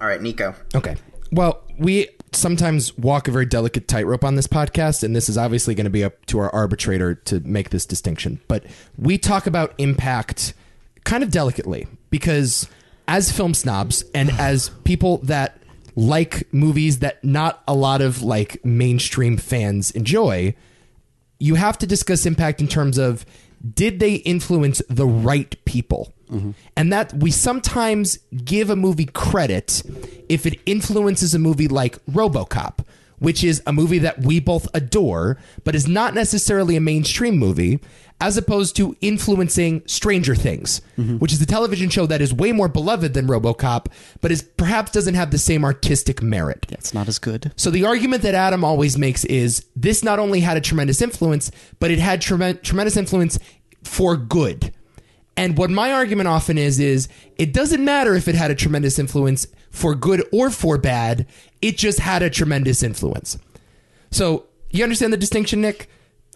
Speaker 3: All right, Nico.
Speaker 1: Okay. Well, we sometimes walk a very delicate tightrope on this podcast, and this is obviously going to be up to our arbitrator to make this distinction. But we talk about impact kind of delicately because, as film snobs and as people that like movies that not a lot of like mainstream fans enjoy, you have to discuss impact in terms of did they influence the right people? And that we sometimes give a movie credit if it influences a movie like Robocop, which is a movie that we both adore, but is not necessarily a mainstream movie, as opposed to influencing Stranger Things, which is a television show that is way more beloved than Robocop, but is perhaps doesn't have the same artistic merit.
Speaker 2: It's not as good.
Speaker 1: So the argument that Adam always makes is this not only had a tremendous influence, but it had trem- tremendous influence for good. And what my argument often is is it doesn't matter if it had a tremendous influence for good or for bad, it just had a tremendous influence. So, you understand the distinction, Nick?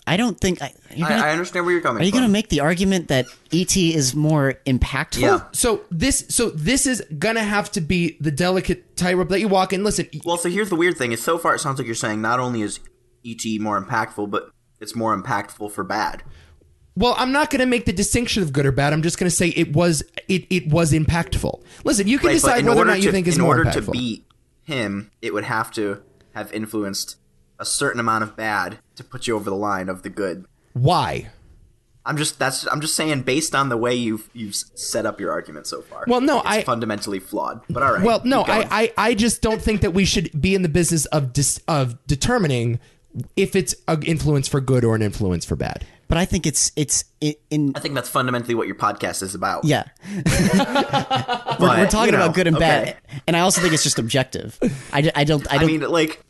Speaker 2: I don't think. I, you're gonna,
Speaker 3: I, I understand where you're coming.
Speaker 2: are you
Speaker 3: from.
Speaker 2: going to make the argument that ET is more impactful?
Speaker 3: Yeah.
Speaker 1: So this so this is going to have to be the delicate tightrope that you walk in. Listen,
Speaker 3: Well, so here's the weird thing: is so far it sounds like you're saying not only is ET more impactful, but it's more impactful for bad.
Speaker 1: Well, I'm not going to make the distinction of good or bad. I'm just going to say it was it it was impactful. Listen, you can
Speaker 3: Right, but
Speaker 1: decide
Speaker 3: in
Speaker 1: whether or
Speaker 3: order
Speaker 1: not you
Speaker 3: to-
Speaker 1: think it's
Speaker 3: in
Speaker 1: more
Speaker 3: order
Speaker 1: impactful.
Speaker 3: to beat him, it would have to have influenced a certain amount of bad to put you over the line of the good.
Speaker 1: Why?
Speaker 3: I'm just that's I'm just saying based on the way you've you've set up your argument so far.
Speaker 1: Well, no,
Speaker 3: it's
Speaker 1: I-
Speaker 3: fundamentally flawed. But all right.
Speaker 1: Well, no,
Speaker 3: keep going.
Speaker 1: I, I I just don't think that we should be in the business of dis- of determining if it's an influence for good or an influence for bad.
Speaker 2: But I think it's it's i in
Speaker 3: I think that's fundamentally what your podcast is about.
Speaker 2: yeah.
Speaker 3: But,
Speaker 2: We're talking
Speaker 3: you know,
Speaker 2: about good and
Speaker 3: okay.
Speaker 2: bad, and I also think it's just objective. I, d- I don't I
Speaker 3: I
Speaker 2: don't
Speaker 3: mean, like,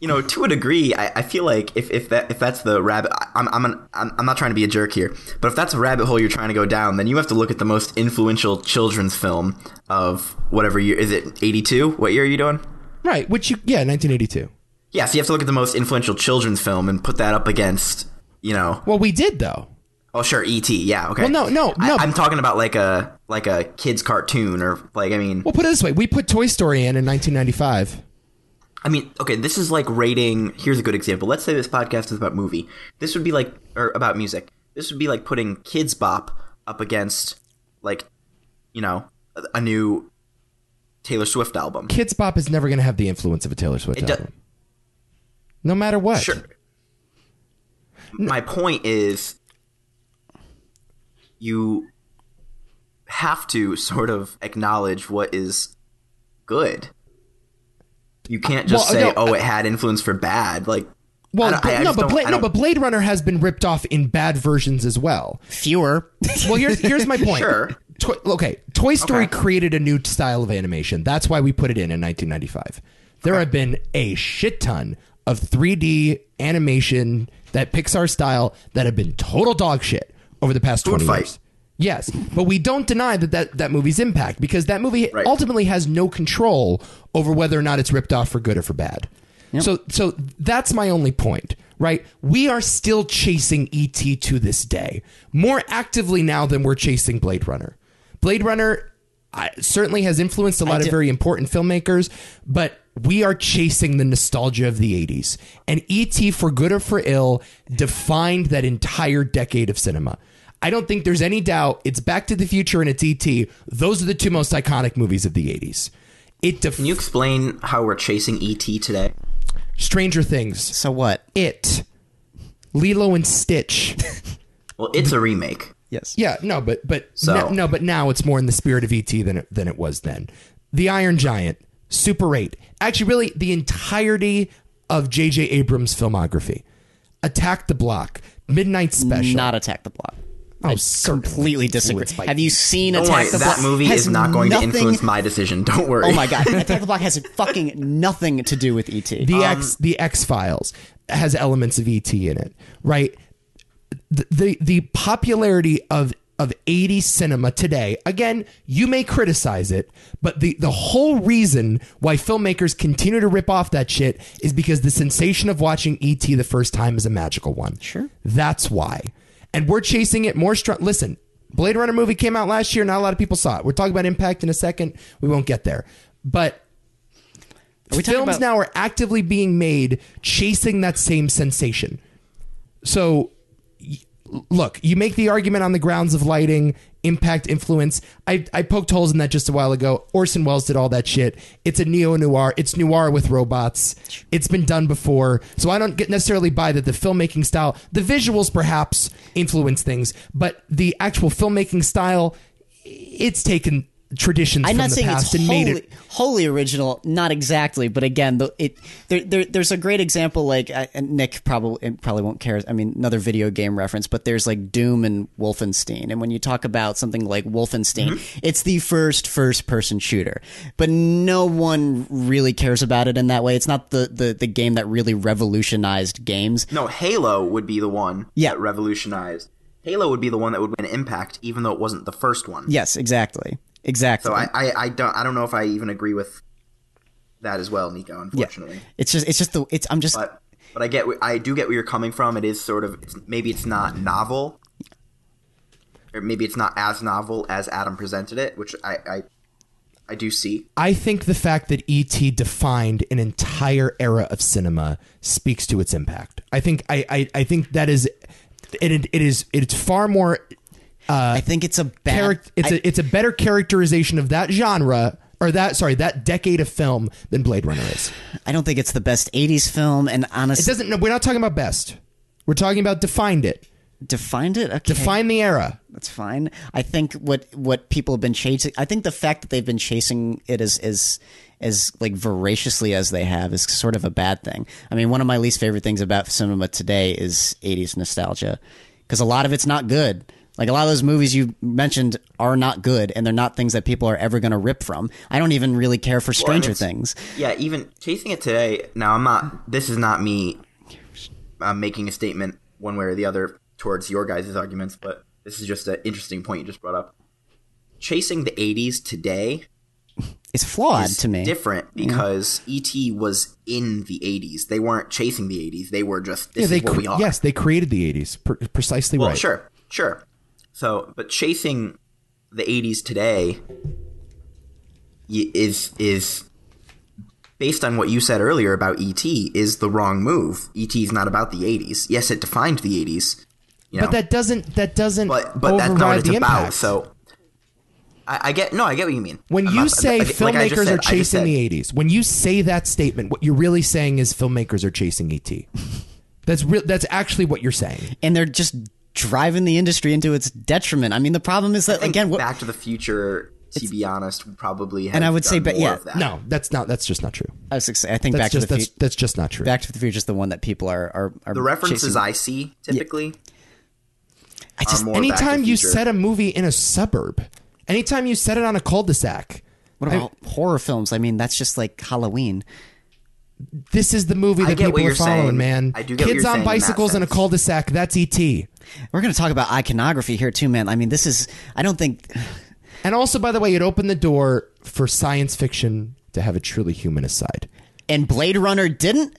Speaker 3: you know, to a degree, I, I feel like if, if that if that's the rabbit, I- I'm I'm, an, I'm I'm not trying to be a jerk here, but if that's a rabbit hole you're trying to go down, then you have to look at the most influential children's film of whatever year is it 82? What year are you doing?
Speaker 1: Right, which you yeah, 1982.
Speaker 3: Yeah, so you have to look at the most influential children's film and put that up against, you know,
Speaker 1: Well, we did though.
Speaker 3: oh sure, E.T. Yeah, okay.
Speaker 1: Well, no, no,
Speaker 3: I,
Speaker 1: no.
Speaker 3: I'm talking about like a like a kids cartoon or like I mean,
Speaker 1: Well, put it this way, we put Toy Story in in 1995.
Speaker 3: I mean, okay, this is like rating. Here's a good example. Let's say this podcast is about movie. This would be like, or about music. This would be like putting Kids Bop up against, like, you know, a, a new Taylor Swift album.
Speaker 1: Kids Bop is never going to have the influence of a Taylor Swift
Speaker 3: do-
Speaker 1: album. No matter what.
Speaker 3: Sure. My point is, you have to sort of acknowledge what is good. You can't just
Speaker 1: Well,
Speaker 3: say,
Speaker 1: no,
Speaker 3: "Oh, it had influence for bad." Like, I
Speaker 1: Well,
Speaker 3: don't-
Speaker 1: but-
Speaker 3: I- I
Speaker 1: no,
Speaker 3: just
Speaker 1: but
Speaker 3: don't-
Speaker 1: Blade, no,
Speaker 3: I don't-
Speaker 1: but Blade Runner has been ripped off in bad versions as well.
Speaker 2: fewer.
Speaker 1: Well, here's here's my point.
Speaker 3: Sure.
Speaker 1: To- okay, Toy Story
Speaker 3: Okay.
Speaker 1: created a new style of animation. That's why we put it in in 1995. There have been a shit ton of 3D animation that Pixar style that have been total dog shit over the past 20
Speaker 3: fight.
Speaker 1: years. Yes, but we don't deny that, that that movie's impact because that movie
Speaker 3: Right.
Speaker 1: ultimately has no control over whether or not it's ripped off for good or for bad. So so that's my only point, right? We are still chasing ET to this day, more actively now than we're chasing Blade Runner. Blade Runner I, certainly has influenced a lot of very important filmmakers, but we are chasing the nostalgia of the 80s. And E.T., for good or for ill, defined that entire decade of cinema. I don't think there's any doubt it's Back to the Future and it's E.T. Those are the two most iconic movies of the 80s. It def-
Speaker 3: Can you explain how we're chasing ET today?
Speaker 1: Stranger Things,
Speaker 2: So what?
Speaker 1: It, Lilo and Stitch.
Speaker 3: Well, it's a remake.
Speaker 2: Yes.
Speaker 1: Yeah, no, but but
Speaker 3: So-
Speaker 1: no, no, but now it's more in the spirit of ET than it, than it was then. The Iron Giant, Super Eight, actually, really the entirety of J.J. Abrams' filmography, Attack the Block, Midnight
Speaker 3: Mm,
Speaker 1: Special.
Speaker 2: Not attack the block.
Speaker 1: oh, certainly.
Speaker 2: Completely disagree.
Speaker 1: Influenced by
Speaker 2: Have you seen
Speaker 3: Don't
Speaker 2: Attack
Speaker 3: worry,
Speaker 2: the
Speaker 3: that
Speaker 2: Block?
Speaker 3: movie
Speaker 2: Has
Speaker 3: is not going
Speaker 2: nothing-
Speaker 3: to influence my decision. Don't worry.
Speaker 2: Oh my god, Attack the Block has fucking nothing to do with E ET.
Speaker 1: the X the X Files has elements of ET in it, right? The, the the popularity of of 80s cinema today. Again, you may criticize it, but the the whole reason why filmmakers continue to rip off that shit is because the sensation of watching ET the first time is a magical one. Sure. That's why. And we're chasing it more strong. Listen, Blade Runner movie came out last year, not a lot of people saw it. We're talking about impact in a second. We won't get there. But
Speaker 2: we talking
Speaker 1: films
Speaker 2: about-
Speaker 1: now are actively being made chasing that same sensation. So, y- look, you make the argument on the grounds of lighting, impact, influence. I, I poked holes in that just a while ago. Orson Welles did all that shit. It's a neo noir. It's noir with robots. It's been done before. So I don't get necessarily buy that the filmmaking style, the visuals perhaps influence things, but the actual filmmaking style, it's taken traditions
Speaker 2: I'm
Speaker 1: from
Speaker 2: not
Speaker 1: the
Speaker 2: saying
Speaker 1: past
Speaker 2: it's
Speaker 1: and
Speaker 2: wholly,
Speaker 1: made it.
Speaker 2: wholly original, not exactly, but again, the, it there, there, there's a great example like I, and Nick probably probably won't care. I mean, another video game reference, but there's like Doom and Wolfenstein, and when you talk about something like Wolfenstein,
Speaker 3: Mm-hmm.
Speaker 2: it's the first first person shooter, but no one really cares about it in that way. It's not the the, the game that really revolutionized games.
Speaker 3: No, Halo would be the one
Speaker 2: Yeah.
Speaker 3: that revolutionized. Halo would be the one that would win Impact, even though it wasn't the first one.
Speaker 2: Yes, exactly, exactly.
Speaker 3: So I, I, I don't I don't know if I even agree with that as well, Nico. Unfortunately,
Speaker 2: it's just it's just the it's I'm just
Speaker 3: but but I get wh- I do get where you're coming from. It is sort of it's, maybe it's not novel, or maybe it's not as novel as Adam presented it, which I I, I do see.
Speaker 1: I think the fact that E.T. defined an entire era of cinema speaks to its impact. I think I I, I think that is it, it is it's far more
Speaker 2: I think it's a bad
Speaker 1: charac- it's
Speaker 2: I-
Speaker 1: a it's a better characterization of that genre or that sorry that decade of film than Blade Runner is.
Speaker 2: I don't think it's the best 80s film, and
Speaker 1: It
Speaker 2: honestly,
Speaker 1: doesn't no, we're not talking about best. We're talking about defined it.
Speaker 2: defined it. Okay,
Speaker 1: Define the era.
Speaker 2: that's fine. I think what what people have been chasing. I think the fact that they've been chasing it as as as like voraciously as they have is sort of a bad thing. I mean, one of my least favorite things about cinema today is 80s nostalgia because a lot of it's not good. Like a lot of those movies you mentioned are not good, and they're not things that people are ever going to rip from. I don't even really care for
Speaker 3: and
Speaker 2: Stranger
Speaker 3: it's-
Speaker 2: Things.
Speaker 3: Yeah, even chasing it today. Now I'm not. This is not me. uh making a statement one way or the other towards your guys' arguments, but this is just an interesting point you just brought up. Chasing the '80s today
Speaker 2: It's flawed
Speaker 3: is
Speaker 2: to me.
Speaker 3: different
Speaker 1: Mm-hmm.
Speaker 3: because ET was in the 80s. They weren't chasing the 80s. They were just this
Speaker 1: Yeah, they
Speaker 3: is what
Speaker 1: cre-
Speaker 3: we are.
Speaker 1: yes, they created the 80s per- precisely
Speaker 3: well,
Speaker 1: right.
Speaker 3: sure, sure. So, but chasing the 80s today y- is is based on what you said earlier about ET is the wrong move. ET is not about the 80s. Yes, it defined the 80s. You know?
Speaker 1: But that doesn't that doesn't
Speaker 3: but but
Speaker 1: override
Speaker 3: that's not what it's
Speaker 1: the
Speaker 3: about.
Speaker 1: impact.
Speaker 3: So I, I get no, I get what you mean.
Speaker 1: When
Speaker 3: I'm
Speaker 1: you
Speaker 3: not-
Speaker 1: say
Speaker 3: like Uh, I just
Speaker 1: filmmakers
Speaker 3: said- I
Speaker 1: are
Speaker 3: just
Speaker 1: chasing
Speaker 3: said-
Speaker 1: the 80s, when you say that statement, what you're really saying is filmmakers are chasing ET. That's real that's actually what you're saying.
Speaker 2: and they're just driving the industry into its detriment. I mean, the problem is that
Speaker 3: think
Speaker 2: again, what,
Speaker 3: Back to the Future, to be honest, would probably have
Speaker 2: And I would say,
Speaker 3: done
Speaker 2: but
Speaker 3: more
Speaker 2: yeah,
Speaker 3: of that.
Speaker 1: No, that's not that's just not true.
Speaker 2: I was gonna say, I think
Speaker 1: That's
Speaker 2: Back
Speaker 1: just
Speaker 2: to the
Speaker 1: that's
Speaker 2: Future.
Speaker 1: that's just not true.
Speaker 2: Back to the Future is the one that people are are, are
Speaker 3: the references
Speaker 2: chasing.
Speaker 3: I see typically
Speaker 2: I just
Speaker 3: are more. Back to
Speaker 1: anytime
Speaker 3: the
Speaker 1: you
Speaker 3: Future.
Speaker 1: set a movie in a suburb, anytime you set it on a cul-de-sac,
Speaker 2: what about horror films? I mean, that's just like Halloween.
Speaker 1: this is the movie that
Speaker 3: get what
Speaker 1: people are
Speaker 3: you're
Speaker 1: following,
Speaker 3: saying.
Speaker 1: man.
Speaker 3: I do get what
Speaker 1: Kids
Speaker 3: you're saying
Speaker 1: on
Speaker 3: in that
Speaker 1: bicycles in a
Speaker 3: sense.
Speaker 1: cul-de-sac, that's E ET.
Speaker 2: We're gonna talk about iconography here too, man. I mean, this is I don't think
Speaker 1: And also by the way, it opened the door for science fiction to have a truly humanist side.
Speaker 2: and Blade Runner didn't.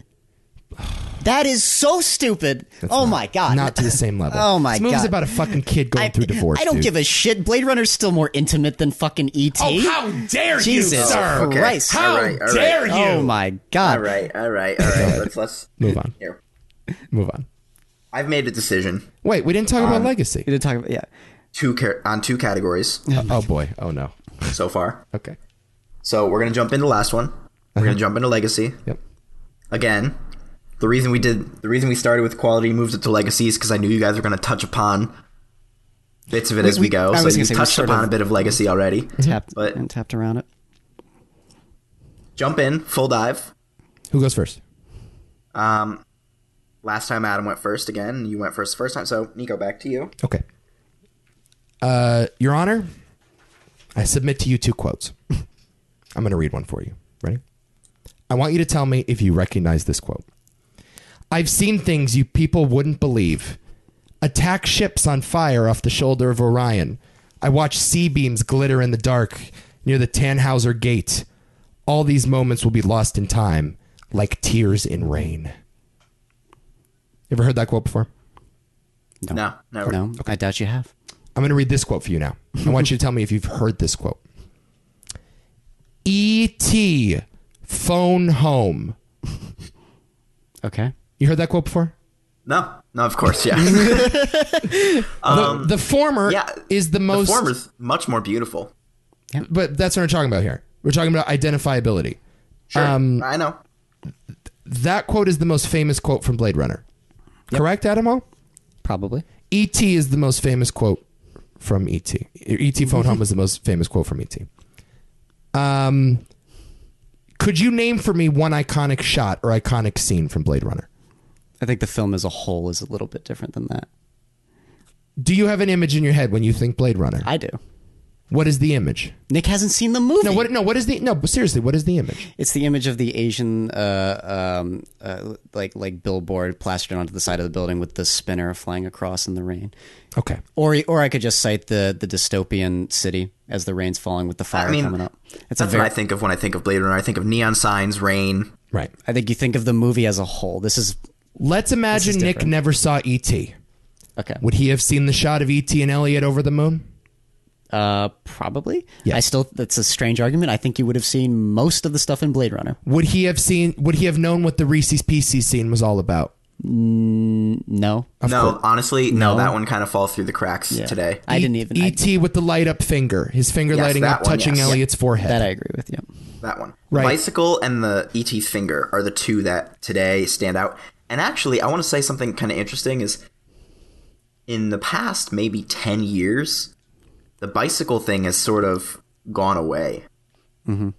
Speaker 2: That is so stupid. oh
Speaker 1: not-
Speaker 2: my god.
Speaker 1: Not to the same level.
Speaker 2: Oh my
Speaker 1: this movie's
Speaker 2: God.
Speaker 1: about a fucking kid going through divorce.
Speaker 2: I don't
Speaker 1: dude.
Speaker 2: give a shit. Blade Runner's still more intimate than fucking ET.
Speaker 1: Oh, how dare you,
Speaker 2: Jesus
Speaker 1: sir?
Speaker 3: Oh, Okay.
Speaker 2: Christ.
Speaker 1: How
Speaker 3: All right, all right.
Speaker 1: dare you?
Speaker 2: Oh my god.
Speaker 3: All right, all right, all right. Let's let's
Speaker 1: Move on.
Speaker 3: here.
Speaker 1: Move on.
Speaker 3: I've made a decision
Speaker 1: Wait, we didn't talk about legacy.
Speaker 2: We didn't talk about yeah.
Speaker 3: two car- on two categories
Speaker 1: Uh, oh boy. Oh no.
Speaker 3: so far.
Speaker 1: Okay.
Speaker 3: So we're gonna jump into the last one. We're
Speaker 2: Uh-huh.
Speaker 3: gonna jump into legacy
Speaker 1: Yep.
Speaker 3: again. The reason we did the reason we started with quality moved it to legacy is because I knew you guys were gonna touch upon bits of it as we
Speaker 2: we-
Speaker 3: go.
Speaker 2: I
Speaker 3: So
Speaker 2: was gonna
Speaker 3: you
Speaker 2: say, we
Speaker 3: touched
Speaker 2: sort
Speaker 3: upon
Speaker 2: of- Mm-hmm.
Speaker 3: a bit of legacy already.
Speaker 2: Tapped
Speaker 3: But-
Speaker 2: and tapped around it.
Speaker 3: Jump in, full dive.
Speaker 1: Who goes first?
Speaker 3: Um, last time Adam went first again. You went first the first time. So Nico, back to you.
Speaker 1: Okay. Uh, Your Honor, I submit to you two quotes. I'm going to read one for you. Ready? I want you to tell me if you recognize this quote. I've seen things you people wouldn't believe. Attack ships on fire off the shoulder of Orion. I watched sea beams glitter in the dark near the Tannhauser Gate. All these moments will be lost in time, like tears in rain. You ever heard that quote before?
Speaker 2: No.
Speaker 3: No, never.
Speaker 2: No, I doubt you have.
Speaker 1: I'm going to read this quote for you now. I want you to tell me if you've heard this quote. E.T. Phone home.
Speaker 2: Okay.
Speaker 1: You heard that quote before?
Speaker 3: No, no, of course, yeah.
Speaker 1: the, the former
Speaker 3: yeah,
Speaker 1: is Um, the most.
Speaker 3: the former's much more beautiful.
Speaker 1: But that's what we're talking about here. We're talking about identifiability.
Speaker 3: Sure,
Speaker 2: Um,
Speaker 3: I know.
Speaker 1: That quote is the most famous quote from Blade Runner. Correct, Adamo?
Speaker 2: Probably.
Speaker 1: E.T. is the most famous quote from E E.T. E.T. Phone Home is the most famous quote from E.T. Um, could you name for me one iconic shot or iconic scene from Blade Runner?
Speaker 2: I think the film as a whole is a little bit different than that.
Speaker 1: Do you have an image in your head when you think Blade Runner?
Speaker 2: I do.
Speaker 1: What is the image?
Speaker 2: Nick hasn't seen the movie.
Speaker 1: No, what? No, what is the? No, but seriously, what is the image?
Speaker 2: It's the image of the Asian, uh, um, uh, like like billboard plastered onto the side of the building with the spinner flying across in the rain.
Speaker 1: Okay,
Speaker 2: Or or I could just cite the the dystopian city as the rain's falling with the fire
Speaker 3: I mean,
Speaker 2: coming up. It's a
Speaker 3: That's
Speaker 2: very.
Speaker 3: what I think of when I think of Blade Runner. I think of neon signs, rain.
Speaker 1: right.
Speaker 2: I think you think of the movie as a whole. This is
Speaker 1: Let's imagine Nick
Speaker 2: different.
Speaker 1: never saw E.T.
Speaker 2: okay.
Speaker 1: Would he have seen the shot of E.T. and Elliot over the moon?
Speaker 2: Uh, probably.
Speaker 1: Yeah.
Speaker 2: I still. That's a strange argument. I think you would have seen most of the stuff in Blade Runner.
Speaker 1: Would he have seen? Would he have known what the Reese's Pieces scene was all about?
Speaker 2: No,
Speaker 3: no, honestly, no,
Speaker 2: No.
Speaker 3: that one kind of falls through the cracks today.
Speaker 2: I didn't even. I,
Speaker 1: E.T. E- with the light up finger, his finger
Speaker 3: Yes,
Speaker 1: lighting up,
Speaker 3: that one,
Speaker 1: touching
Speaker 3: yes.
Speaker 1: Elliot's forehead.
Speaker 2: that I agree with you.
Speaker 3: That one.
Speaker 1: Right.
Speaker 3: The bicycle and the ET's finger are the two that today stand out. And actually, I want to say something kind of interesting is in the past maybe 10 years, the bicycle thing has sort of gone away. Mm-hmm.
Speaker 2: Um,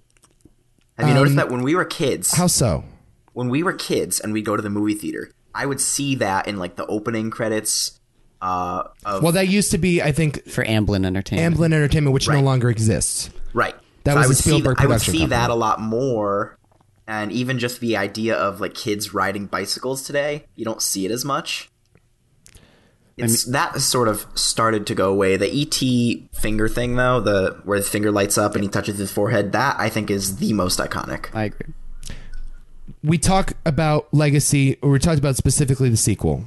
Speaker 3: Have you noticed that when we were kids,
Speaker 1: How so?
Speaker 3: when we were kids and we'd go to the movie theater, I would see that in like the opening credits uh, of.
Speaker 1: Well, that used to be, I think,
Speaker 2: For Amblin Entertainment.
Speaker 1: Amblin Entertainment, which no longer exists.
Speaker 3: Right.
Speaker 1: That was
Speaker 3: I
Speaker 1: a
Speaker 3: would see-
Speaker 1: Spielberg
Speaker 3: I would
Speaker 1: production
Speaker 3: see
Speaker 1: company.
Speaker 3: that a lot more, and even just the idea of like kids riding bicycles today, you don't see it as much. It's, that has sort of started to go away. The ET finger thing, though, the where the finger lights up and he touches his forehead, that I think is the most iconic.
Speaker 2: I agree.
Speaker 1: we talk about legacy or we talked about specifically the sequel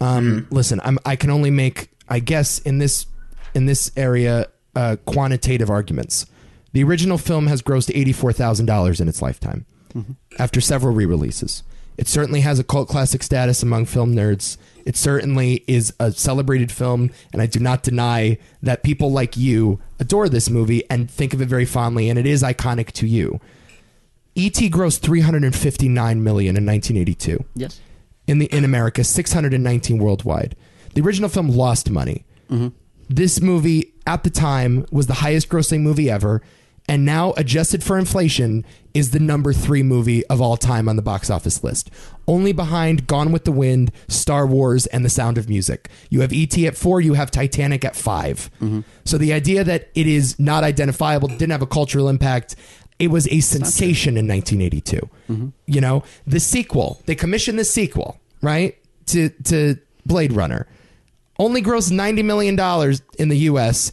Speaker 1: um, listen I'm, i can only make i guess in this in this area uh, quantitative arguments the original film has grossed $84000 in its lifetime after several re-releases it certainly has a cult classic status among film nerds it certainly is a celebrated film and i do not deny that people like you adore this movie and think of it very fondly and it is iconic to you ET E grossed 359 million in 1982
Speaker 2: Yes.
Speaker 1: in the in America, 619 worldwide. The original film lost money. This movie at the time was the highest grossing movie ever, and now adjusted for inflation is the number three movie of all time on the box office list, only behind Gone with the Wind, Star Wars, and The Sound of Music. You have ET at four, you have Titanic at 5 So the idea that it is not identifiable, didn't have a cultural impact, it was a sensation in 1982. You know, the sequel, they commissioned the sequel, right? To to Blade Runner. Only grossed 90 million dollars in the US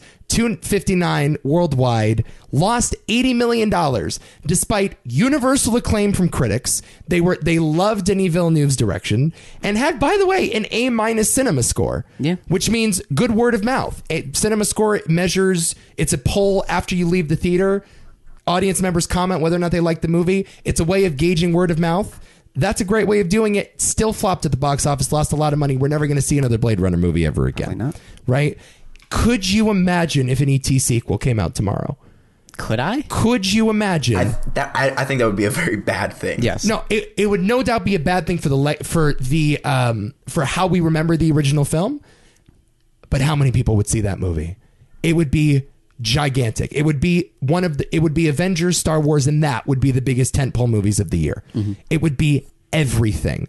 Speaker 1: 259 worldwide, lost 80 million dollars despite universal acclaim from critics. They were they loved Denis Villeneuve's direction and had by the way an A minus cinema score.
Speaker 2: Yeah.
Speaker 1: Which means good word of mouth. A cinema score measures it's a poll after you leave the theater. Audience members comment whether or not they like the movie. It's a way of gauging word of mouth. That's a great way of doing it. Still flopped at the box office, lost a lot of money. We're never going to see another Blade Runner movie ever again.
Speaker 2: not.
Speaker 1: Right? Could you imagine if an ET sequel came out tomorrow?
Speaker 2: Could I?
Speaker 1: Could you imagine?
Speaker 3: I, that, I, I think that would be a very bad thing.
Speaker 2: Yes.
Speaker 1: No, it, it would no doubt be a bad thing for the le- for the um for how we remember the original film. But how many people would see that movie? It would be gigantic. It would be one of the it would be Avengers, Star Wars and that would be the biggest tentpole movies of the year. It would be everything.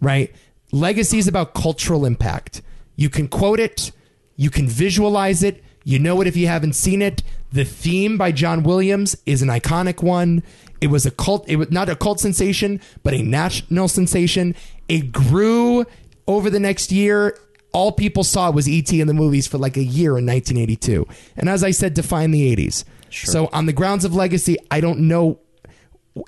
Speaker 1: Right? Legacy is about cultural impact. You can quote it, you can visualize it, you know it if you haven't seen it. The theme by John Williams is an iconic one. It was a cult it was not a cult sensation, but a national sensation. It grew over the next year. All people saw was ET in the movies for like a year in 1982. And as I said, define the 80s. So on the grounds of legacy, I don't know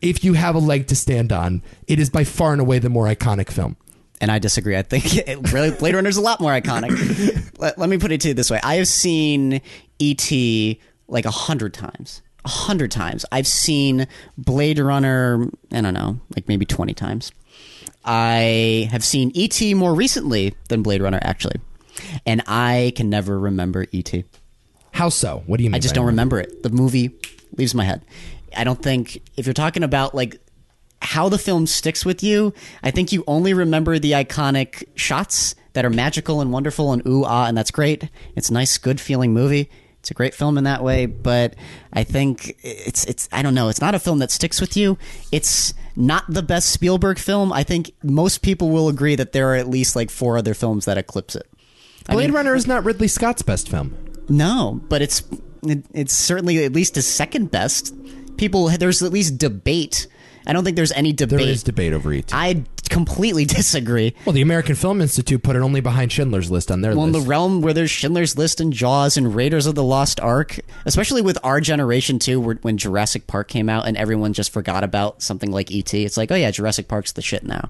Speaker 1: if you have a leg to stand on, it is by far and away the more iconic film.
Speaker 2: and I disagree. I think it really, Blade Runner's a lot more iconic. let, let me put it to you this way: I have seen E.T. like a hundred times. A hundred times. I've seen Blade Runner. I don't know, like maybe twenty times. I have seen E.T. more recently than Blade Runner, actually, and I can never remember E E.T.
Speaker 1: How so? What do you mean?
Speaker 2: I just
Speaker 1: by
Speaker 2: don't
Speaker 1: that?
Speaker 2: remember it. The movie leaves my head. I don't think if you're talking about like how the film sticks with you, I think you only remember the iconic shots that are magical and wonderful and ooh ah and that's great. It's a nice, good feeling movie. It's a great film in that way, but I think it's it's I don't know, it's not a film that sticks with you. It's not the best Spielberg film. I think most people will agree that there are at least like four other films that eclipse it.
Speaker 1: Blade Runner is not Ridley Scott's best film.
Speaker 2: No, but it's it, it's certainly at least his second best. People, there's at least debate. I don't think there's any debate.
Speaker 1: There is debate over E ET.
Speaker 2: I completely disagree.
Speaker 1: well, the American Film Institute put it only behind Schindler's List on their
Speaker 2: Well, in the
Speaker 1: list.
Speaker 2: realm where there's Schindler's List and Jaws and Raiders of the Lost Ark, especially with our generation too, where, when Jurassic Park came out and everyone just forgot about something like ET, it's like, oh yeah, Jurassic Park's the shit now.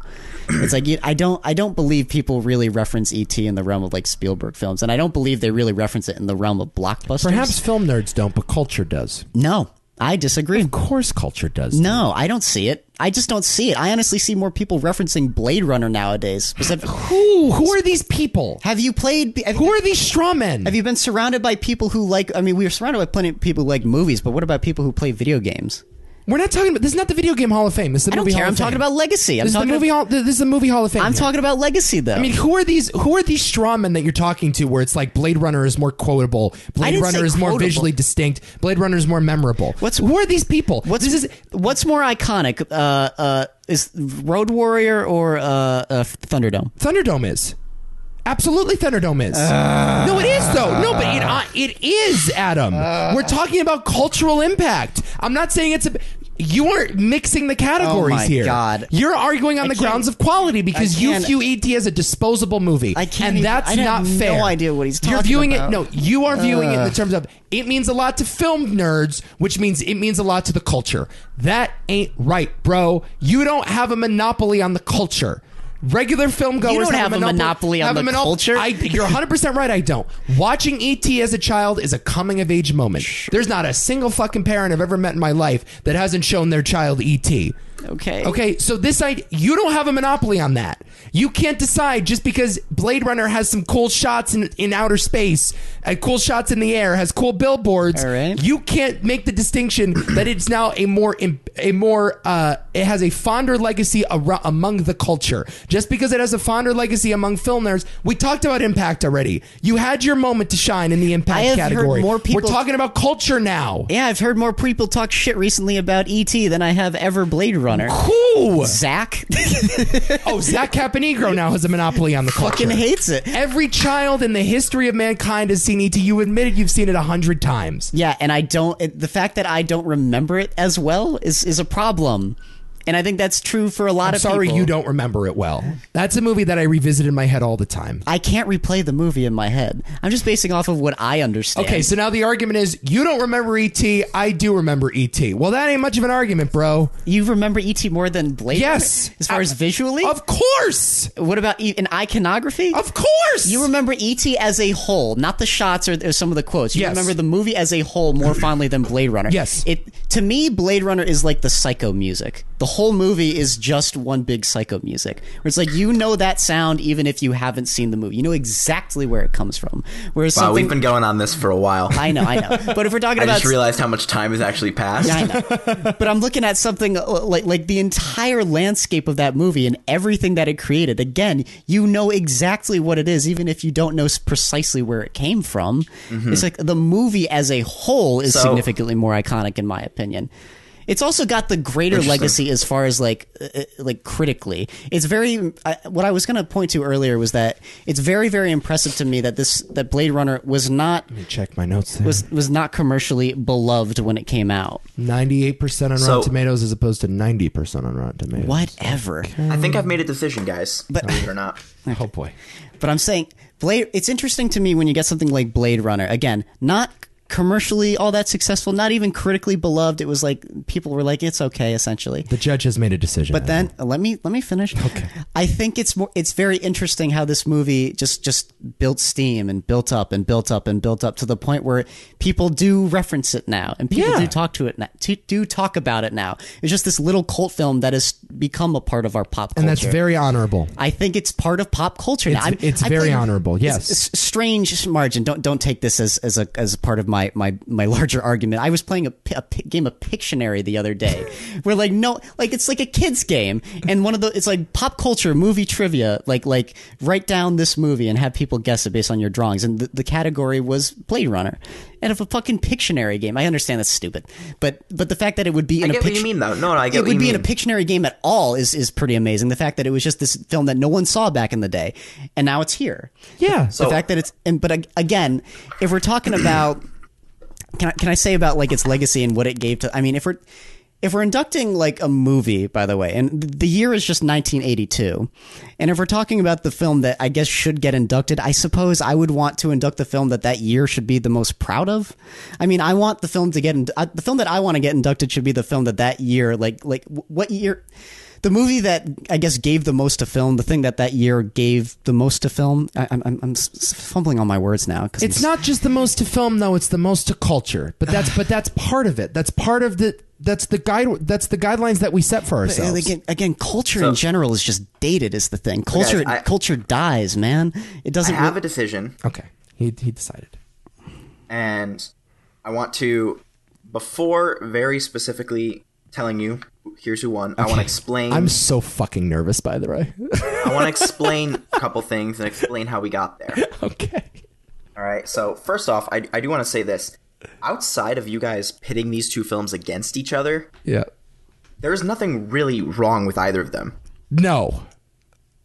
Speaker 2: it's like you, I don't, I don't believe people really reference ET in the realm of like Spielberg films, and I don't believe they really reference it in the realm of blockbusters.
Speaker 1: Perhaps film nerds don't, but culture does.
Speaker 2: no, I disagree.
Speaker 1: Of course, culture does.
Speaker 2: No, I don't see it. I just don't see it. I honestly see more people referencing Blade Runner nowadays. Specifically.
Speaker 1: Who? Who are these people?
Speaker 2: have you played? Have,
Speaker 1: Who are these straw men?
Speaker 2: have you been surrounded by people who like? I mean, we are surrounded by plenty of people who like movies, but what about people who play video games?
Speaker 1: We're not talking about. This is not the video game Hall of Fame. This is the
Speaker 2: I don't
Speaker 1: movie
Speaker 2: care.
Speaker 1: Hall
Speaker 2: I'm
Speaker 1: of Fame.
Speaker 2: talking about legacy. I'm
Speaker 1: This is the
Speaker 2: talking.
Speaker 1: movie hall. This is the movie Hall of Fame.
Speaker 2: I'm
Speaker 1: here.
Speaker 2: talking about legacy, though.
Speaker 1: I mean, who are these? Who are these straw men that you're talking to? Where it's like Blade Runner is more quotable, Blade
Speaker 2: didn't
Speaker 1: Runner
Speaker 2: say
Speaker 1: is more
Speaker 2: quotable.
Speaker 1: visually distinct, Blade Runner is more memorable.
Speaker 2: What's-
Speaker 1: who are these people?
Speaker 2: what's
Speaker 1: this is
Speaker 2: what's more iconic? Uh, uh, is Road Warrior or uh, uh, Thunderdome?
Speaker 1: Thunderdome is. Absolutely, Thunderdome is.
Speaker 2: Ah.
Speaker 1: no, it is though. No, but it uh, it is, Adam.
Speaker 2: Ah.
Speaker 1: We're talking about cultural impact. I'm not saying it's a. You are mixing the categories
Speaker 2: my
Speaker 1: here.
Speaker 2: God.
Speaker 1: You're arguing on the
Speaker 2: can't-
Speaker 1: grounds of quality because you
Speaker 2: can't-
Speaker 1: view ET E as a disposable movie.
Speaker 2: I can't
Speaker 1: and
Speaker 2: even-
Speaker 1: that's
Speaker 2: I have
Speaker 1: not
Speaker 2: no
Speaker 1: fair.
Speaker 2: idea what he's
Speaker 1: You're
Speaker 2: talking
Speaker 1: viewing
Speaker 2: about.
Speaker 1: it. No, you are viewing it in
Speaker 2: Uh.
Speaker 1: the terms of it means a lot to film nerds, which means it means a lot to the culture. That ain't right, bro. You don't have a monopoly on the culture. Regular film goers
Speaker 2: You don't have a
Speaker 1: monop-
Speaker 2: monopoly on
Speaker 1: have a
Speaker 2: the
Speaker 1: monop-
Speaker 2: culture.
Speaker 1: I, you're 100 percent right. I don't. Watching ET as a child is a coming of age moment. There's not a single fucking parent I've ever met in my life that hasn't shown their child E ET.
Speaker 2: Okay.
Speaker 1: Okay, so this idea, you don't have a monopoly on that. You can't decide just because Blade Runner has some cool shots in, in outer space, and cool shots in the air, has cool billboards.
Speaker 2: All right.
Speaker 1: You can't make the distinction that it's now a more im- a more uh, it has a fonder legacy ar- among the culture. Just because it has a fonder legacy among film nerds, we talked about impact already. You had your moment to shine in the impact
Speaker 2: I have heard
Speaker 1: category.
Speaker 2: more people-
Speaker 1: We're talking about culture now.
Speaker 2: Yeah, I've heard more people talk shit recently about ET than I have ever Blade Runner.
Speaker 1: Who?
Speaker 2: Zach
Speaker 1: Oh, Zach Caponegro now has a monopoly on the culture.
Speaker 2: fucking hates it.
Speaker 1: Every child in the history of mankind has
Speaker 4: E
Speaker 1: seen ET. You admitted you've seen it a hundred times.
Speaker 2: Yeah, and I don't. It, the fact that I don't remember it as well is is a problem. And I think that's true for a lot
Speaker 4: I'm
Speaker 2: of
Speaker 4: sorry
Speaker 2: people.
Speaker 4: you don't remember it well. That's a movie that I revisit in my head all the time.
Speaker 2: I can't replay the movie in my head. I'm just basing off of what I understand.
Speaker 4: Okay, so now the argument is you don't remember E.T., I do remember E.T. Well, that ain't much of an argument, bro.
Speaker 2: You remember E.T. more than Blade? Runner?
Speaker 4: Yes.
Speaker 2: As far
Speaker 4: I-
Speaker 2: as visually?
Speaker 4: Of course!
Speaker 2: what about e- in iconography?
Speaker 4: Of course!
Speaker 2: you remember E.T. as a whole, not the shots or, or some of the quotes. You
Speaker 4: Yes.
Speaker 2: remember the movie as a whole more fondly than Blade Runner.
Speaker 4: Yes.
Speaker 2: It to me, Blade Runner is like the psycho music. The whole movie is just one big psycho music. Where it's like you know that sound even if you haven't seen the movie. You know exactly where it comes from. Whereas
Speaker 3: Wow,
Speaker 2: something
Speaker 3: Uh, we've been going on this for a while. I,
Speaker 2: I know, I know. But if we're talking about
Speaker 3: just realized how much time has actually passed.
Speaker 2: Yeah, I know. but I'm looking at something uh, like like the entire landscape of that movie and everything that it created. Again, you know exactly what it is, even if you don't know s- precisely where it came from. It's like the movie as a whole is
Speaker 3: Mm-hmm. So-
Speaker 2: significantly more iconic, in my opinion. It's also got the greater
Speaker 3: Interesting.
Speaker 2: legacy as far as like uh, uh, like critically. It's very I, what I was going to point to earlier was that it's very very impressive to me that this that Blade Runner was not
Speaker 4: Check my notes there.
Speaker 2: was was not commercially beloved when it came out.
Speaker 4: 98% on
Speaker 3: So-
Speaker 4: Rotten Tomatoes as opposed to 90% on Rotten Tomatoes.
Speaker 2: Whatever.
Speaker 3: I think I've made a decision, guys. believe it or not.
Speaker 4: Oh, boy.
Speaker 2: But I'm saying Blade it's interesting to me when you get something like Blade Runner. Again, not commercially all that successful, not even critically beloved. It was like people were like it's okay essentially.
Speaker 4: The judge has made a decision.
Speaker 2: But then uh, let me let me finish. Okay. I think it's more it's very interesting how this movie just just built steam and built up and built up and built up to the point where people do reference it now and people
Speaker 4: Yeah.
Speaker 2: do talk to it now to, do talk about it now. It's just this little cult film that has become a part of our pop culture.
Speaker 4: And that's very honorable.
Speaker 2: I think it's part of pop culture. now.
Speaker 4: It's-
Speaker 2: I'm-
Speaker 4: it's
Speaker 2: I
Speaker 4: very
Speaker 2: play-
Speaker 4: honorable,
Speaker 2: it's-
Speaker 4: yes.
Speaker 2: it's strange margin. Don't don't take this as as a as part of my my my larger argument. I was playing a, pi- a pi- game of Pictionary the other day, where like no, like it's like a kids game, and one of the it's like pop culture movie trivia. Like like write down this movie and have people guess it based on your drawings, and the, the category was Blade Runner. And if a fucking Pictionary game, I understand that's stupid, but but the fact that it would be in a
Speaker 3: I get what you
Speaker 2: Pict-
Speaker 3: mean, though. No, no, I get
Speaker 2: it
Speaker 3: what
Speaker 2: would
Speaker 3: you
Speaker 2: be
Speaker 3: mean.
Speaker 2: in a Pictionary game at all is is pretty amazing. The fact that it was just this film that no one saw back in the day, and now it's here.
Speaker 4: Yeah.
Speaker 2: The fact that it's and but ag- again, if we're talking about can I, can I say about like its legacy and what it gave to? I mean, if we're if we're inducting like a movie, by the way, and th- the year is just 1982, and if we're talking about the film that I guess should get inducted, I suppose I would want to induct the film that that year should be the most proud of. I mean, I want the film to get in, I, the film that I want to get inducted should be the film that that year, like like wh- what year. The movie that I guess gave the most to film, the thing that that year gave the most to film, I, I'm, I'm, I'm s- s- fumbling on my words now. 'cause I'm
Speaker 4: It's not just the most to film though; it's the most to culture. But that's but that's part of it. That's part of the that's the guide that's the guidelines that we set for
Speaker 2: Yeah,
Speaker 3: uh,
Speaker 4: ourselves.
Speaker 2: Again, again, culture in
Speaker 3: So-
Speaker 2: general is just dated. Is the thing culture?
Speaker 3: I-
Speaker 2: culture dies, man. It
Speaker 3: I
Speaker 2: doesn't.
Speaker 3: have a
Speaker 2: re-
Speaker 3: decision,
Speaker 4: okay, he he decided.
Speaker 3: and I want to, before very specifically telling you, here's who won. I want to explain.
Speaker 4: I'm so fucking nervous, by the way.
Speaker 3: I want to explain a couple things and explain how we got there.
Speaker 4: okay.
Speaker 3: All right. So first off, I, I do want to say this. Outside of you guys pitting these two films against each other,
Speaker 4: Yeah.
Speaker 3: there is nothing really wrong with either of them.
Speaker 4: No.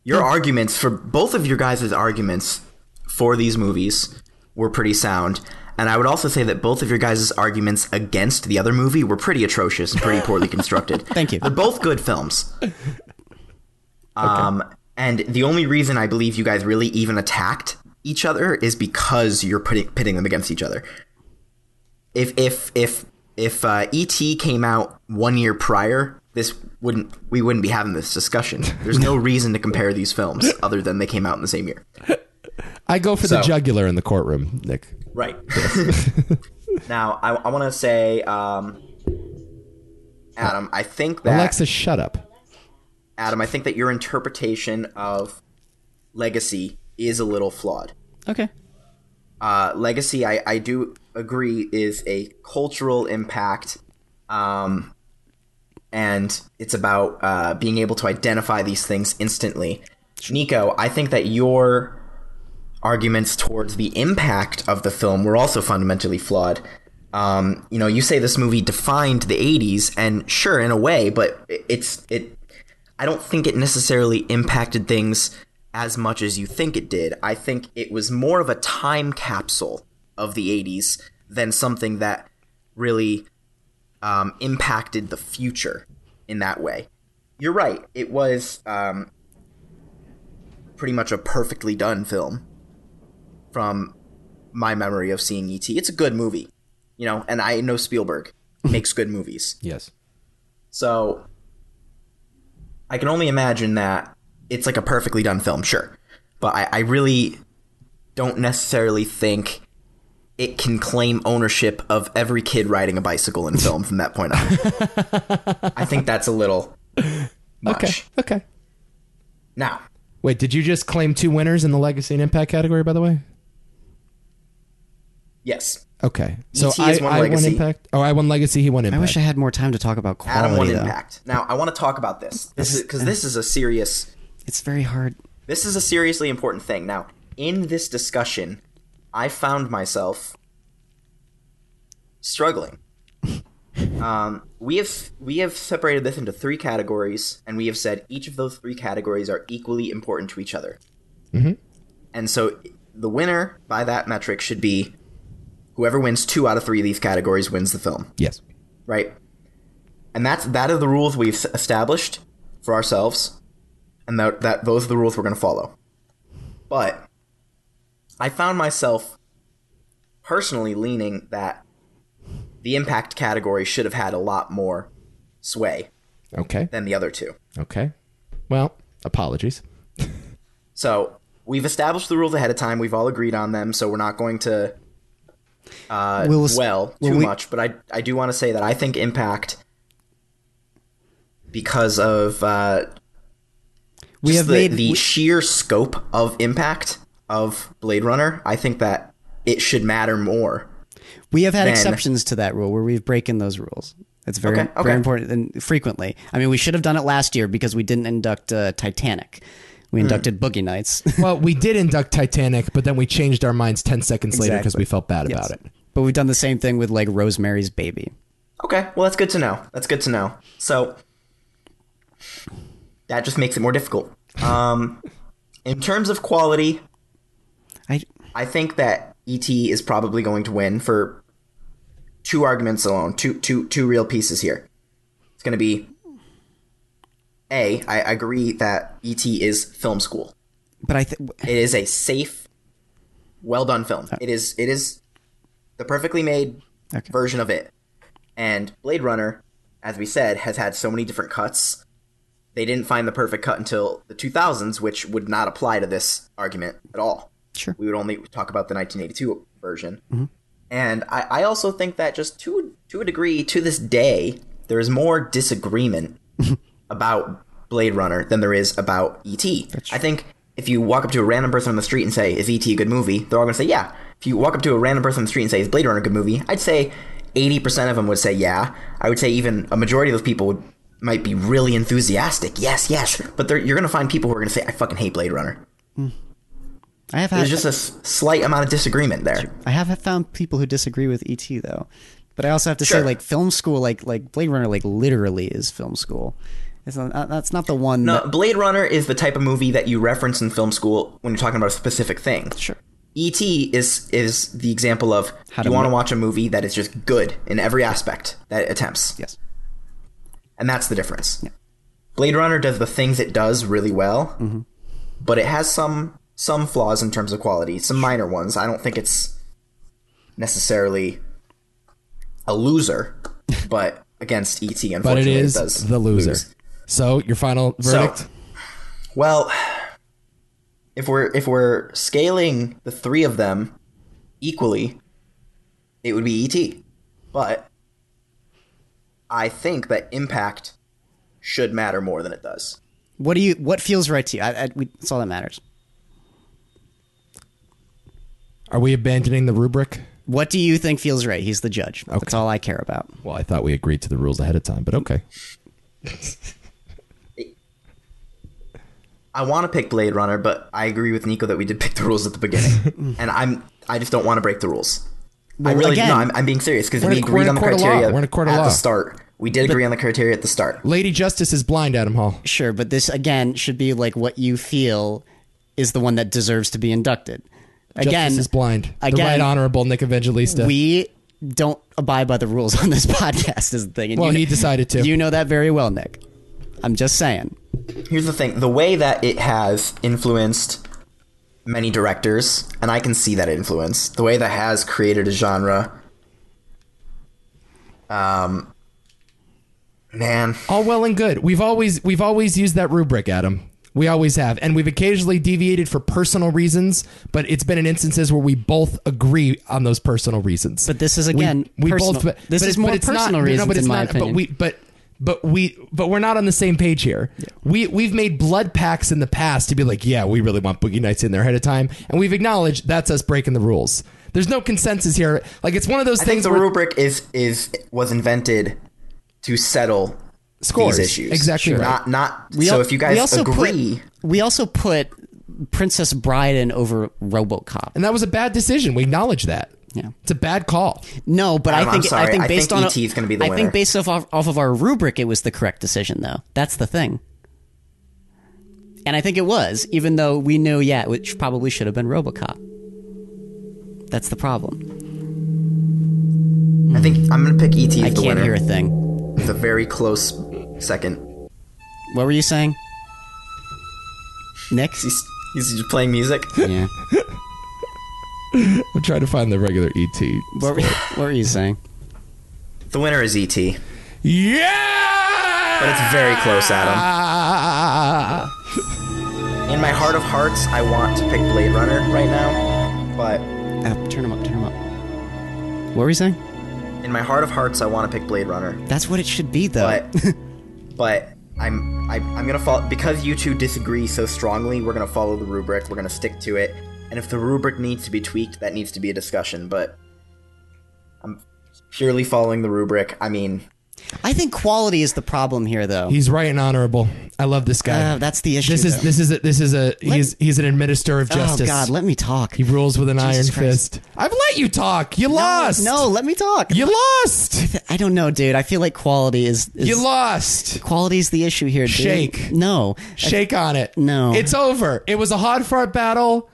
Speaker 3: Your arguments for both of your guys' arguments for these movies were pretty sound. And I would also say that both of your guys' arguments against the other movie were pretty atrocious and pretty poorly constructed.
Speaker 2: Thank you.
Speaker 3: They're both good films. Um, And the only reason I believe you guys really even attacked each other is because you're putting, pitting them against each other. If if if if uh, ET came out one year prior, this wouldn't we wouldn't be having this discussion. There's no reason to compare these films other than they came out in the same year.
Speaker 4: I go for the
Speaker 3: So-
Speaker 4: jugular in the courtroom, Nick.
Speaker 3: Right. now, I, I want to say, um, Adam, I think that
Speaker 4: Alexa, shut up.
Speaker 3: Adam, I think that your interpretation of legacy is a little flawed.
Speaker 2: okay.
Speaker 3: Uh, legacy, I, I do agree, is a cultural impact, um, and it's about uh, being able to identify these things instantly. Nico, I think that your arguments towards the impact of the film were also fundamentally flawed. Um, you know, you say this movie defined the '80s, and sure, in a way, but it- it's it. I don't think it necessarily impacted things as much as you think it did. I think it was more of a time capsule of the '80s than something that really um, impacted the future in that way. You're right. It was um, pretty much a perfectly done film from my memory of seeing ET. It's a good movie, you know, and I know Spielberg makes good movies.
Speaker 1: Yes.
Speaker 3: So I can only imagine that it's like a perfectly done film, sure. But I, I really don't necessarily think it can claim ownership of every kid riding a bicycle in film from that point on. I think that's a little much.
Speaker 1: Okay. Okay.
Speaker 3: Now,
Speaker 1: Wait, did you just claim two winners in the legacy and impact category? By the way.
Speaker 3: yes,
Speaker 1: Okay. So
Speaker 3: ET
Speaker 1: I,
Speaker 3: has won
Speaker 1: I won
Speaker 3: Legacy.
Speaker 1: impact. Oh, I won legacy. He won
Speaker 2: I
Speaker 1: impact.
Speaker 2: wish I had more time to talk about
Speaker 3: Adam won
Speaker 2: quality, though.
Speaker 3: impact. Now, I want to talk about this. This is because this is a serious
Speaker 2: It's very hard.
Speaker 3: This is a seriously important thing. Now, in this discussion, I found myself struggling. Um, we have we have separated this into three categories, and we have said each of those three categories are equally important to each other. Mm-hmm. And so, the winner by that metric should be whoever wins two out of three of these categories wins the film
Speaker 1: yes.
Speaker 3: right? And that's that are the rules we've s- established for ourselves, and that, that those are the rules we're going to follow. But I found myself personally leaning that the impact category should have had a lot more sway
Speaker 1: Okay.
Speaker 3: than the other two.
Speaker 1: Okay. Well, apologies.
Speaker 3: So we've established the rules ahead of time. We've all agreed on them, so we're not going to uh,
Speaker 2: We'll es-
Speaker 3: well
Speaker 2: when
Speaker 3: too
Speaker 2: we-
Speaker 3: much. But I I do want to say that I think impact because of uh,
Speaker 2: We
Speaker 3: just
Speaker 2: have
Speaker 3: the,
Speaker 2: made
Speaker 3: the
Speaker 2: we-
Speaker 3: sheer scope of impact of Blade Runner. I think that it should matter more.
Speaker 2: We have had
Speaker 3: then-
Speaker 2: exceptions to that rule where we've broken those rules. That's very
Speaker 3: Okay, okay.
Speaker 2: very important and frequently. I mean, we should have done it last year because we didn't induct uh, Titanic. We
Speaker 3: Hmm.
Speaker 2: inducted Boogie Nights,
Speaker 4: Well, we did induct Titanic, but then we changed our minds 10 seconds later because
Speaker 2: Exactly.
Speaker 4: we felt bad about it.
Speaker 2: but we've done the same thing with like Rosemary's Baby.
Speaker 3: Okay, well that's good to know. That's good to know. So that just makes it more difficult. Um, in terms of quality,
Speaker 2: I
Speaker 3: I think that ET is probably going to win for two arguments alone, two two two real pieces here. It's going to be a. I agree that ET is film school.
Speaker 2: but I th-
Speaker 3: It is a safe, well done film. It is it is the perfectly made
Speaker 2: Okay.
Speaker 3: version of it. And Blade Runner, as we said, has had so many different cuts. They didn't find the perfect cut until the 2000s, which would not apply to this argument at all.
Speaker 2: Sure.
Speaker 3: We would only talk about the 1982 version. And I, I also think that just to to a degree, to this day, there is more disagreement about Blade Runner than there is about E.T. I think if you walk up to a random person on the street and say, Is E.T. a good movie? They're all going to say, Yeah. If you walk up to a random person on the street and say, Is Blade Runner a good movie? I'd say 80% of them would say, Yeah. I would say even a majority of those people would, might be really enthusiastic. Yes, yes. But they're- you're going to find people who are going to say, I fucking hate Blade Runner.
Speaker 2: I have had
Speaker 3: There's just a s- slight amount of disagreement there.
Speaker 2: I have found people who disagree with ET though, but I also have to say
Speaker 3: Sure.
Speaker 2: like film school, like like Blade Runner, like literally is film school. It's not, uh, that's not the one.
Speaker 3: No,
Speaker 2: that,
Speaker 3: Blade Runner is the type of movie that you reference in film school when you're talking about a specific thing.
Speaker 2: sure.
Speaker 3: ET is is the example of
Speaker 2: to
Speaker 3: you want to
Speaker 2: ma-
Speaker 3: watch a movie that is just good in every aspect that it attempts,
Speaker 2: Yes.
Speaker 3: and that's the difference. Blade Runner does the things it does really well,
Speaker 4: Mm-hmm.
Speaker 3: but it has some some flaws in terms of quality, some minor ones. I don't think it's necessarily a loser, but against ET, unfortunately,
Speaker 4: But it is
Speaker 3: does
Speaker 4: the loser.
Speaker 3: lose.
Speaker 4: So, your final verdict?
Speaker 3: Well, if we're if we're scaling the three of them equally, it would be ET. But I think that impact should matter more than it does.
Speaker 2: What do you? What feels right to you? I, I, we, that's all that matters.
Speaker 4: Are we abandoning the rubric?
Speaker 2: What do you think feels right? He's the judge. That's all I care about.
Speaker 4: Well, I thought we agreed to the rules ahead of time, but okay.
Speaker 3: I want to pick Blade Runner, but I agree with Nico that we did pick the rules at the beginning, and I'm I just don't want to break the rules. I really
Speaker 2: again-
Speaker 3: no, I'm, I'm being serious because we
Speaker 4: in- we're
Speaker 3: agreed
Speaker 4: in
Speaker 3: on the
Speaker 4: court of law.
Speaker 3: criteria
Speaker 4: We're in a court of
Speaker 3: at
Speaker 4: law.
Speaker 3: the start. We did agree on the criteria at the start.
Speaker 4: Lady Justice is blind, Adam Hall.
Speaker 2: Sure, but this again should be like what you feel is the one that deserves to be inducted. Again,
Speaker 4: Justice is blind. the
Speaker 2: again-
Speaker 4: right honorable Nick Evangelista.
Speaker 2: we don't abide by the rules on this podcast. Is the thing. And
Speaker 4: well,
Speaker 2: you,
Speaker 4: he decided to.
Speaker 2: You know that very well, Nick. I'm just saying.
Speaker 3: here's the thing the way that it has influenced many directors and i can see that influence the way that has created a genre um man
Speaker 1: All well and good. We've always we've always used that rubric, Adam. We always have, and we've occasionally deviated for personal reasons, but it's been in instances where we both agree on those personal reasons.
Speaker 2: But this is, again, personal. This
Speaker 1: but
Speaker 2: is
Speaker 1: it-
Speaker 2: more
Speaker 1: but it's not-
Speaker 2: personal
Speaker 1: but
Speaker 2: reasons,
Speaker 1: but it's
Speaker 2: in my
Speaker 1: not,
Speaker 2: opinion.
Speaker 1: But we, but but we, but we're not on the same page here. We we've made blood packs in the past to be like, yeah, we really want Boogie Nights in there ahead of time, and we've acknowledged that's us breaking the rules. There's no consensus here. Like it's one of those
Speaker 3: i think
Speaker 1: things
Speaker 3: the
Speaker 1: where
Speaker 3: rubric is is was invented to settle
Speaker 1: Scores.
Speaker 3: these issues
Speaker 1: Exactly Sure. right.
Speaker 3: not not so
Speaker 2: al-
Speaker 3: if you guys
Speaker 2: we also
Speaker 3: agree
Speaker 2: put, we also put Princess Bride in over RoboCop.
Speaker 1: and that was a bad decision. We acknowledge that.
Speaker 2: Yeah.
Speaker 1: it's a bad call.
Speaker 2: No, but I,
Speaker 3: don't know,
Speaker 2: think
Speaker 3: I'm sorry.
Speaker 2: I think
Speaker 3: I
Speaker 2: based
Speaker 3: think
Speaker 2: on
Speaker 3: ET is gonna be the
Speaker 2: I
Speaker 3: winner.
Speaker 2: think based off, off off of our rubric, it was the correct decision though. That's the thing. And I think it was, even though we knew, yeah, which probably should have been RoboCop. That's the problem.
Speaker 3: i think i'm gonna pick et as
Speaker 2: I
Speaker 3: the
Speaker 2: can't
Speaker 3: winner
Speaker 2: hear a thing.
Speaker 3: it's a very close second
Speaker 2: What were you saying, Nick?
Speaker 3: he's he's just playing music
Speaker 2: Yeah.
Speaker 1: We're trying to find the regular
Speaker 2: E
Speaker 1: ET.
Speaker 2: What were, what were you saying?
Speaker 3: the winner is E et
Speaker 1: Yeah.
Speaker 3: but it's very close adam
Speaker 1: Ah.
Speaker 3: In my heart of hearts, I want to pick Blade Runner right now, but
Speaker 2: Uh, turn him up. Turn him up. What were you saying?
Speaker 3: in my heart of hearts, I want to pick Blade Runner.
Speaker 2: That's what it should be, though.
Speaker 3: But but I'm I, I'm gonna follow because you two disagree so strongly. We're gonna follow the rubric. We're gonna stick to it. And if the rubric needs to be tweaked, that needs to be a discussion. But I'm purely following the rubric. I mean,
Speaker 2: I think quality is the problem here, though.
Speaker 1: He's right and honorable. I love this guy.
Speaker 2: Uh, that's the issue.
Speaker 1: this is
Speaker 2: though.
Speaker 1: this is a, this is a he's he's an administrator of justice.
Speaker 2: Oh God, let me talk.
Speaker 1: he rules with an iron
Speaker 2: Christ.
Speaker 1: fist. I've let you talk. You lost.
Speaker 2: No, let me talk.
Speaker 1: you lost.
Speaker 2: I don't know, dude. I feel like quality is, is
Speaker 1: You lost.
Speaker 2: quality is the issue here. Dude.
Speaker 1: Shake.
Speaker 2: No.
Speaker 1: Shake on it.
Speaker 2: No.
Speaker 1: it's over. It was a hard fought battle.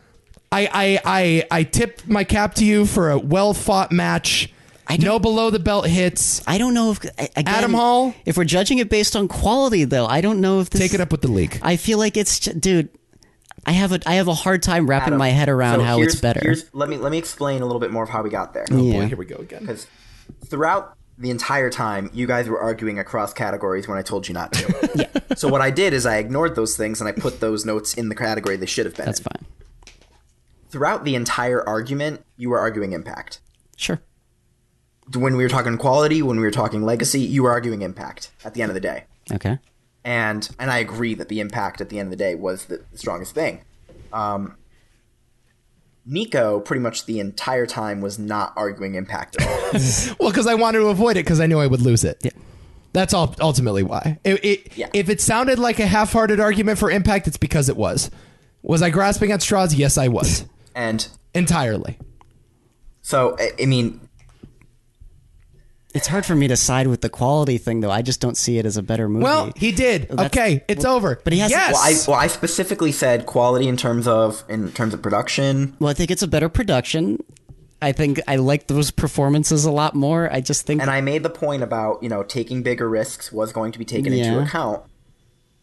Speaker 1: I I I I tip my cap to you for a well fought match.
Speaker 2: I don't-
Speaker 1: no below the belt hits.
Speaker 2: I don't know if I- again,
Speaker 1: Adam Hall?
Speaker 2: If we're judging it based on quality, though, I don't know if this.
Speaker 1: Take it up with the league.
Speaker 2: I feel like it's ju- dude. I have a I have a hard time wrapping
Speaker 3: Adam,
Speaker 2: my head around
Speaker 3: so
Speaker 2: how it's
Speaker 3: here's-
Speaker 2: better.
Speaker 3: here's- let me let me explain a little bit more of how we got there.
Speaker 2: Yeah.
Speaker 1: Here we go again.
Speaker 3: Because throughout the entire time, you guys were arguing across categories when I told you not to. So what I did is I ignored those things and I put those notes in the category they should have been.
Speaker 2: That's
Speaker 3: in.
Speaker 2: fine.
Speaker 3: Throughout the entire argument, you were arguing impact.
Speaker 2: Sure.
Speaker 3: When we were talking quality, when we were talking legacy, you were arguing impact at the end of the day.
Speaker 2: Okay.
Speaker 3: And and I agree that the impact at the end of the day was the strongest thing. Um, Nico pretty much the entire time was not arguing impact at all.
Speaker 1: Well, because I wanted to avoid it because I knew I would lose it.
Speaker 2: Yeah.
Speaker 1: That's all, ultimately why. It, it,
Speaker 3: Yeah.
Speaker 1: If it sounded like a half-hearted argument for impact, it's because it was. Was I grasping at straws? Yes, I was
Speaker 3: and
Speaker 1: entirely.
Speaker 3: so I, I mean,
Speaker 2: It's hard for me to side with the quality thing, though. I just don't see it as a better movie.
Speaker 1: Well, he did.
Speaker 2: That's-
Speaker 1: okay, it's over.
Speaker 2: but he hasn't-
Speaker 1: Yes.
Speaker 3: Well, I well I specifically said quality in terms of in terms of production.
Speaker 2: Well, I think it's a better production. I think I like those performances a lot more. I just think
Speaker 3: And I made the point about, you know, taking bigger risks was going to be taken into
Speaker 2: Yeah.
Speaker 3: account.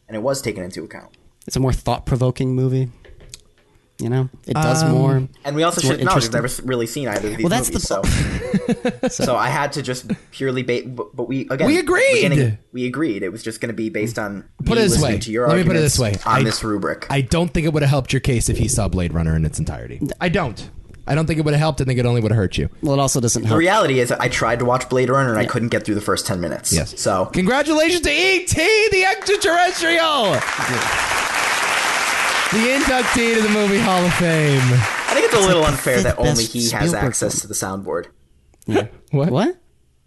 Speaker 3: And it was taken into account.
Speaker 2: it's a more thought provoking movie. You know, it does
Speaker 3: Um,
Speaker 2: more.
Speaker 3: And we also
Speaker 2: more
Speaker 3: should acknowledge we've never
Speaker 2: interesting.
Speaker 3: s- really seen either of these
Speaker 2: Well, that's the
Speaker 3: movies. so. so I had to just purely ba- but, but we again
Speaker 1: We agreed!
Speaker 3: beginning, We agreed. It was just going to be based on
Speaker 1: Put
Speaker 3: me
Speaker 1: it this
Speaker 3: listening
Speaker 1: way.
Speaker 3: To your
Speaker 1: Let me put it this
Speaker 3: arguments
Speaker 1: way.
Speaker 3: on
Speaker 1: I-
Speaker 3: this rubric.
Speaker 1: I don't think it would have helped your case if he saw Blade Runner in its entirety. I don't. I don't think it would have helped. I think it only would have hurt you.
Speaker 2: Well, it also doesn't
Speaker 3: the
Speaker 2: help.
Speaker 3: reality is, I tried to watch Blade Runner and I couldn't get through the first ten minutes.
Speaker 1: Yes.
Speaker 3: So
Speaker 1: Congratulations to E.T. the extraterrestrial, the inductee to the Movie Hall of Fame.
Speaker 3: I think it's a little unfair
Speaker 2: fifth
Speaker 3: that only
Speaker 2: best
Speaker 3: he has
Speaker 2: Spielberg
Speaker 3: access to the soundboard.
Speaker 2: What?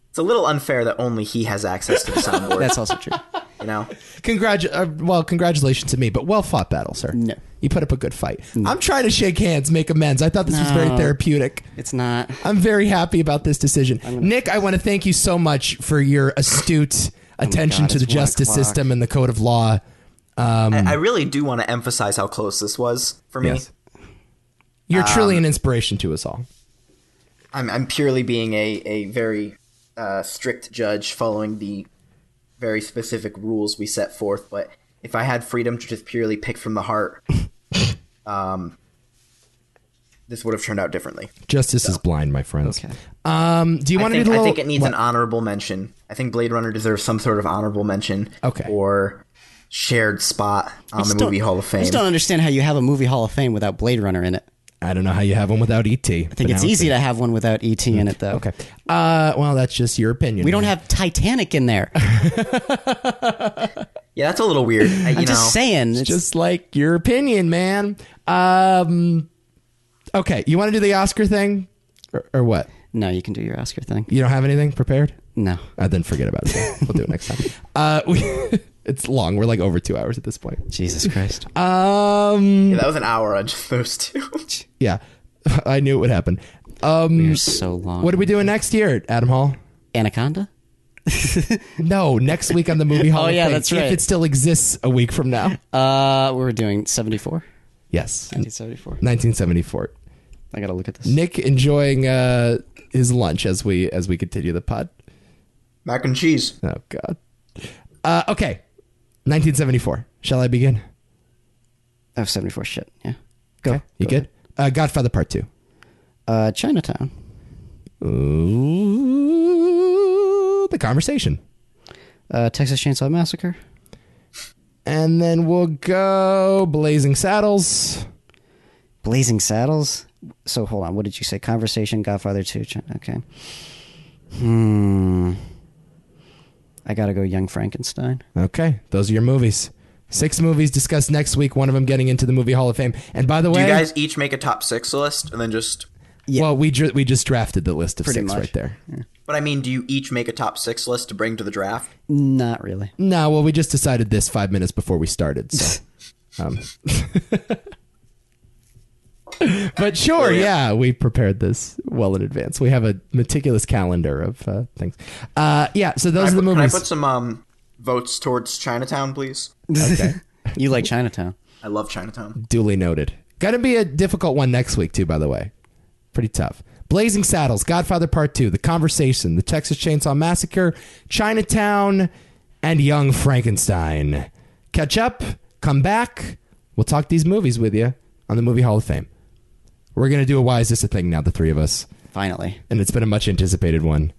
Speaker 3: It's a little unfair that only he has access to the soundboard.
Speaker 2: That's also true.
Speaker 3: you know.
Speaker 1: Congratu- uh, well, congratulations to me, but well fought battle, sir.
Speaker 2: No.
Speaker 1: You put up a good fight. I'm trying to shake hands, make amends. I thought this was very
Speaker 2: No.
Speaker 1: therapeutic.
Speaker 2: It's not.
Speaker 1: I'm very happy about this decision. Nick, I want to thank you so much for your astute attention
Speaker 2: Oh God,
Speaker 1: to the
Speaker 2: it's one
Speaker 1: justice
Speaker 2: o'clock.
Speaker 1: system and the code of law.
Speaker 3: I really do want to emphasize how close this was for me.
Speaker 1: Hmm. Yes.
Speaker 2: Um,
Speaker 1: You're truly an inspiration to us all.
Speaker 3: I'm, I'm purely being a, a very uh, strict judge following the very specific rules we set forth, but if I had freedom to just purely pick from the heart, um, this would have turned out differently.
Speaker 1: Justice is blind, my friends.
Speaker 2: oh. Okay.
Speaker 1: Um, do you
Speaker 3: I
Speaker 1: want to do
Speaker 3: think,
Speaker 1: the
Speaker 3: I
Speaker 1: little?
Speaker 3: think it needs an honorable mention. I think Blade Runner deserves some sort of honorable mention
Speaker 1: Okay.
Speaker 3: or shared spot on the movie Hall of
Speaker 2: I
Speaker 3: Fame.
Speaker 2: just don't understand how you have a movie Hall of Fame without Blade Runner in it.
Speaker 1: I don't know how you have one without ET.
Speaker 2: I think it's easy to have one without ET in it, though.
Speaker 1: Okay. Uh, well, that's just your opinion.
Speaker 2: We don't have Titanic in there.
Speaker 3: Yeah, that's a little weird. I, you know,
Speaker 2: I'm just saying. It's,
Speaker 1: just like your opinion, man. Um, okay, you want to do the Oscar thing, or, or what?
Speaker 2: no, you can do your Oscar thing.
Speaker 1: You don't have anything prepared?
Speaker 2: No.
Speaker 1: Uh, then forget about it. We'll do it next time. Uh, we, it's long. We're like over two hours at this point.
Speaker 2: Jesus Christ.
Speaker 1: Um,
Speaker 3: Yeah, that was an hour on just those two.
Speaker 1: yeah, I knew it would happen. Um,
Speaker 2: You're so long.
Speaker 1: what are we doing next year, Adam Hall?
Speaker 2: Anaconda?
Speaker 1: No, next week on the movie Hall.
Speaker 2: Oh,
Speaker 1: of
Speaker 2: yeah,
Speaker 1: Fame,
Speaker 2: that's right.
Speaker 1: If it still exists a week from now.
Speaker 2: Uh, we're doing 74.
Speaker 1: Yes,
Speaker 2: 1974.
Speaker 1: 1974.
Speaker 2: I gotta look at this.
Speaker 1: Nick enjoying uh, his lunch as we as we continue the pod.
Speaker 3: Mac and cheese.
Speaker 1: Oh God. Uh, okay, 1974. Shall I begin?
Speaker 2: Oh, 74 shit. Yeah.
Speaker 1: Go. you good? Uh, Godfather Part Two.
Speaker 2: Uh, Chinatown.
Speaker 1: Ooh, the conversation.
Speaker 2: Uh, Texas Chainsaw Massacre.
Speaker 1: And then we'll go Blazing Saddles.
Speaker 2: Blazing Saddles. So hold on. What did you say? Conversation, Godfather 2. China. Okay. Hmm. I gotta go Young Frankenstein.
Speaker 1: Okay, those are your movies. Six movies discussed next week, one of them getting into the Movie Hall of Fame. And by the
Speaker 3: Do
Speaker 1: way,
Speaker 3: you guys each make a top six list and then just?
Speaker 2: Yeah.
Speaker 1: well, we, ju- we just drafted the list of
Speaker 2: Pretty
Speaker 1: six
Speaker 2: much.
Speaker 1: right there.
Speaker 3: But I mean, do you each make a top six list to bring to the draft?
Speaker 2: Not really.
Speaker 1: No, well, we just decided this five minutes before we started. So, um. but sure, yeah, we prepared this well in advance. We have a meticulous calendar of uh, things. Uh, yeah, so those are
Speaker 3: I
Speaker 1: the
Speaker 3: put- can I
Speaker 1: movies.
Speaker 3: put some um, votes towards Chinatown, please?
Speaker 2: You like Chinatown.
Speaker 3: I love Chinatown.
Speaker 1: Duly noted. Gonna be a difficult one next week too. By the way, pretty tough. Blazing Saddles, Godfather Part Two, The Conversation, The Texas Chainsaw Massacre, Chinatown, and Young Frankenstein. Catch up, come back. We'll talk these movies with you on the Movie Hall of Fame. We're gonna do a Why Is This a Thing now, the three of us,
Speaker 2: Finally.
Speaker 1: and it's been a much anticipated one.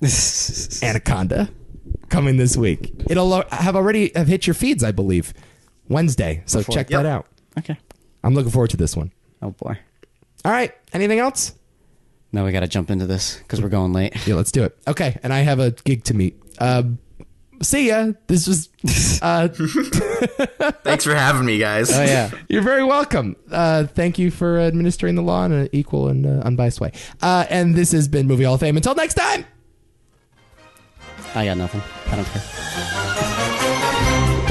Speaker 1: Anaconda coming this week. It'll al- have already have hit your feeds, I believe, Wednesday. So check
Speaker 3: Yep.
Speaker 1: that out.
Speaker 2: okay.
Speaker 1: I'm looking forward to this one.
Speaker 2: Oh boy.
Speaker 1: All right. Anything else?
Speaker 2: Now we gotta jump into this because we're going late.
Speaker 1: Yeah, let's do it. Okay, and I have a gig to meet. Um, see ya. This was. Uh,
Speaker 3: Thanks for having me, guys.
Speaker 2: Oh yeah.
Speaker 1: you're very welcome. Uh, thank you for administering the law in an equal and uh, unbiased way. Uh, and this has been Movie Hall of Fame. Until next time.
Speaker 2: I got nothing. I don't care.